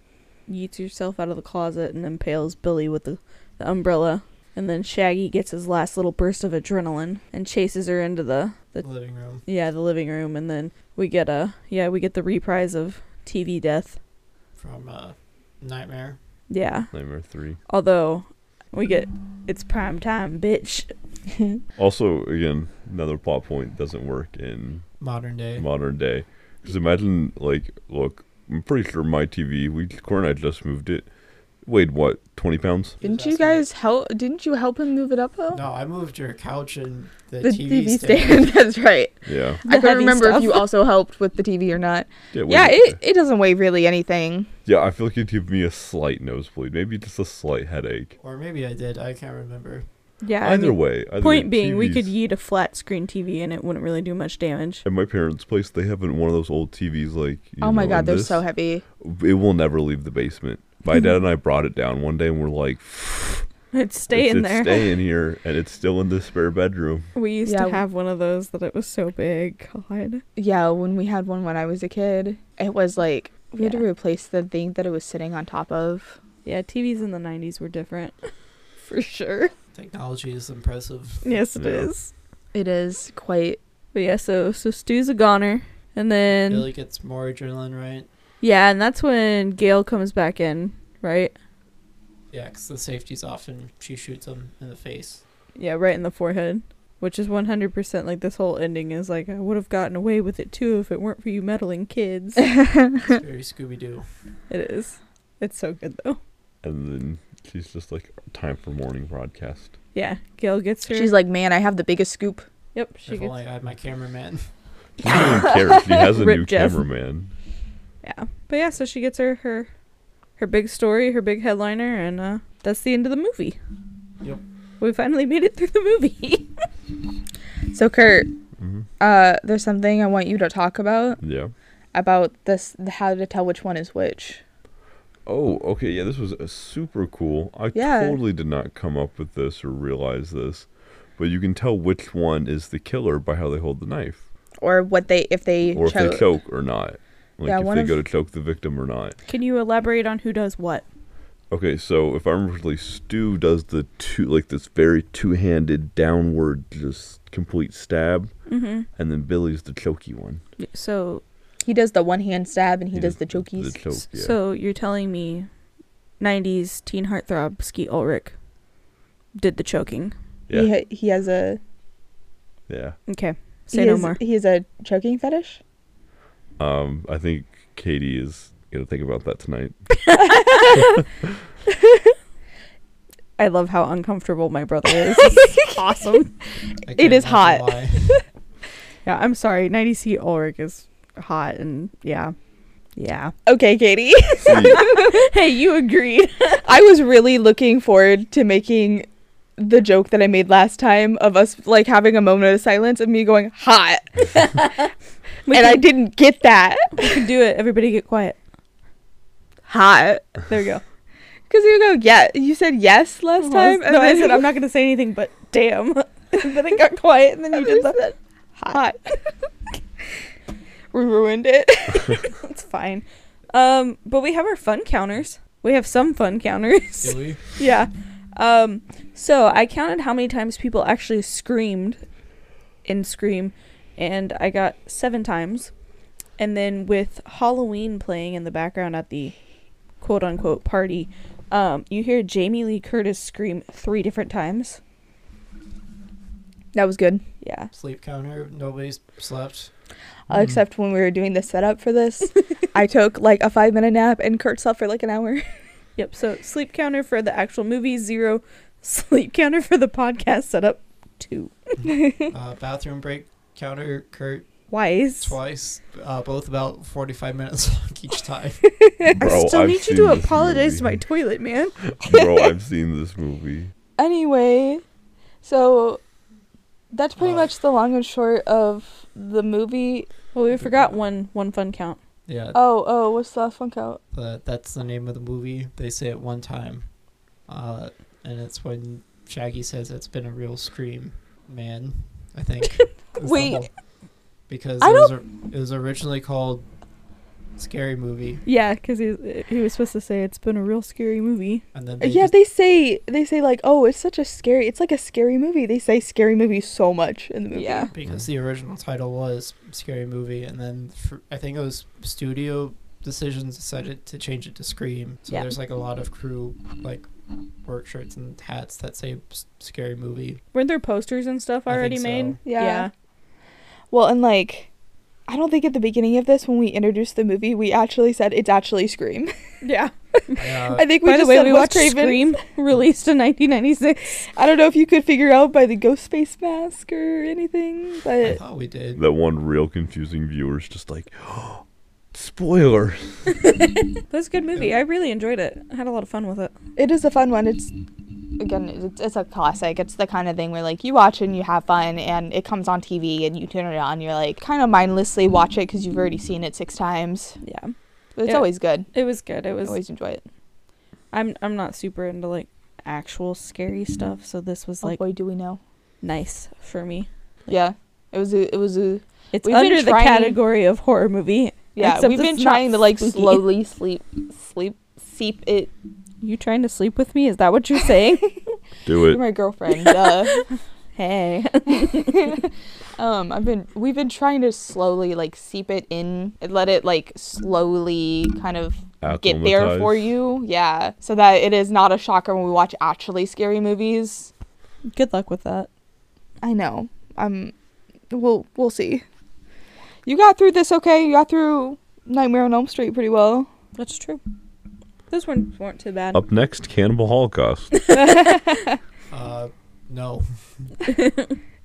Speaker 3: yeets herself out of the closet and impales Billy with the, the umbrella. And then Shaggy gets his last little burst of adrenaline and chases her into the, the
Speaker 1: Living room.
Speaker 3: yeah the living room. And then we get a yeah we get the reprise of TV death.
Speaker 1: from uh, Nightmare.
Speaker 3: Yeah,
Speaker 2: Nightmare three.
Speaker 3: although we get it's prime time, bitch.
Speaker 2: Also, again, another plot point doesn't work in
Speaker 1: Modern day.
Speaker 2: modern day. Because imagine, like, look, I'm pretty sure my TV, we Corey and I just moved it. weighed what, 20 pounds?
Speaker 4: Didn't
Speaker 1: Just
Speaker 4: you
Speaker 1: asking.
Speaker 4: guys help? Didn't you help him move it up though?
Speaker 1: No, I moved your couch and the,
Speaker 4: The
Speaker 1: TV,
Speaker 4: TV
Speaker 1: stand.
Speaker 4: stand. That's right.
Speaker 2: Yeah.
Speaker 4: I couldn't
Speaker 3: heavy
Speaker 4: remember if
Speaker 3: stuff.
Speaker 4: you also helped with the TV or not.
Speaker 2: weighed-
Speaker 4: yeah, it, it doesn't weigh really anything.
Speaker 2: yeah, I feel like it'd give me a slight nosebleed, maybe just a slight headache.
Speaker 1: Or maybe I did. I can't remember.
Speaker 3: Yeah. I
Speaker 2: Either
Speaker 3: mean,
Speaker 2: way, either
Speaker 3: point
Speaker 2: way,
Speaker 3: being, we could
Speaker 2: TVs
Speaker 3: yeet a flat screen TV and it wouldn't really do much damage.
Speaker 2: At my parents' place, they have one of those old TVs like. you
Speaker 4: oh my
Speaker 2: know,
Speaker 4: god, they're
Speaker 2: this.
Speaker 4: so heavy.
Speaker 2: It will never leave the basement. My dad and I brought it down one day and we're like,
Speaker 3: It'd stay
Speaker 2: it's,
Speaker 3: in
Speaker 2: it's
Speaker 3: there.
Speaker 2: staying here, and it's still in the spare bedroom.
Speaker 3: We used
Speaker 4: Yeah.
Speaker 3: to have one of those that it was so big. God.
Speaker 4: Yeah, when we had one when I was a kid, it was like we had to replace the thing that it was sitting on top of.
Speaker 3: Yeah, TVs in the 90s were different. For sure.
Speaker 1: Technology is impressive.
Speaker 3: Yes, it is.
Speaker 2: Yeah.
Speaker 4: It is quite.
Speaker 3: But yeah, so so Stu's a goner. And then
Speaker 1: Billy gets more adrenaline, right?
Speaker 3: yeah, and that's when Gail comes back in, right?
Speaker 1: Yeah, 'cause the safety's off and she shoots him in the face.
Speaker 3: Yeah, right in the forehead. Which is 100% like this whole ending is like, I would have gotten away with it too if it weren't for you meddling kids. it
Speaker 1: It's very Scooby Doo.
Speaker 3: is. It's so good though.
Speaker 2: And then she's just like, time for morning broadcast.
Speaker 3: Yeah, Gail gets her.
Speaker 4: She's like, man, I have the biggest scoop.
Speaker 3: yep, she
Speaker 1: If
Speaker 3: gets.
Speaker 1: only I had my cameraman.
Speaker 2: She doesn't even care. She has a
Speaker 3: Rip
Speaker 2: new
Speaker 3: Jeff.
Speaker 2: cameraman.
Speaker 3: Yeah, but yeah, so she gets her her her big story, her big headliner, and uh, that's the end of the movie.
Speaker 1: Yep.
Speaker 3: We finally made it through the movie.
Speaker 4: So Kurt,
Speaker 2: hmm
Speaker 4: uh, there's something I want you to talk about
Speaker 2: Yeah.
Speaker 4: about this how to tell which one is which.
Speaker 2: Oh, okay. Yeah, this was uh, super cool. I
Speaker 4: Yeah.
Speaker 2: totally did not come up with this or realize this, but you can tell which one is the killer by how they hold the knife,
Speaker 4: or what they if they
Speaker 2: or if
Speaker 4: chose.
Speaker 2: they choke or not. Like
Speaker 4: Yeah,
Speaker 2: if
Speaker 4: one
Speaker 2: they
Speaker 4: of-
Speaker 2: go to choke the victim or not.
Speaker 3: Can you elaborate on who does what?
Speaker 2: Okay, so if I remember correctly, Stu does the two like this very two-handed downward just complete stab,
Speaker 3: Mm-hmm.
Speaker 2: and then Billy's the choky one.
Speaker 3: So
Speaker 4: he does the one hand stab and he, does, the
Speaker 2: The
Speaker 4: jokies.
Speaker 2: choke, yeah.
Speaker 3: so you're telling me, '90s teen heartthrob Skeet Ulrich did the choking?
Speaker 2: yeah,
Speaker 4: He ha- he has a
Speaker 2: yeah.
Speaker 3: Okay,
Speaker 4: he
Speaker 3: say no
Speaker 4: has-
Speaker 3: more.
Speaker 4: He has a choking fetish.
Speaker 2: Um, I think Katie is gonna think about that tonight.
Speaker 3: I love how uncomfortable my brother is. It's awesome.
Speaker 1: I can't imagine
Speaker 3: is hot.
Speaker 1: why.
Speaker 3: Yeah, I'm sorry. '90s Skeet Ulrich is hot, and yeah, yeah.
Speaker 4: Okay, Katie.
Speaker 2: See,
Speaker 3: hey, you agreed.
Speaker 4: I was really looking forward to making the joke that I made last time of us like having a moment of silence and me going hot,
Speaker 3: We
Speaker 4: and I
Speaker 3: can,
Speaker 4: didn't get that
Speaker 3: we can do it. Everybody get quiet.
Speaker 4: hot
Speaker 3: There we go.
Speaker 4: because you go yeah you said yes last time
Speaker 3: no, I said I'm not going to say anything, but damn. then it got quiet, and then you did that.
Speaker 4: hot. we ruined it.
Speaker 3: It's fine. Um, but we have our fun counters. We have some fun counters.
Speaker 1: Do we?
Speaker 3: yeah. Um, so I counted how many times people actually screamed in Scream, and I got seven times. And then with Halloween playing in the background at the quote unquote party, um, you hear Jamie Lee Curtis scream three different times.
Speaker 4: That was good.
Speaker 3: Yeah.
Speaker 1: Sleep counter. Nobody slept.
Speaker 3: Mm.
Speaker 1: Mm.
Speaker 4: Uh, except when we were doing the setup for this, I took like a five minute nap and Kurt slept for like an hour.
Speaker 3: Yep. So sleep counter for the actual movie zero, sleep counter for the podcast setup two.
Speaker 1: Uh, bathroom break counter. Kurt
Speaker 3: Wise.
Speaker 1: twice. Uh, both about forty-five minutes long each time.
Speaker 2: bro,
Speaker 3: I still
Speaker 2: I've
Speaker 3: need you
Speaker 2: seen
Speaker 3: to
Speaker 2: this
Speaker 3: apologize to my
Speaker 2: movie.
Speaker 3: toilet, man.
Speaker 2: bro, I've seen this movie.
Speaker 9: Anyway, so that's pretty
Speaker 1: Oh.
Speaker 9: much the long and short of the movie.
Speaker 3: Well, we forgot one one fun count.
Speaker 1: Yeah,
Speaker 9: Oh, oh, what's the last one count?
Speaker 1: but that's the name of the movie. They say it one time, uh, and it's when Shaggy says it's been a real scream, man. I think. is the
Speaker 9: Wait.
Speaker 1: whole- because
Speaker 9: I
Speaker 1: it was, or- it was originally called Scary Movie,
Speaker 3: Yeah, because he he was supposed to say it's been a real scary movie.
Speaker 1: and then they
Speaker 9: yeah,
Speaker 1: just-
Speaker 9: they say they say like, oh, it's such a scary. It's like a scary movie. They say scary movie so much in the movie.
Speaker 3: Yeah.
Speaker 1: because the original title was Scary Movie, and then for, I think it was studio decisions decided to change it to Scream. So
Speaker 3: Yeah.
Speaker 1: there's like a lot of crew like work shirts and hats that say s- Scary Movie.
Speaker 3: Weren't there posters and stuff
Speaker 1: I think
Speaker 3: already made?
Speaker 1: so.
Speaker 9: Yeah. Well, and like, I don't think at the beginning of this when we introduced the movie we actually said it's actually Scream.
Speaker 3: Yeah.
Speaker 1: Yeah. uh,
Speaker 9: I think we
Speaker 3: Uh, By the
Speaker 9: just
Speaker 3: way,
Speaker 9: said
Speaker 3: we
Speaker 9: Wes
Speaker 3: watched
Speaker 9: Craven.
Speaker 3: Scream, released in 1996.
Speaker 9: I don't know if you could figure out by the ghost face mask or anything,
Speaker 1: I
Speaker 9: but
Speaker 1: thought we did.
Speaker 2: That one real confusing viewer's just like, spoiler.
Speaker 3: That's a good movie. I really enjoyed it. I had a lot of fun with it.
Speaker 9: it is a fun one. It's
Speaker 4: again it's, it's a classic it's the kind of thing where like you watch and you have fun and it comes on tv and you turn it on you're like kind of mindlessly watch it because you've already seen it six times
Speaker 3: Yeah,
Speaker 4: but it's
Speaker 3: Yeah.
Speaker 4: always good
Speaker 3: it was good. It
Speaker 4: i
Speaker 3: was.
Speaker 4: always enjoy it
Speaker 3: I'm I'm not super into like actual scary stuff, so this was like
Speaker 4: oh boy do we know
Speaker 3: nice for me.
Speaker 4: yeah it was a it was a
Speaker 3: It's
Speaker 4: We've been
Speaker 3: under the
Speaker 4: trying-
Speaker 3: category of horror movie.
Speaker 4: yeah
Speaker 3: Except
Speaker 4: we've been
Speaker 3: it's not
Speaker 4: trying to like
Speaker 3: spooky.
Speaker 4: slowly sleep sleep seep it
Speaker 3: You trying to sleep with me? Is that what you're saying?
Speaker 2: Do
Speaker 4: you're
Speaker 2: it.
Speaker 4: my girlfriend uh,
Speaker 3: hey.
Speaker 4: um i've been we've been trying to slowly like seep it in and let it like slowly kind of get there for
Speaker 2: Acclimatize.
Speaker 4: you. Yeah. So that it is not a shocker when we watch actually scary movies.
Speaker 3: Good luck with that.
Speaker 4: I know. Um
Speaker 9: we'll we'll see.
Speaker 4: you got through this okay. You got through Nightmare on Elm Street pretty well.
Speaker 3: That's true. Those ones weren't too bad.
Speaker 2: Up next, Cannibal Holocaust.
Speaker 1: Uh, no.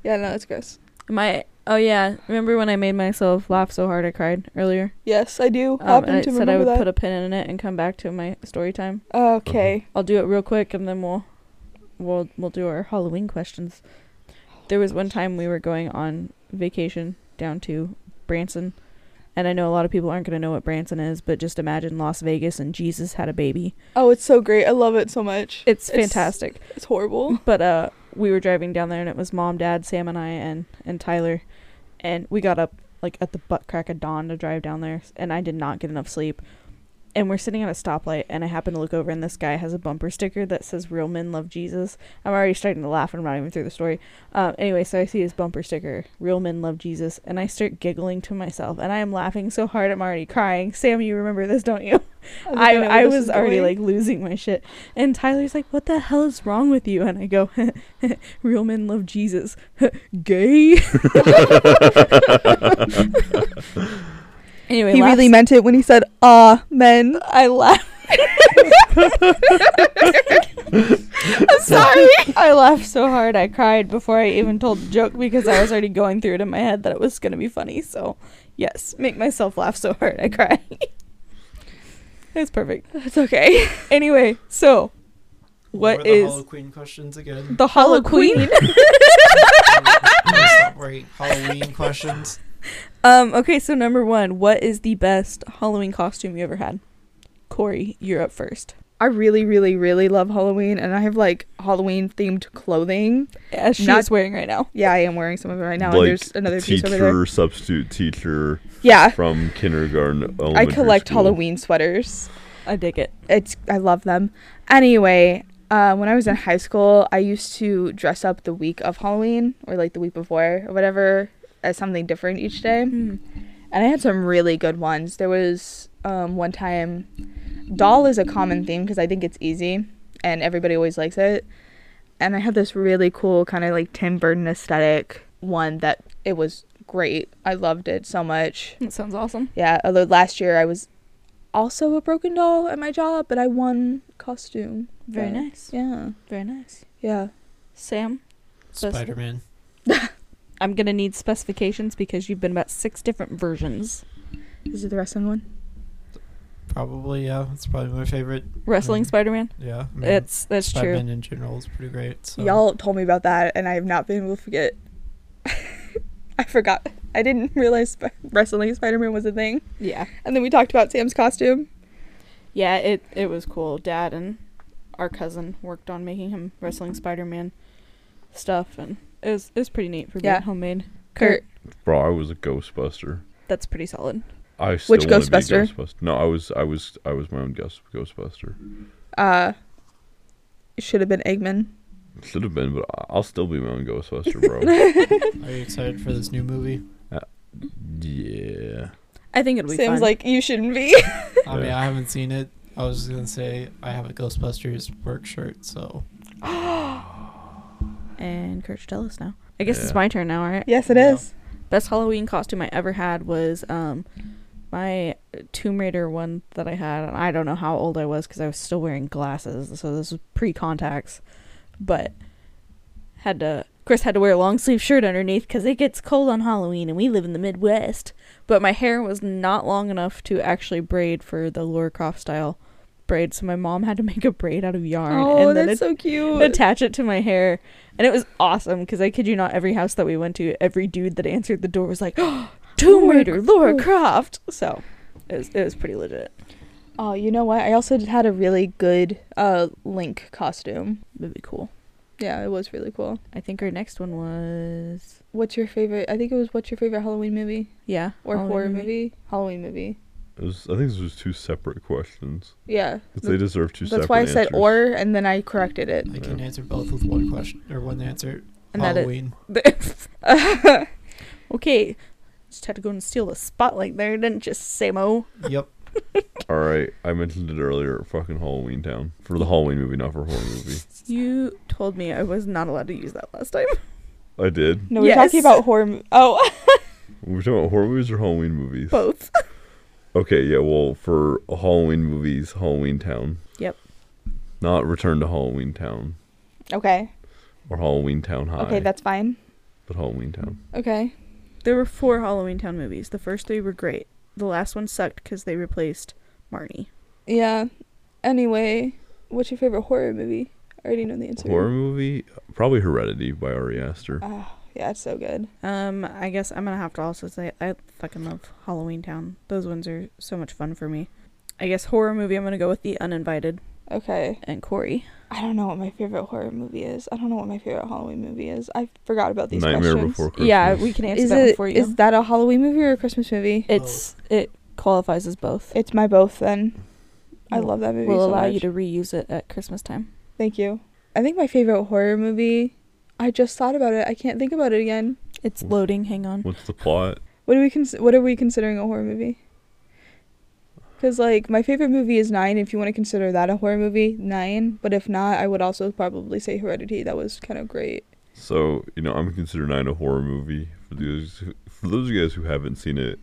Speaker 9: Yeah, no, it's gross.
Speaker 3: My oh yeah, remember when I made myself laugh so hard I cried earlier?
Speaker 9: Yes, I do
Speaker 3: Um, and
Speaker 9: happen
Speaker 3: I
Speaker 9: to
Speaker 3: said
Speaker 9: remember
Speaker 3: I would
Speaker 9: that.
Speaker 3: put a Uh-huh. pin in it and come back to my story time.
Speaker 9: okay,
Speaker 3: I'll do it real quick and then we'll we'll we'll do our Halloween questions. There was one time we were going on vacation down to Branson. And I know a lot of people aren't going to know what Branson is, but just imagine Las Vegas and Jesus had a baby.
Speaker 9: oh, it's so great. I love it so much.
Speaker 3: It's
Speaker 9: It's-
Speaker 3: fantastic.
Speaker 9: It's horrible.
Speaker 3: But uh, we were driving down there, and it was mom, dad, Sam, and I, and and Tyler, and we got up like at the butt crack of dawn to drive down there, and I did not get enough sleep. And we're sitting at a stoplight, and I happen to look over, and this guy has a bumper sticker that says "Real men love Jesus." I'm already starting to laugh, and I'm not even through the story. Um, anyway, so I see his bumper sticker, "Real men love Jesus," and I start giggling to myself, and I am laughing so hard I'm already crying. Sam, you remember this, don't you?
Speaker 9: think
Speaker 3: I,
Speaker 9: know where
Speaker 3: I
Speaker 9: this
Speaker 3: was
Speaker 9: is
Speaker 3: already
Speaker 9: going.
Speaker 3: like losing my shit. And Tyler's like, What the hell is wrong with you? And I go, Real men love Jesus. Gay. anyway,
Speaker 9: he
Speaker 3: last-
Speaker 9: really meant it when he said "amen."
Speaker 3: I laughed. I'm sorry. I laughed so hard I cried before I even told the joke because I was already going through it in my head that it was going to be funny. So, yes, make myself laugh so hard I cry. it's perfect.
Speaker 9: It's okay.
Speaker 3: Anyway, so
Speaker 1: What
Speaker 3: what
Speaker 1: were the
Speaker 3: is
Speaker 1: Hollow Queen questions again?
Speaker 3: the Hollow Queen?
Speaker 1: Stop worrying. Halloween questions.
Speaker 3: um, okay, so number one, what is the best Halloween costume you ever had? Corey, you're up first.
Speaker 4: I really, really, really love Halloween and I have like Halloween themed clothing.
Speaker 3: As she's
Speaker 4: Not-
Speaker 3: wearing right now.
Speaker 4: Yeah, I am wearing some of it right now and
Speaker 2: Like
Speaker 4: there's another piece over there.
Speaker 2: teacher, substitute teacher
Speaker 4: Yeah.
Speaker 2: from kindergarten.
Speaker 4: I
Speaker 2: elementary
Speaker 4: collect
Speaker 2: school.
Speaker 4: Halloween sweaters.
Speaker 3: I dig it.
Speaker 4: it's I love them. Anyway, uh, when I was in high school, I used to dress up the week of Halloween or like the week before or whatever as something different each day,
Speaker 3: Mm,
Speaker 4: and I had some really good ones. There was um, one time, doll is a common theme because I think it's easy and everybody always likes it, and I had this really cool kind of like Tim Burton aesthetic one that it was great. I loved it so much.
Speaker 3: That sounds awesome.
Speaker 4: Yeah, although last year I was also a broken doll at my job, but I won costume.
Speaker 3: Very
Speaker 4: But,
Speaker 3: nice.
Speaker 4: Yeah.
Speaker 3: Very nice.
Speaker 4: Yeah.
Speaker 3: Sam, Best-
Speaker 1: Spider Man.
Speaker 3: I'm gonna need specifications because you've been about six different versions.
Speaker 4: Is it the wrestling one?
Speaker 1: Probably, yeah. It's probably my favorite.
Speaker 3: Wrestling
Speaker 1: Mm.
Speaker 3: Spider-Man.
Speaker 1: Yeah. I mean,
Speaker 3: It's that's
Speaker 1: Spider
Speaker 3: true.
Speaker 1: Man in general is pretty great. So.
Speaker 4: Y'all told me about that and I have not been able to forget. I forgot. I didn't realize sp- wrestling Spider Man was a thing.
Speaker 3: Yeah,
Speaker 4: And then we talked about Sam's costume.
Speaker 3: yeah. It it was cool. Dad and our cousin worked on making him wrestling Spider-Man stuff, and it was it was pretty neat for being
Speaker 4: Yeah.
Speaker 3: homemade.
Speaker 4: Kurt.
Speaker 2: Bro, I was a Ghostbuster.
Speaker 3: that's pretty solid.
Speaker 2: I still
Speaker 4: Which
Speaker 2: wanna be a
Speaker 4: Ghostbuster?
Speaker 2: Ghostbuster? No, I was, I was, I was my own ghost, Ghostbuster.
Speaker 4: Uh, should have been Eggman.
Speaker 2: Should have been, but I- I'll still be my own Ghostbuster, bro.
Speaker 1: Are you excited for this new movie?
Speaker 2: yeah.
Speaker 3: I think it'll be
Speaker 4: Sam's
Speaker 3: fun.
Speaker 4: like, you shouldn't be.
Speaker 1: I mean,
Speaker 2: Yeah.
Speaker 1: I haven't seen it. I was gonna say I have a Ghostbusters work shirt, so
Speaker 3: and Kurt should tell us now. I guess it's
Speaker 2: Yeah.
Speaker 3: my turn now, all right?
Speaker 4: yes, it
Speaker 1: No.
Speaker 4: is.
Speaker 3: Best Halloween costume I ever had was um my Tomb Raider one that I had, and I don't know how old I was because I was still wearing glasses, so this was pre-contacts, but had to, of course, had to wear a long sleeve shirt underneath because it gets cold on Halloween, and we live in the Midwest. But my hair was not long enough to actually braid for the Lorecroft style braid, so my mom had to make a braid out of yarn
Speaker 12: Oh,
Speaker 3: and then
Speaker 12: that's so cute.
Speaker 3: attach it to my hair. And it was awesome because I kid you not, every house that we went to, every dude that answered the door was like, oh, Tomb
Speaker 4: Laura
Speaker 3: Raider, Laura Croft. So it was, it was pretty legit.
Speaker 4: Oh, you know what? I also did- had a really good uh Link costume.
Speaker 3: Would be cool.
Speaker 4: Yeah, it was really cool.
Speaker 3: I think our next one was.
Speaker 4: What's your favorite? I think it was what's your favorite Halloween movie
Speaker 3: Yeah.
Speaker 4: or
Speaker 3: Halloween
Speaker 4: horror movie? Halloween movie.
Speaker 2: It was, I think this was two separate questions.
Speaker 4: Yeah.
Speaker 2: 'Cause they deserve two
Speaker 4: That's
Speaker 2: separate
Speaker 4: why I said
Speaker 2: answers.
Speaker 4: or and then I corrected it.
Speaker 1: I can answer both with one question or one answer.
Speaker 3: And that it.
Speaker 1: Halloween.
Speaker 3: okay. Just had to go and steal the spotlight there, didn't just Samo.
Speaker 1: yep.
Speaker 2: All right, I mentioned it earlier. Fucking Halloween Town for the Halloween movie, not for a horror movie.
Speaker 3: You told me I was not allowed to use that last time.
Speaker 2: I did.
Speaker 4: No, we're talking
Speaker 3: Yes.
Speaker 4: about horror. Mo- oh,
Speaker 2: We're talking about horror movies or Halloween movies.
Speaker 3: Both.
Speaker 2: Okay, yeah. Well, for Halloween movies, Halloween Town.
Speaker 3: Yep.
Speaker 2: Not Return to Halloween Town
Speaker 4: okay.
Speaker 2: or Halloween Town High.
Speaker 4: Okay, that's fine.
Speaker 2: but Halloween Town.
Speaker 4: Okay.
Speaker 3: There were four Halloween Town movies. The first three were great. The last one sucked because they replaced Marnie.
Speaker 4: Yeah. Anyway, what's your favorite horror movie? I already know the answer.
Speaker 2: Horror movie, probably Heredity by Ari Aster.
Speaker 3: Uh,
Speaker 4: Ah, yeah, it's so good.
Speaker 3: Um, I guess I'm gonna have to also say I fucking love Halloween Town. Those ones are so much fun for me. I guess horror movie. I'm gonna go with The Uninvited
Speaker 4: Okay.
Speaker 3: and Corey.
Speaker 4: I don't know what my favorite horror movie is. I don't know what my favorite Halloween movie is. I forgot about these
Speaker 2: Nightmare
Speaker 4: questions.
Speaker 2: Before Christmas.
Speaker 3: Yeah, we can answer
Speaker 4: Is
Speaker 3: that one
Speaker 4: it
Speaker 3: for you.
Speaker 4: is that a Halloween movie or a Christmas movie?
Speaker 3: it's it qualifies as both.
Speaker 4: It's my both then. I
Speaker 3: We'll-
Speaker 4: love that movie.
Speaker 3: We'll
Speaker 4: so
Speaker 3: allow
Speaker 4: much.
Speaker 3: you to reuse it at Christmas time.
Speaker 4: Thank you. I think my favorite horror movie. I just thought about it. I can't think about it again.
Speaker 3: It's
Speaker 2: Mm.
Speaker 3: loading. Hang on.
Speaker 2: What's the plot?
Speaker 4: What do we cons- What are we considering a horror movie? Because like my favorite movie is Nine. If you want to consider that a horror movie, Nine. But if not, I would also probably say Heredity. That was kind of great.
Speaker 2: So you know, I'm considering nine a horror movie. For those who- for those of you guys who haven't seen it,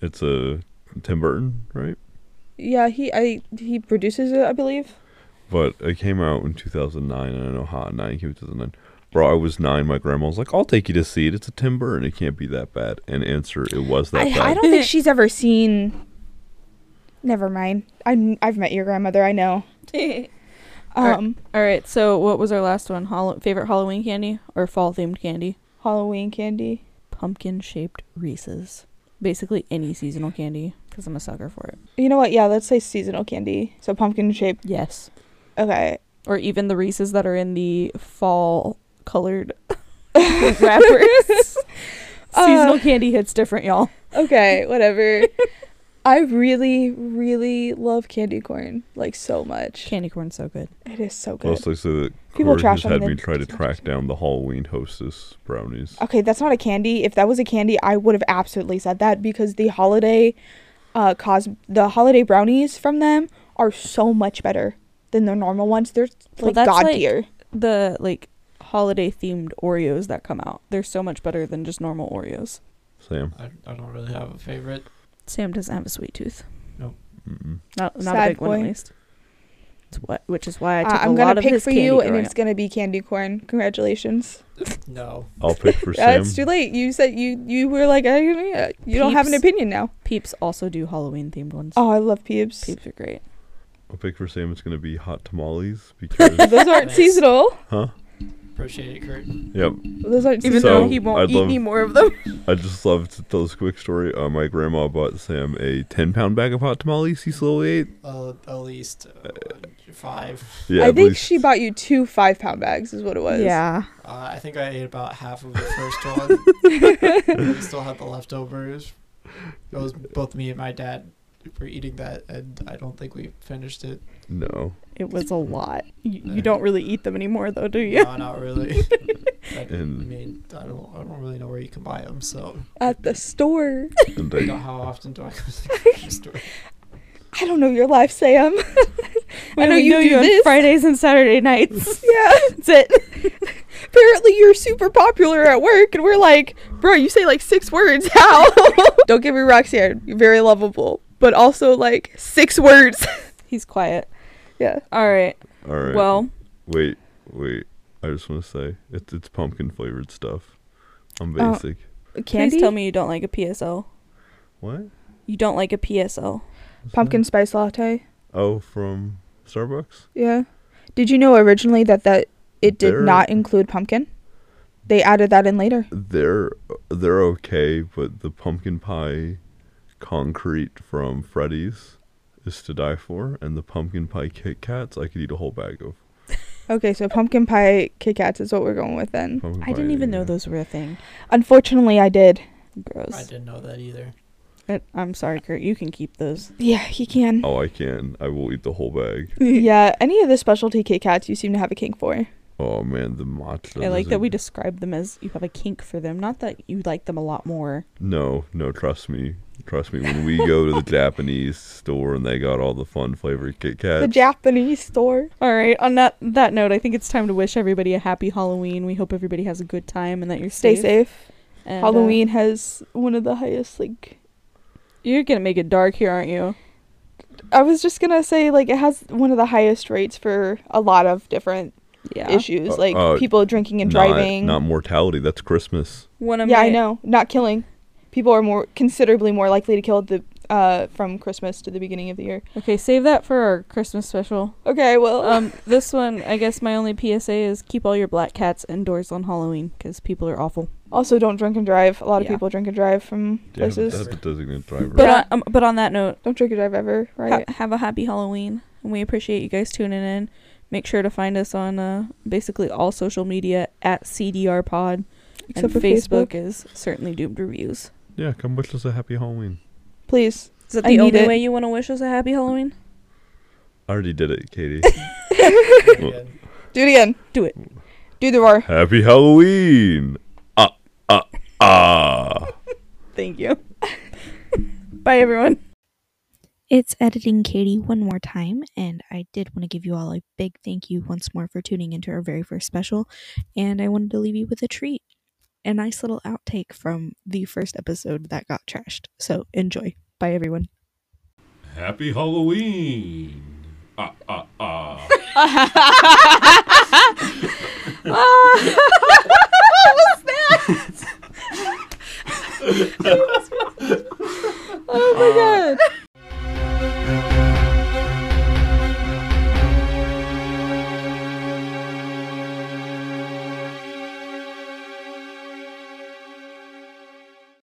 Speaker 2: it's a Tim Burton, right?
Speaker 4: Yeah, he I he produces it, I believe.
Speaker 2: But it came out in 2009, and I know Hot Nine came out in 2009. Bro, I was nine. My grandma was like, "I'll take you to see it. It's a Tim Burton. It can't be that bad." And answer, it was that bad.
Speaker 4: I, I don't think she's ever seen. Never mind. I I've met your grandmother. I know. Um,
Speaker 3: All right. So what was our last one? Hall- favorite Halloween candy or fall themed candy?
Speaker 4: Halloween candy.
Speaker 3: Pumpkin shaped Reese's. Basically any seasonal candy because I'm a sucker for it.
Speaker 4: You know what? Yeah, let's say seasonal candy. So pumpkin shape.
Speaker 3: Yes.
Speaker 4: Okay.
Speaker 3: or even the Reese's that are in the fall colored wrappers. Seasonal
Speaker 4: Uh,
Speaker 3: candy hits different, y'all.
Speaker 4: Okay, whatever. I really, really love candy corn like so much.
Speaker 3: Candy corn's so good.
Speaker 4: It is so good.
Speaker 2: Plus, I said that
Speaker 4: People
Speaker 2: Corey
Speaker 4: trash
Speaker 2: just
Speaker 4: them
Speaker 2: had
Speaker 4: and
Speaker 2: me
Speaker 4: then-
Speaker 2: try to track down the Halloween hostess brownies.
Speaker 4: Okay, that's not a candy. If that was a candy, I would have absolutely said that because the holiday, uh, cause the holiday brownies from them are so much better than the normal ones. They're
Speaker 3: Well,
Speaker 4: like
Speaker 3: that's
Speaker 4: god
Speaker 3: like-
Speaker 4: tier.
Speaker 3: The like holiday themed Oreos that come out. They're so much better than just normal Oreos.
Speaker 2: Sam,
Speaker 1: I, I don't really have a favorite.
Speaker 3: Sam doesn't have a sweet tooth.
Speaker 2: Mm-mm.
Speaker 3: Not not
Speaker 4: Sad
Speaker 3: a big one
Speaker 4: boy.
Speaker 3: at least. It's what which is why I
Speaker 4: Uh,
Speaker 3: took a
Speaker 4: I'm
Speaker 3: lot
Speaker 4: gonna
Speaker 3: of
Speaker 4: pick
Speaker 3: his
Speaker 4: for
Speaker 3: candy
Speaker 4: you, and
Speaker 3: growing
Speaker 4: it's
Speaker 3: up.
Speaker 4: gonna be candy corn. Congratulations.
Speaker 1: No.
Speaker 2: I'll pick for
Speaker 4: Uh,
Speaker 2: Sam.
Speaker 4: it's too late. You said you you were like, I, you don't have an
Speaker 3: Peeps.
Speaker 4: opinion now.
Speaker 3: Peeps also do Halloween themed ones.
Speaker 4: Oh, I love peeps.
Speaker 3: Peeps are great.
Speaker 2: I'll pick for Sam. It's gonna be hot tamales because
Speaker 4: Those aren't
Speaker 1: Nice.
Speaker 4: seasonal.
Speaker 2: huh?
Speaker 1: Appreciate it, Kurt.
Speaker 2: Yep.
Speaker 4: Those aren't
Speaker 2: Even
Speaker 4: seasonal.
Speaker 2: though So, he won't I'd eat love- any
Speaker 3: more of them.
Speaker 2: I just love to tell this quick story. Uh, my grandma bought Sam a ten pound bag of hot tamales. He slowly ate.
Speaker 1: Uh, at least uh, five.
Speaker 2: Yeah,
Speaker 4: I
Speaker 2: at
Speaker 4: think
Speaker 2: least-
Speaker 4: she bought you two five pound bags, is what it was.
Speaker 12: Yeah.
Speaker 1: Uh, I think I ate about half of the first one. we still had the leftovers. It was both me and my dad were eating that, and I don't think we finished it.
Speaker 2: No,
Speaker 3: It was a lot. You,
Speaker 1: Yeah.
Speaker 3: you don't really eat them anymore though, do you?
Speaker 1: No, not really. I
Speaker 2: And-
Speaker 1: mean, I don't, I don't really know where you can buy them, so
Speaker 4: At the store.
Speaker 2: and
Speaker 1: you know,
Speaker 2: I,
Speaker 1: how often do I go to the grocery store?
Speaker 4: I don't know your life, Sam. I know you do
Speaker 3: on
Speaker 4: this.
Speaker 3: Fridays and Saturday nights.
Speaker 4: Yeah.
Speaker 3: That's it.
Speaker 4: apparently you're super popular at work. And we're like, bro, you say like six words. How? Don't get me wrong, Sierra. You're very lovable, but also like six words.
Speaker 3: He's quiet.
Speaker 4: yeah.
Speaker 3: All right.
Speaker 2: All right.
Speaker 3: Well,
Speaker 2: wait, wait. I just want to say it's it's pumpkin flavored stuff. I'm
Speaker 3: Oh.
Speaker 2: basic.
Speaker 3: please tell me you don't like a PSL.
Speaker 2: What?
Speaker 3: You don't like a PSL.
Speaker 2: What's
Speaker 4: Pumpkin
Speaker 2: that?
Speaker 4: spice latte.
Speaker 2: Oh, from Starbucks.
Speaker 4: Yeah. Did you know originally that that it did
Speaker 2: They're-
Speaker 4: not include pumpkin? They added that in later.
Speaker 2: They're they're okay, but the pumpkin pie concrete from Freddy's is to die for, and the pumpkin pie Kit Kats I could eat a whole bag of.
Speaker 4: Okay, so pumpkin pie Kit Kats is what we're going with then.
Speaker 2: Pumpkin
Speaker 3: I
Speaker 2: pie
Speaker 3: didn't even know
Speaker 2: eating.
Speaker 3: those were a thing.
Speaker 4: Unfortunately, I did.
Speaker 1: I
Speaker 3: Gross.
Speaker 1: didn't know that either.
Speaker 3: I, I'm sorry, Kurt. You can keep those.
Speaker 4: Yeah, he can.
Speaker 2: Oh, I can. I will eat the whole bag.
Speaker 4: yeah, any of the specialty Kit Kats you seem to have a kink for.
Speaker 2: Oh man, the matcha.
Speaker 3: I like
Speaker 2: doesn't-
Speaker 3: that we describe them as you have a kink for them. Not that you like them a lot more.
Speaker 2: No, no, trust me, trust me. When we go to the Japanese store and they got all the fun flavored Kit
Speaker 4: The
Speaker 2: Kats,
Speaker 4: Japanese store.
Speaker 3: All right. On that that note, I think it's time to wish everybody a happy Halloween. We hope everybody has a good time and that you're
Speaker 4: Stay
Speaker 3: safe.
Speaker 4: safe.
Speaker 3: And, uh,
Speaker 4: Halloween has one of the highest like
Speaker 3: you're gonna make it dark here, aren't you?
Speaker 4: I was just gonna say like it has one of the highest rates for a lot of different
Speaker 3: Yeah.
Speaker 4: issues,
Speaker 2: Uh,
Speaker 4: like
Speaker 2: uh,
Speaker 4: people drinking and
Speaker 2: not-
Speaker 4: driving.
Speaker 2: not mortality. That's Christmas.
Speaker 3: One of
Speaker 4: yeah,
Speaker 3: my
Speaker 4: I know. Not killing. People are more considerably more likely to kill at the uh from Christmas to the beginning of the year.
Speaker 3: Okay, save that for our Christmas special.
Speaker 4: Okay, well,
Speaker 3: Um, this one, I guess my only PSA is keep all your black cats indoors on Halloween because people are awful.
Speaker 4: also don't drink and drive. A lot of
Speaker 3: yeah.
Speaker 4: people drink and drive from
Speaker 2: Yeah,
Speaker 4: places.
Speaker 2: that's a designated driver.
Speaker 3: But
Speaker 4: Yeah.
Speaker 3: on, um, but on that note,
Speaker 4: Don't drink and drive ever,
Speaker 3: ha-
Speaker 4: right?
Speaker 3: have a happy Halloween, and we appreciate you guys tuning in. Make sure to find us on uh, basically all social media at CDR Pod,
Speaker 4: Except for
Speaker 3: and Facebook,
Speaker 4: Facebook.
Speaker 3: is certainly doomed reviews.
Speaker 2: yeah, come wish us a happy Halloween.
Speaker 4: Please.
Speaker 3: Is that
Speaker 4: I
Speaker 3: the
Speaker 4: need
Speaker 3: only
Speaker 4: it.
Speaker 3: way you want to wish us a happy Halloween?
Speaker 2: I already did it, Katie.
Speaker 1: Pretty good.
Speaker 4: Do it again.
Speaker 3: Do it.
Speaker 4: Do the roar.
Speaker 2: happy Halloween. Ah ah ah.
Speaker 3: Thank you. Bye, everyone.
Speaker 5: It's editing Katie one more time, and I did want to give you all a big thank you once more for tuning into our very first special. And I wanted to leave you with a treat a nice little outtake from the first episode that got trashed. So enjoy. Bye, everyone.
Speaker 2: Happy Halloween. Ah ah ah.
Speaker 3: Oh my god.